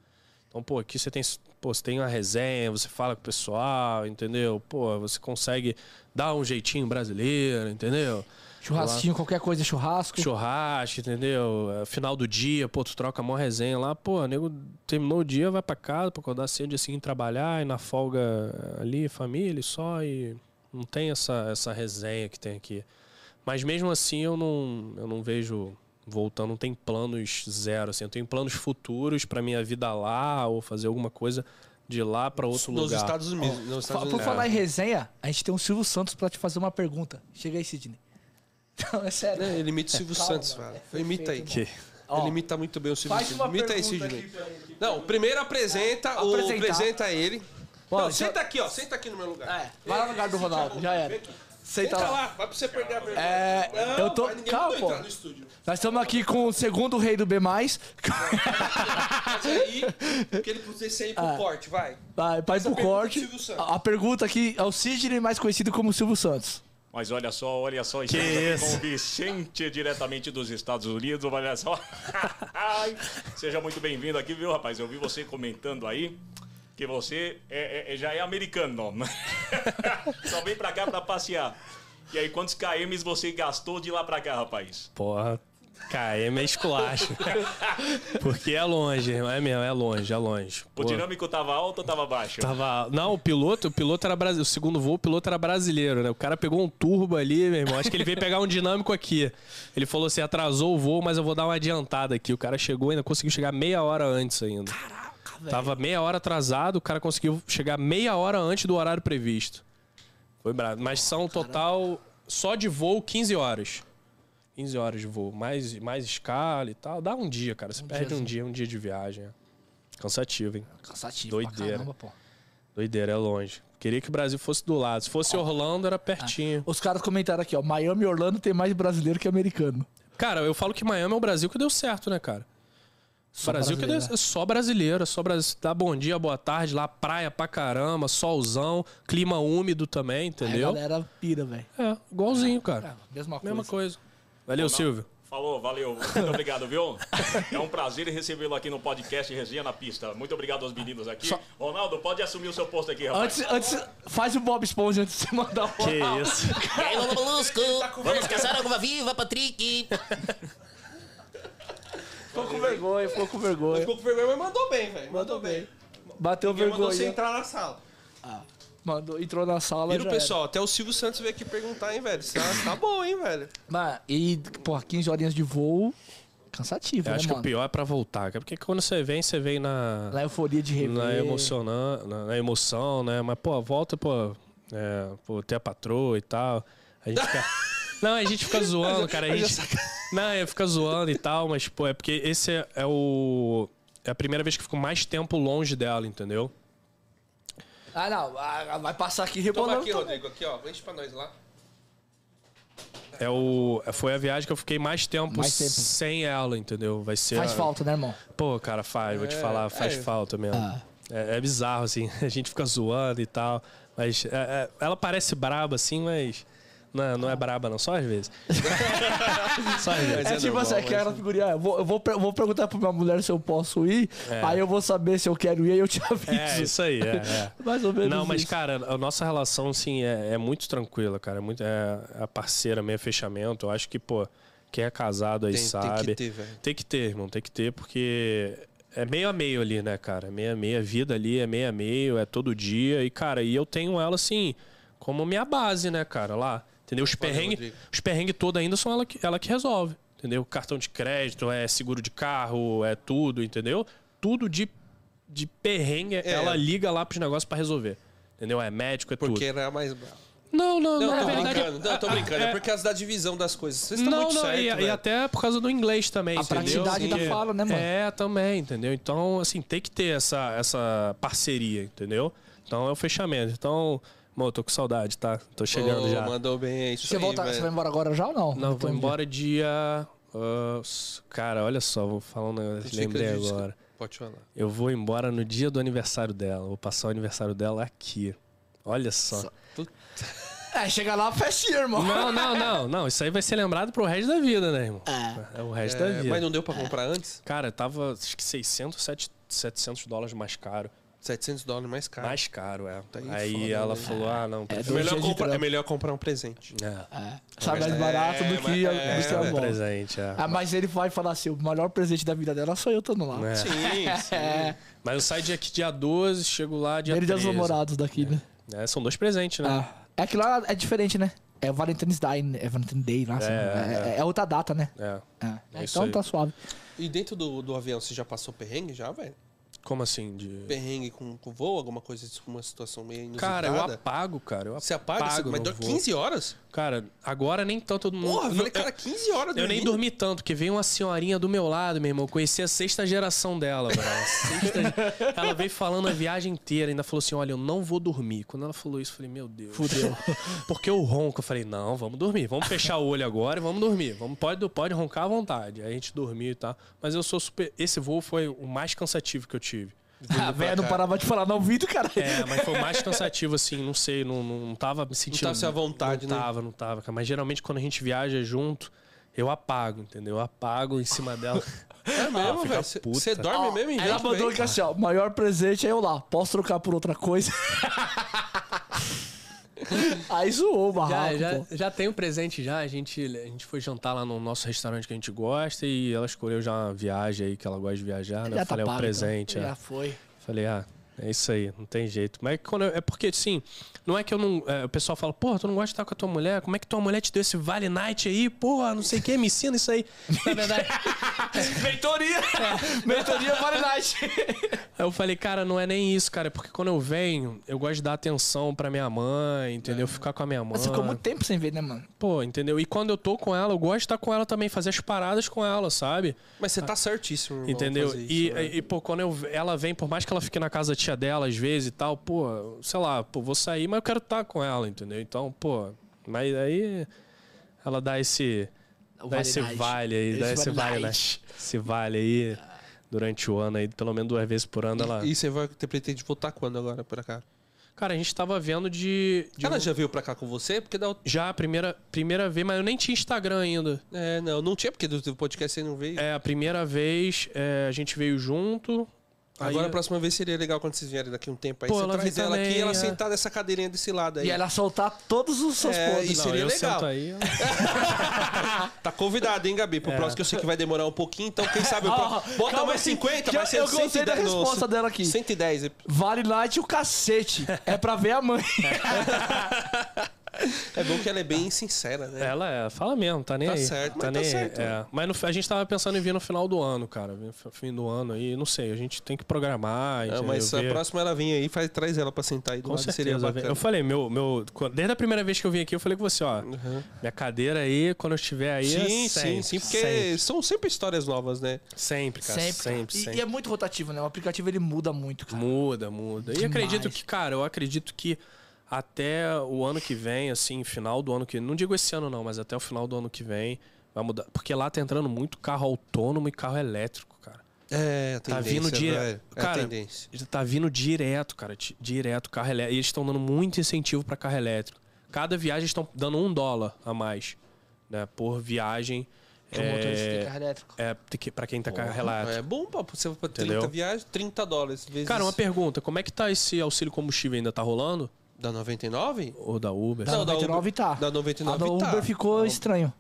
S3: Então, pô, aqui você tem, pô, você tem uma resenha, você fala com o pessoal, entendeu? Pô, você consegue dar um jeitinho brasileiro, entendeu?
S2: Churrasquinho, qualquer coisa, churrasco.
S3: churrasco, entendeu? É, Final do dia, pô, tu troca mó resenha lá, pô, nego terminou o dia, vai pra casa pra acordar cedo, dia seguinte trabalhar, e na folga eh, ali, família e só, e não tem essa, essa resenha que tem aqui. Mas mesmo assim eu não, eu não vejo voltando, não tem planos zero, assim, eu tenho planos futuros pra minha vida lá, ou fazer alguma coisa de lá pra outro
S1: Nos
S3: lugar.
S1: Estados Unidos. nos
S2: Fa-
S1: Estados
S2: Por
S1: Unidos.
S2: falar em resenha, a gente tem um Silvio Santos pra te fazer uma pergunta. Chega aí, Sidney. Não, é sério.
S1: Né, Ele imita o Silvio Santos, velho. Imita aí.
S3: Que-
S1: Ele imita muito bem o Silvio
S2: Faz
S1: Santos.
S2: uma
S1: Imita aí,
S2: pergunta
S1: Sidney. Não, primeiro apresenta, o
S2: Apresentar.
S1: apresenta ele.
S2: Ó,
S1: Não,
S2: já-
S1: senta aqui, ó. Senta aqui no meu lugar.
S2: É, vai lá no lugar do Ronaldo, já era. Senta
S1: Senta
S2: lá.
S1: lá, vai pra você perder a vergonha.
S2: É, eu tô-
S1: mas ninguém
S2: calma,
S1: mandou entrar
S2: pô.
S1: no estúdio.
S2: Nós estamos aqui com o segundo rei do B+.
S1: Mas aí, que ele precisa sair
S2: Ah.
S1: pro corte, vai.
S2: Vai, vai pro
S1: pergunta é do
S2: corte.
S1: Silvio Santos.
S2: A, a pergunta aqui é o Sidney, mais conhecido como Silvio Santos.
S5: Mas olha só, olha só, estamos aqui com o Vicente, diretamente dos Estados Unidos, olha só. Ai, seja muito bem-vindo aqui, viu, rapaz? Eu vi você comentando aí que você é- é- é- já é americano. só vem pra cá pra passear. E aí, quantos KMs você gastou de lá pra cá, rapaz?
S3: Porra, KM é esculacho. Porque é longe, irmão, é mesmo, é longe, é longe.
S5: O
S3: Pô.
S5: dinâmico tava alto ou tava baixo?
S3: Tava. Não, o piloto, o piloto era brasileiro. O segundo voo, o piloto era brasileiro, né? O cara pegou um turbo ali, meu irmão. Acho que ele veio pegar um dinâmico aqui. Ele falou assim: atrasou o voo, mas eu vou dar uma adiantada aqui. O cara chegou ainda, conseguiu chegar meia hora antes ainda. Caraca, velho. Tava meia hora atrasado, o cara conseguiu chegar meia hora antes do horário previsto. Foi bravo. Mas são total, só de voo, 15 horas. 15 horas de voo, mais, mais escala e tal. Dá um dia, cara. Você perde um dia, um dia de viagem. é. Cansativo, hein?
S2: Cansativo
S3: Doideira.
S2: pra caramba, pô.
S3: Doideira, é longe. Queria que o Brasil fosse do lado. Se fosse Orlando, era pertinho.
S2: Os caras comentaram aqui, ó. Miami e Orlando tem mais brasileiro que americano.
S3: Cara, eu falo que Miami é o Brasil que deu certo, né, cara?
S2: Só
S3: Brasil que deu,
S2: brasileiro,
S3: é só brasileiro, é só brasileiro. Dá bom dia, boa tarde, lá praia pra caramba, solzão, clima úmido também,
S2: Aí A
S3: entendeu?
S2: galera pira, velho.
S3: É, igualzinho, cara.
S2: Mesma coisa.
S3: Mesma coisa. Valeu, Silvio.
S5: Falou, valeu. Muito obrigado, viu? É um prazer recebê-lo aqui no podcast Resenha na Pista. Muito obrigado aos meninos aqui. Ronaldo, pode assumir o seu posto aqui, rapaz.
S2: Antes, antes, faz o Bob Esponja antes de você mandar o
S3: Que isso.
S6: E aí, Lula Molusco?
S1: tá
S6: Vamos caçar alguma viva, Patrick?
S2: Ficou com vergonha, ficou com vergonha.
S1: Ficou com vergonha, mas mandou bem, velho. Mandou bem.
S2: Bateu
S1: Ninguém mandou você
S2: vergonha.
S1: entrar na sala.
S2: Mandou, entrou na sala
S1: Vira
S2: já
S1: o pessoal, até o Silvio Santos veio aqui perguntar, hein, velho. Você tá- tá bom, hein, velho.
S2: Era. Mas, e, porra, 15 horinhas de voo, cansativo,
S3: Eu
S2: né,
S3: acho que o
S2: mano?
S3: pior é pra voltar, cara. Porque quando você vem, você vem na.
S2: Na euforia de rever.
S3: na, emocionan, na, na emoção, né? Mas, pô, volta, pô, é, pô, ter a patroa e tal. A gente fica, Não, a gente fica zoando, cara.
S2: é
S3: A gente... Não, eu fica zoando e tal, mas, pô, é porque esse é, é o. É a primeira vez que eu fico mais tempo longe dela, entendeu?
S2: Ah, não. ah, vai passar aqui
S1: Toma
S2: rebolando.
S1: aqui, Rodrigo, aqui, ó. Enche pra nós lá.
S3: É o. é- Foi a viagem que eu fiquei mais tempo,
S2: Mais tempo.
S3: sem ela, entendeu? Vai ser.
S2: Faz
S3: a-
S2: falta, né, irmão?
S3: Pô, cara, faz, vou te falar, faz falta mesmo.
S2: Ah.
S3: É, é bizarro, assim, a gente fica zoando e tal. Mas é, é, ela parece braba, assim, mas. Não, não é braba, não, só às vezes. só às vezes.
S1: Mas
S2: É,
S1: é
S2: tipo
S1: normal,
S2: assim,
S1: mas-
S2: aquela figurinha. Eu vou, eu, vou, per- eu vou perguntar pra minha mulher se eu posso ir,
S1: É.
S2: aí eu vou saber se eu quero ir, aí eu te aviso.
S3: É, isso aí, é, é.
S2: Mais ou menos
S3: Não, mas,
S2: isso.
S3: cara, a nossa relação, assim, é, é muito tranquila, cara. É, muito, é a parceira, meio fechamento. Eu acho que, pô, quem é casado aí
S1: Tem- tem que
S3: sabe.
S1: ter, velho.
S3: Tem que ter, irmão, tem que ter, porque é meio a meio ali, né, cara? É Meio a meio, a vida ali é meio a meio, é todo dia. E, cara, e eu tenho ela, assim, como minha base, né, cara, lá. Entendeu? Os perrengues
S1: Rodrigo.
S3: os perrengue todo ainda são ela que, ela que resolve, entendeu? Cartão de crédito, é seguro de carro, é tudo, entendeu? Tudo de, de perrengue, ela liga lá pros negócios pra resolver. Entendeu? É médico, é
S1: Porque
S3: tudo.
S1: era a mais brava.
S3: Não, não, não,
S1: Não,
S3: na
S1: tô
S3: verdade.
S1: brincando. Não, tô brincando. É por causa da divisão das coisas. Vocês estão
S3: Não,
S1: muito
S3: não,
S1: certo,
S3: e, e
S1: velho.
S3: até por causa do inglês também,
S2: A
S3: entendeu?
S2: praticidade da fala, né, mano?
S3: É, também, entendeu? Então, assim, tem que ter essa, essa parceria, entendeu? Então é o fechamento. Então, mano, tô com saudade, tá? Tô chegando
S1: Ô,
S3: já.
S1: Mandou bem, é isso
S2: Você,
S1: aí,
S2: volta,
S1: velho.
S2: você vai embora agora já ou não?
S3: Não, vou
S1: um
S2: Entendi.
S3: embora dia. ah, s- cara, olha só, vou falar um
S1: A
S3: negócio.
S1: gente fica
S3: Lembrei
S1: de-
S3: agora.
S1: Pode falar.
S3: Eu vou embora no dia do aniversário dela. Vou passar o aniversário dela aqui. Olha só.
S2: É, chega lá, festinha, irmão.
S3: Não, não, não, não. Isso aí vai ser lembrado pro resto da vida, né, irmão? É, o resto da
S1: É,
S3: vida.
S1: mas não deu pra comprar antes?
S3: Cara, tava acho que 600, 7 700 dólares mais caro.
S1: 700 dólares mais caro.
S3: Mais caro, é.
S1: Ah. aí
S3: Aí,
S1: foda,
S3: ela
S1: né?
S3: falou: ah, não,
S1: É, Ah,
S3: prefiro.
S1: melhor
S2: Cheio de
S1: comprar, é
S2: trampo.
S1: melhor comprar um presente.
S3: É,
S2: Sabe, mais barato do que
S1: mas-
S2: a-
S1: é,
S2: do que a
S1: mas-
S2: bom.
S3: presente, é.
S2: Ah, mas ele vai falar assim: o melhor presente da vida dela sou eu estando lá.
S3: É.
S1: Sim, sim.
S3: Mas eu saio dia, aqui dia 12, chego lá dia
S2: Ele deu os
S3: 13.
S2: namorados daqui, né?
S3: É, são dois presentes, né?
S2: Ah. É que lá é diferente, né? É Valentine's Day, né? é Valentine's Day, nossa,
S3: É,
S2: é, é outra data, né?
S3: É.
S2: É.
S3: É isso
S2: então
S3: aí.
S2: tá suave.
S1: E dentro do, do avião, você já passou perrengue já, velho?
S3: Como assim? De...
S1: Perrengue com, com voo, alguma coisa, tipo, uma situação meio inusitada?
S3: Cara, eu apago, cara. Eu
S1: Você apaga? você-
S3: apago
S1: mas
S3: no
S1: deu
S3: voo.
S1: 15 horas?
S3: Cara, agora nem tanto. eu não-
S1: Porra, eu
S3: não-
S1: falei, cara, 15 horas
S3: Eu nem
S1: dormindo?
S3: dormi tanto, porque veio uma senhorinha do meu lado, meu irmão. Eu conheci a sexta geração dela, bro. A sexta ge- Ela veio falando a viagem inteira, ainda falou assim: olha, eu não vou dormir. Quando ela falou isso, eu falei, meu Deus. Fudeu. Porque eu ronco. Eu falei, não, vamos dormir. Vamos fechar o olho agora e vamos dormir. Vamos, pode, pode roncar à vontade. Aí a gente dormiu e tal. Mas eu sou super. Esse voo foi o mais cansativo que eu tive.
S2: A velha não parava de falar no ouvido, cara.
S3: É, mas foi mais cansativo, assim, não sei, não, não, não tava me sentindo.
S1: tava se à vontade,
S3: não
S1: né?
S3: tava, não tava, cara. Mas geralmente quando a gente viaja junto, eu apago, entendeu? Eu apago em cima dela.
S1: É mesmo,
S3: Ah, fica
S1: velho? Você-
S3: puta.
S1: Você dorme mesmo em
S2: Ela
S1: gente,
S2: mandou
S1: velho?
S2: que assim, ó, maior presente é eu lá. Posso trocar por outra coisa? Aí zoou o barraco,
S3: Já, já,
S2: pô.
S3: já tem um presente já. A gente, a gente foi jantar lá no nosso restaurante que a gente gosta e ela escolheu já uma viagem aí que ela gosta de viajar, né?
S2: Já
S3: eu falei, é
S2: pago, então.
S3: um presente. é.
S2: Já foi.
S3: Falei, ah, é isso aí, não tem jeito. Mas quando eu- é porque, assim, não é que eu não. é, o pessoal fala, porra, tu não gosta de estar com a tua mulher? Como é que tua mulher te deu esse Vale Night aí? Porra, não sei o que, me ensina isso aí. Na verdade.
S2: Mentoria! Mentoria para Night.
S3: Aí eu falei, cara, não é nem isso, cara. É porque quando eu venho, eu gosto de dar atenção pra minha mãe, entendeu? Ficar com a minha mãe.
S2: É. Você ficou muito tempo sem ver, né, mano?
S3: Pô, entendeu? E quando eu tô com ela, eu gosto de estar com ela também, fazer as paradas com ela, sabe?
S1: Mas você tá certíssimo, irmão,
S3: Entendeu?
S1: fazer isso,
S3: e,
S2: é.
S1: velho.
S3: e, pô, quando eu- ela vem, por mais que ela fique na casa da tia dela às vezes e tal, pô, sei lá, pô, vou sair, mas eu quero estar com ela, entendeu? Então, pô, mas aí ela dá esse.
S2: O
S3: dá
S2: Vale
S3: esse
S2: Night.
S3: vale aí,
S2: Esse
S3: dá esse
S2: Vale
S3: vale, né?
S2: Night.
S3: Esse vale aí durante o ano aí, pelo menos duas vezes por ano ela.
S1: E você vai ter pretende voltar quando agora pra cá?
S3: Cara, a gente tava vendo de. de
S1: Ela
S3: um-
S1: já veio pra cá com você? Porque da outra-
S3: já a primeira, primeira vez, mas eu nem tinha Instagram ainda.
S1: É, não, não tinha, porque do do podcast você não veio.
S3: É, a primeira vez é, a gente veio junto.
S1: Agora a
S3: aí- é-
S1: próxima vez seria legal quando vocês vierem daqui um tempo aí.
S3: Pô,
S1: você
S3: ela
S1: traz
S3: vem
S1: ela aqui
S3: também,
S1: e ela
S3: é.
S1: sentar nessa cadeirinha desse lado aí.
S2: E ela soltar todos os seus
S1: É,
S2: podres.
S1: isso seria
S3: eu
S1: legal.
S3: sento aí, eu-
S1: Tá convidado, hein, Gabi? Pro próximo que eu sei que vai demorar um pouquinho, então quem sabe eu
S2: Ah,
S1: Bota
S2: calma
S1: mais
S2: aí,
S1: 50,
S2: que
S1: vai ser
S2: eu gostei da
S1: 110 no-
S2: resposta dela aqui.
S1: 110.
S2: Vale Night o cacete. É pra ver a mãe.
S1: É bom que ela é bem sincera, né?
S3: Ela é, fala mesmo, tá nem
S1: Tá
S3: aí.
S1: certo,
S3: tá
S1: mas tá
S3: nem aí,
S1: certo,
S3: é.
S1: né?
S3: Mas no- a gente tava pensando em vir no final do ano, cara. vir no Fim do ano aí, não sei, a gente tem que programar.
S1: É,
S3: entendeu?
S1: mas a
S3: Ver.
S1: próxima ela vem aí, faz, traz ela pra sentar aí do
S3: Com
S1: lado,
S3: certeza.
S1: seria bacana.
S3: Eu falei, meu, meu. quando- Desde a primeira vez que eu vim aqui, eu falei com você, ó. Minha cadeira aí, quando eu estiver aí. é
S1: Uhum. Sim, sim,
S3: sempre,
S1: sim, porque
S3: Sempre,
S1: são sempre histórias novas, né?
S3: sempre, cara.
S2: Sempre.
S3: Sempre,
S2: cara.
S3: sempre.
S2: E- E, é muito rotativo, né? O aplicativo ele muda muito, cara.
S3: Muda, muda. E
S2: Demais.
S3: acredito que, cara, eu acredito que até o ano que vem, assim, final do ano que. Não digo esse ano, não, mas até o final do ano que vem vai mudar. Porque lá tá entrando muito carro autônomo e carro elétrico, cara.
S1: É, a
S3: Tá vindo
S1: velho.
S3: direto.
S1: É a
S3: Cara,
S1: tendência.
S3: tá vindo direto, cara. di- Direto carro elétrico. E eles estão dando muito incentivo pra carro elétrico. Cada viagem estão dando um dólar a mais, né? Por viagem.
S2: Pro motorista ter
S3: É,
S2: carro elétrico.
S3: é que- pra quem tá carro elétrico.
S1: É bom pra você pra 30
S3: Entendeu?
S1: viagens, 30 dólares. Vezes
S3: Cara, uma pergunta. Como é que tá esse auxílio combustível ainda tá rolando?
S1: Da 99?
S3: Ou da Uber?
S1: Não, da
S2: 99
S1: Uber-
S2: tá.
S1: da 99
S2: a da Uber
S1: tá.
S2: ficou estranho.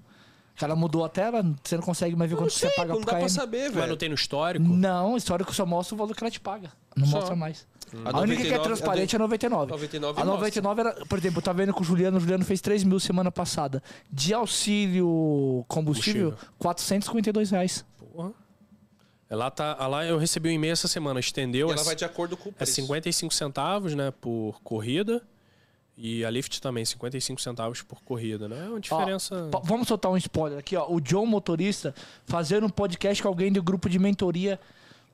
S2: Que ela mudou a tela, você não consegue mais ver quanto você paga
S1: Não
S2: pro
S1: dá pra
S2: KM.
S1: saber,
S3: Mas não
S1: velho. Hum.
S3: tem no histórico?
S2: Não, histórico só mostra o valor que ela te paga. Não
S1: Só.
S2: mostra mais.
S1: A
S2: A, única que é
S1: 99
S2: transparente é a 99.
S1: 99
S2: a 99 era, por exemplo, eu tava vendo com o Juliano, o Juliano fez 3 mil semana passada. De auxílio combustível, R$ 452 reais.
S3: Porra. É, Lá, tá, ah, lá eu recebi um e-mail essa semana, estendeu.
S1: E
S3: é,
S1: ela vai de acordo com o
S3: é
S1: preço.
S3: 55 centavos, né, por corrida. E a Lyft também, 55 centavos por corrida, né? É uma
S2: Ó,
S3: diferença.
S2: pa- vamos soltar um spoiler aqui, ó. O John Motorista fazendo um podcast com alguém do grupo de mentoria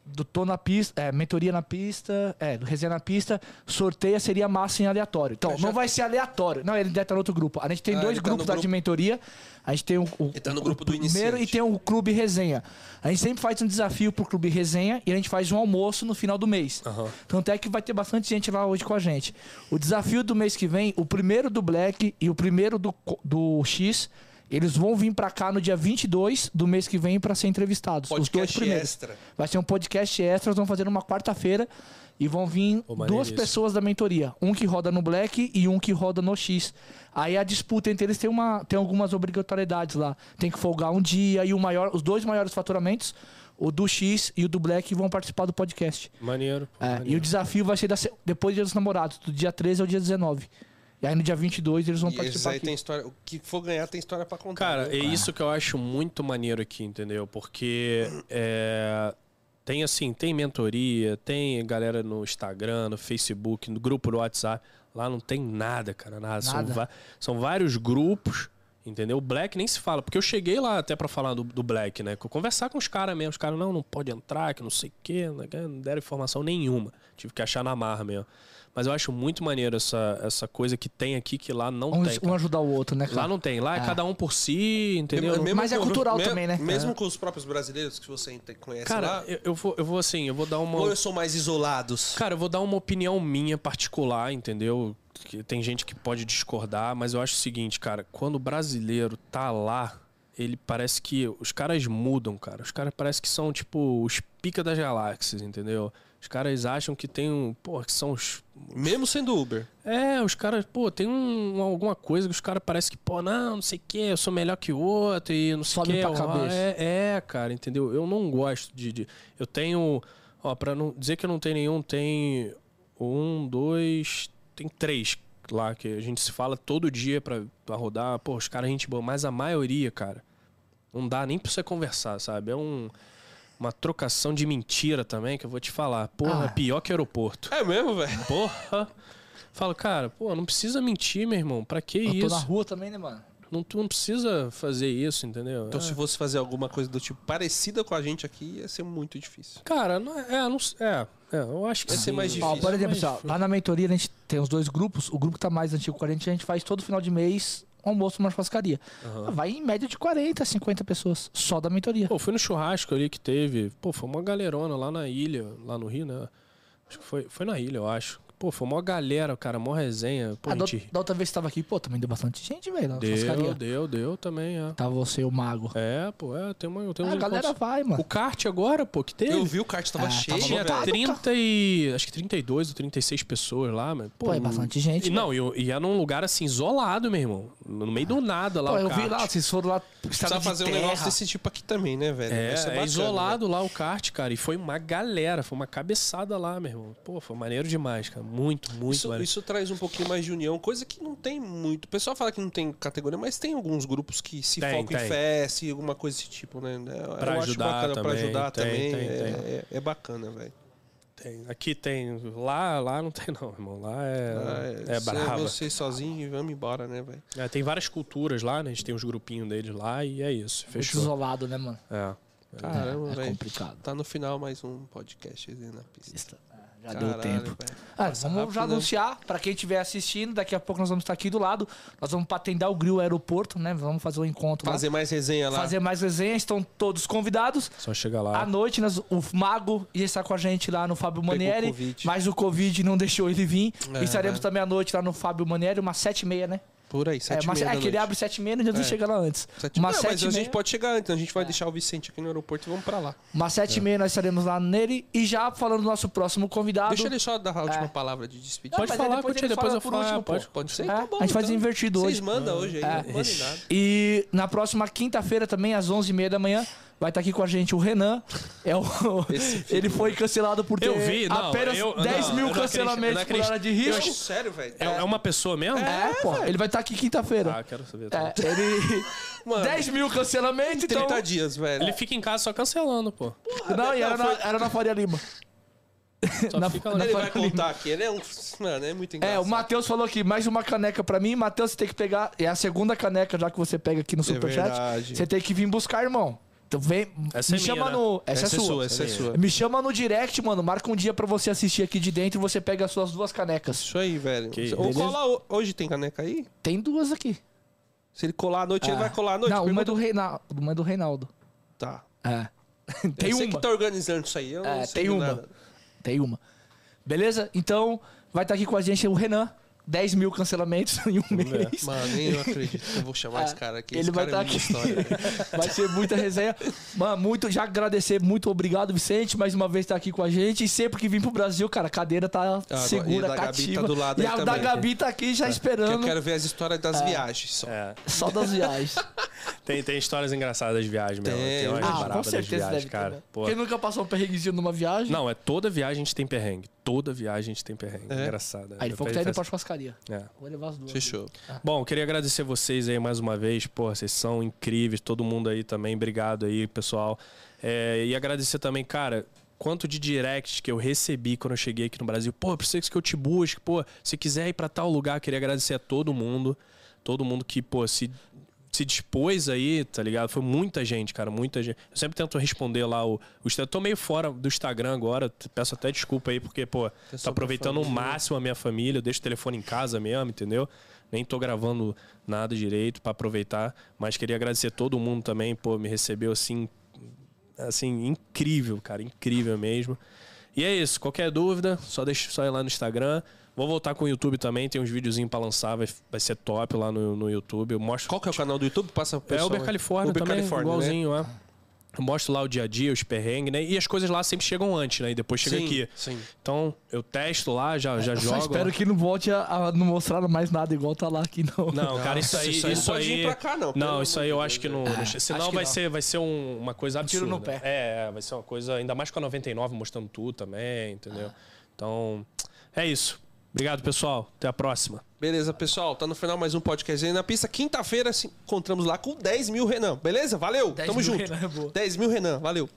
S2: do Tô na Pista, é, mentoria na pista, é, do Resenha na Pista, sorteia seria massa em aleatório. Então, não vai ser aleatório. Não, ele deve estar no outro grupo. A gente tem
S1: Ah,
S2: dois
S1: ele tá no
S2: grupos lá de
S1: grupo-
S2: mentoria. A gente tem o, o-
S1: Ele tá no
S2: o
S1: grupo do
S2: primeiro e
S1: iniciante.
S2: tem o Clube Resenha. A gente sempre faz um desafio pro Clube Resenha e a gente faz um almoço no final do mês. Tanto é que vai ter bastante gente lá hoje com a gente. O desafio do mês que vem, o primeiro do Black e o primeiro do, co- do X, eles vão vir pra cá no dia 22 do mês que vem pra ser entrevistados. os dois
S1: Podcast
S2: primeiros.
S1: extra.
S2: Vai ser um podcast extra, nós vamos fazer numa quarta-feira e vão vir
S3: Pô, maneiro
S2: duas
S3: isso.
S2: pessoas da mentoria. Um que roda no Black e um que roda no X. Aí a disputa entre eles tem, uma, tem algumas obrigatoriedades lá. Tem que folgar um dia e o maior, os dois maiores faturamentos, o do X e o do Black, vão participar do podcast.
S3: Maneiro. pô,
S2: É,
S3: maneiro.
S2: e o desafio vai ser da se- depois do Dia dos Namorados, do dia 13 ao dia 19. E aí no dia 22 eles vão
S1: E esses
S2: participar
S1: aí
S2: aqui.
S1: tem história. O que for ganhar tem história pra contar.
S3: Cara,
S1: né?
S3: é isso que eu acho muito maneiro aqui, entendeu? Porque é, tem assim, tem mentoria, tem galera no Instagram, no Facebook, no grupo do WhatsApp. Lá não tem nada, cara, nada. São,
S2: Nada.
S3: va- são vários grupos, entendeu? O Black nem se fala, porque eu cheguei lá até pra falar do, do Black, né? Conversar com os caras mesmo. Os caras, não, não pode entrar, que não sei o quê, né? não deram informação nenhuma. Tive que achar na marra mesmo. Mas eu acho muito maneiro essa, essa coisa que tem aqui que lá não
S2: Um,
S3: tem.
S2: um
S3: cara.
S2: ajudar o outro, né, cara?
S3: então. Lá não tem, lá é, cada um por si, entendeu?
S1: Ah. Mesmo- mesmo
S2: Mas é
S1: com-
S2: cultural
S1: me-
S2: também, né?
S1: Mesmo com os próprios brasileiros que você ente- conhece
S3: Cara,
S1: lá,
S3: eu, eu vou, eu vou assim, eu vou dar uma.
S1: ou eu sou mais isolados?
S3: Cara, eu vou dar uma opinião minha particular, entendeu? Que tem gente que pode discordar, mas eu acho o seguinte, cara, quando o brasileiro tá lá, ele parece que. Os caras mudam, cara. Os caras parecem que são, tipo, os pica das galáxias, entendeu? Os caras acham que tem um. Porra, que são os
S1: Mesmo sendo Uber.
S3: é, os caras, pô, tem um, alguma coisa que os caras parecem que, pô, não, não sei o que, eu sou melhor que o outro e não sei o
S2: Sobe
S3: que.
S2: pra cabeça.
S3: É, é, cara, entendeu? Eu não gosto de, de- Eu tenho. Ó, pra não dizer que eu não tenho nenhum, tem um, dois. Tem três lá que a gente se fala todo dia pra, pra rodar. Pô, os caras, gente boa, mas a maioria, cara, não dá nem pra você conversar, sabe? É um. Uma trocação de mentira também, que eu vou te falar.
S2: Ah.
S3: Porra, é pior que aeroporto.
S1: É mesmo, velho?
S3: Porra! Falo, cara, pô, não precisa mentir, meu irmão. Pra que
S2: Eu tô na
S3: isso?
S2: rua também, né, mano?
S3: Não, tu não precisa fazer isso, entendeu?
S1: Então,
S3: É.
S1: se fosse fazer alguma coisa do tipo parecida com a gente aqui, ia ser muito difícil.
S3: Cara, não é, é, não, é, é, eu acho que
S1: Vai ser
S3: sim.
S1: mais difícil.
S2: Ó, por exemplo, assim, ó,
S3: Mas-
S2: lá na mentoria a gente tem os dois grupos. O grupo que tá mais antigo, 40, a gente faz todo final de mês um almoço numa churrascaria. Vai em média de 40, 50 pessoas, só da mentoria.
S3: Pô, fui no churrasco ali que teve. Pô, foi uma galerona lá na ilha, lá no Rio, né? Acho que foi, foi na ilha, eu acho. Pô, foi uma galera, cara, mó resenha. Pô,
S2: Ah, da,
S3: gente...
S2: da outra vez que tava aqui, pô, também deu bastante gente, velho, na
S3: Deu,
S2: churrascaria.
S3: deu, deu também, é.
S2: Tava você, o mago.
S3: É, pô, é, tem uma... Tem uns
S2: Ah, a galera
S3: encontros-
S2: vai, mano.
S3: O kart agora, pô, que teve.
S1: Eu vi o kart tava
S2: Ah, tava
S1: cheio,
S3: Tinha
S1: velho.
S2: lotado.
S3: 30 e. Acho que 32 ou 36 pessoas lá, mas. Pô,
S2: Pô, é bastante gente,
S3: E, não, e, e era num lugar assim, isolado, meu irmão. No meio do nada lá.
S2: Pô,
S3: o
S2: eu vi
S3: kart.
S2: lá, assim, vocês foram lá.
S1: Precisa
S2: Precisava
S1: fazer um negócio desse tipo aqui também, né, velho?
S3: É,
S1: Isso
S3: é
S1: bacana, né?
S2: né?
S3: isolado lá o kart, cara. E foi uma galera, foi uma cabeçada lá, meu irmão. Pô, foi maneiro demais, cara. muito, muito,
S1: Isso,
S3: velho.
S1: isso traz um pouquinho mais de união, coisa que não tem muito. O pessoal fala que não tem categoria, mas tem alguns grupos que se
S3: Tem,
S1: focam em
S3: tem.
S1: festa e alguma coisa desse tipo, né? Eu
S3: Pra
S1: acho
S3: ajudar
S1: bacana pra
S3: também,
S1: ajudar
S3: tem,
S1: também.
S3: tem,
S1: é,
S3: tem.
S1: é- é bacana, velho.
S3: Tem. Aqui tem. Lá, lá não tem, não, irmão. Lá é,
S1: Ah,
S3: é
S1: se
S3: brava.
S1: Vocês sozinhos e vamos embora, né, velho?
S3: É, tem várias culturas lá, né? A gente tem os grupinhos deles lá e é isso.
S2: Muito
S3: Fechou.
S2: isolado, né, mano?
S3: É.
S1: Caramba,
S2: É
S1: velho.
S2: complicado.
S1: Tá no final mais um podcast aí na pista.
S2: Já
S1: Caralho,
S2: deu tempo.
S1: velho.
S2: Ah, vamos
S1: rápido,
S2: já
S1: né?
S2: anunciar pra quem estiver assistindo. Daqui a pouco nós vamos estar aqui do lado. Nós vamos patendar o grill aeroporto, né? Vamos fazer um encontro
S1: Fazer mais resenha
S2: lá.
S1: lá.
S2: Fazer mais resenha. Estão todos convidados.
S3: Só chega
S2: À
S3: lá.
S2: noite, nós- o Mago ia estar com a gente lá no Fábio Manieri,
S1: Covid.
S2: mas o Covid não deixou ele vir.
S1: É,
S2: E estaremos
S1: é.
S2: também à noite lá no Fábio Manieri, umas sete e meia, né?
S1: Por aí, sete
S2: é, mas,
S1: e meia
S2: é
S1: da
S2: que ele
S1: noite.
S2: abre sete e meia, não adianta
S1: É.
S2: você chegar lá antes.
S1: Sete...
S2: Umas
S1: Não,
S2: sete
S1: mas
S2: e
S1: a
S2: meia- É.
S1: gente pode chegar antes, a gente vai deixar o Vicente aqui no aeroporto e vamos pra lá.
S2: Umas
S1: É.
S2: sete e meia nós estaremos lá nele. E já falando do nosso próximo convidado.
S1: Deixa ele só dar a última
S2: É.
S1: palavra de despedida.
S3: Pode
S2: mas aí
S3: falar,
S2: depois
S3: depois,
S2: ele
S3: depois
S2: fala
S3: eu
S2: por
S3: falo. Ah,
S2: último, pô.
S3: pode.
S1: Pode ser?
S2: É,
S1: Tá bom,
S2: a gente faz
S1: então.
S2: invertido
S1: Vocês
S2: hoje.
S1: mandam hoje aí,
S2: É.
S1: não manda em nada.
S2: E na próxima quinta-feira também, às 11h30 da manhã, vai estar aqui com a gente o Renan. É o... Ele foi cancelado por ter
S3: Eu vi, não,
S2: apenas
S3: eu-
S2: 10
S3: não,
S2: mil
S3: eu não
S2: cancelamentos
S3: acredito, eu não
S2: por hora de
S1: Eu
S2: risco.
S1: acho um, sério, velho.
S3: É, é uma pessoa mesmo?
S2: É, pô. Ele vai estar aqui quinta-feira.
S3: Ah, quero saber.
S2: É, ele...
S1: Mano,
S2: 10 mil cancelamentos, então...
S1: 30 dias, velho.
S3: Ele fica em casa só cancelando, pô.
S2: Não, e era, na, era na Faria Lima.
S3: Só
S2: Na-
S3: fica
S2: na-
S3: lá.
S1: Ele vai
S2: Fala comigo.
S1: contar aqui. Ele é um. Mano, é muito engraçado.
S2: É, o Matheus falou aqui, mais uma caneca pra mim. Matheus, você tem que pegar... É a segunda caneca já que você pega aqui no Superchat.
S1: verdade.
S2: Você tem que vir buscar, irmão. Então vem...
S3: Essa
S2: me
S3: é minha,
S2: chama
S3: né?
S2: no... Essa,
S1: Essa
S2: é sua.
S1: essa é sua.
S2: Me chama no direct, mano. Marca um dia pra você assistir aqui de dentro e você pega as suas duas canecas.
S1: Isso aí, velho.
S3: Que-
S1: Ou
S3: beleza?
S1: cola ho- hoje tem caneca aí?
S2: Tem duas aqui.
S1: Se ele colar à noite, ele vai colar à noite?
S2: Não, uma
S1: Pergunta-
S2: é do Reinaldo. Uma é do Reinaldo.
S1: Tá.
S2: É. Tem
S1: eu sei
S2: uma.
S1: que tá organizando isso aí. Eu não
S2: É,
S1: sei
S2: tem
S1: de
S2: uma.
S1: nada.
S2: Tem uma. Beleza? Então, vai estar aqui com a gente o Renan. 10 mil cancelamentos em um mês.
S1: Mano, nem eu acredito que eu vou chamar esse cara aqui.
S2: Ele
S1: esse
S2: vai
S1: cara
S2: estar
S1: é
S2: aqui.
S1: muita história, né? velho.
S2: Vai ser muita resenha. Mano, muito, já agradecer, muito obrigado, Vicente, mais uma vez estar aqui com a gente. E sempre que vim pro Brasil, cara, a cadeira tá
S1: Ah, e a
S2: segura,
S1: da Gabi
S2: cativa.
S1: tá do lado
S2: e
S1: aí
S2: a da
S1: também.
S2: Gabi tá aqui já
S1: Que eu
S2: esperando.
S1: quero ver as histórias das viagens só.
S3: É.
S2: Só das viagens.
S3: Tem, tem histórias engraçadas de viagem mesmo.
S1: Tem.
S3: Tem umas
S1: Ah,
S2: com
S3: paradas das
S2: certeza
S3: viagens,
S2: deve ter,
S3: cara.
S2: né?
S3: Pô.
S2: Quem nunca passou um perrenguezinho numa viagem?
S3: Não, é toda viagem a gente tem perrengue. Toda viagem a gente tem perrengue.
S1: É?
S3: Engraçado. né?
S2: Aí ele falou que tá
S3: Depois
S2: indo pra
S3: faz-
S2: churrascaria.
S3: É.
S2: Vou levar as duas.
S1: Fechou.
S3: Bom, queria agradecer vocês aí mais uma vez. Porra, vocês são incríveis. Todo mundo aí também. Obrigado aí, pessoal. É, e agradecer também, cara, quanto de direct que eu recebi quando eu cheguei aqui no Brasil. Pô, preciso que eu te busque. Pô, se quiser ir pra tal lugar, queria agradecer a todo mundo. Todo mundo que, pô, se se dispôs aí, tá ligado? Foi muita gente, cara, muita gente. Eu sempre tento responder lá o, o Instagram. Eu tô meio fora do Instagram agora, te- peço até desculpa aí, porque, pô, tô aproveitando o máximo a minha família, eu deixo o telefone em casa mesmo, entendeu? Nem tô gravando nada direito pra aproveitar, mas queria agradecer todo mundo também, pô, me recebeu assim, assim, incrível, cara, incrível mesmo. E é isso, qualquer dúvida, só deixa só ir lá no Instagram. Vou voltar com o YouTube também, tem uns videozinhos pra lançar, vai, vai ser top lá no, no YouTube. Eu mostro
S1: Qual que é o canal do YouTube? Passa pro
S3: é
S1: pessoal
S3: Uber
S1: aí.
S3: Califórnia
S1: Uber
S3: também,
S1: Califórnia, né?
S3: igualzinho, é. Eu mostro lá o dia a dia, os perrengues, né? E as coisas lá sempre chegam antes, né? E depois chega
S1: Sim,
S3: aqui.
S1: sim.
S3: Então, eu testo lá, já, já
S2: Só
S3: jogo.
S2: espero que não volte a, a não mostrar mais nada igual tá lá aqui, não.
S3: Não, cara, isso aí.
S1: isso
S3: Isso
S1: aí
S3: aí,
S1: não pode vir pra cá, não, pelo
S3: Não, isso aí eu
S1: amor de
S3: acho que
S1: Deus, É,
S3: não. não- senão
S2: acho que
S3: vai,
S2: não.
S3: Ser, vai ser um- uma coisa absurda.
S2: tiro no pé.
S3: É, é, vai ser uma coisa. Ainda mais com a 99 mostrando tudo também, entendeu?
S1: Ah.
S3: Então, é isso. Obrigado, pessoal. Até a próxima.
S1: Beleza, pessoal. Tá no final mais um podcast aí na pista. Quinta-feira se encontramos lá com 10 mil Renan. Beleza? Valeu. Tamo
S2: mil
S1: junto.
S2: Renan é boa.
S1: 10 mil Renan. Valeu.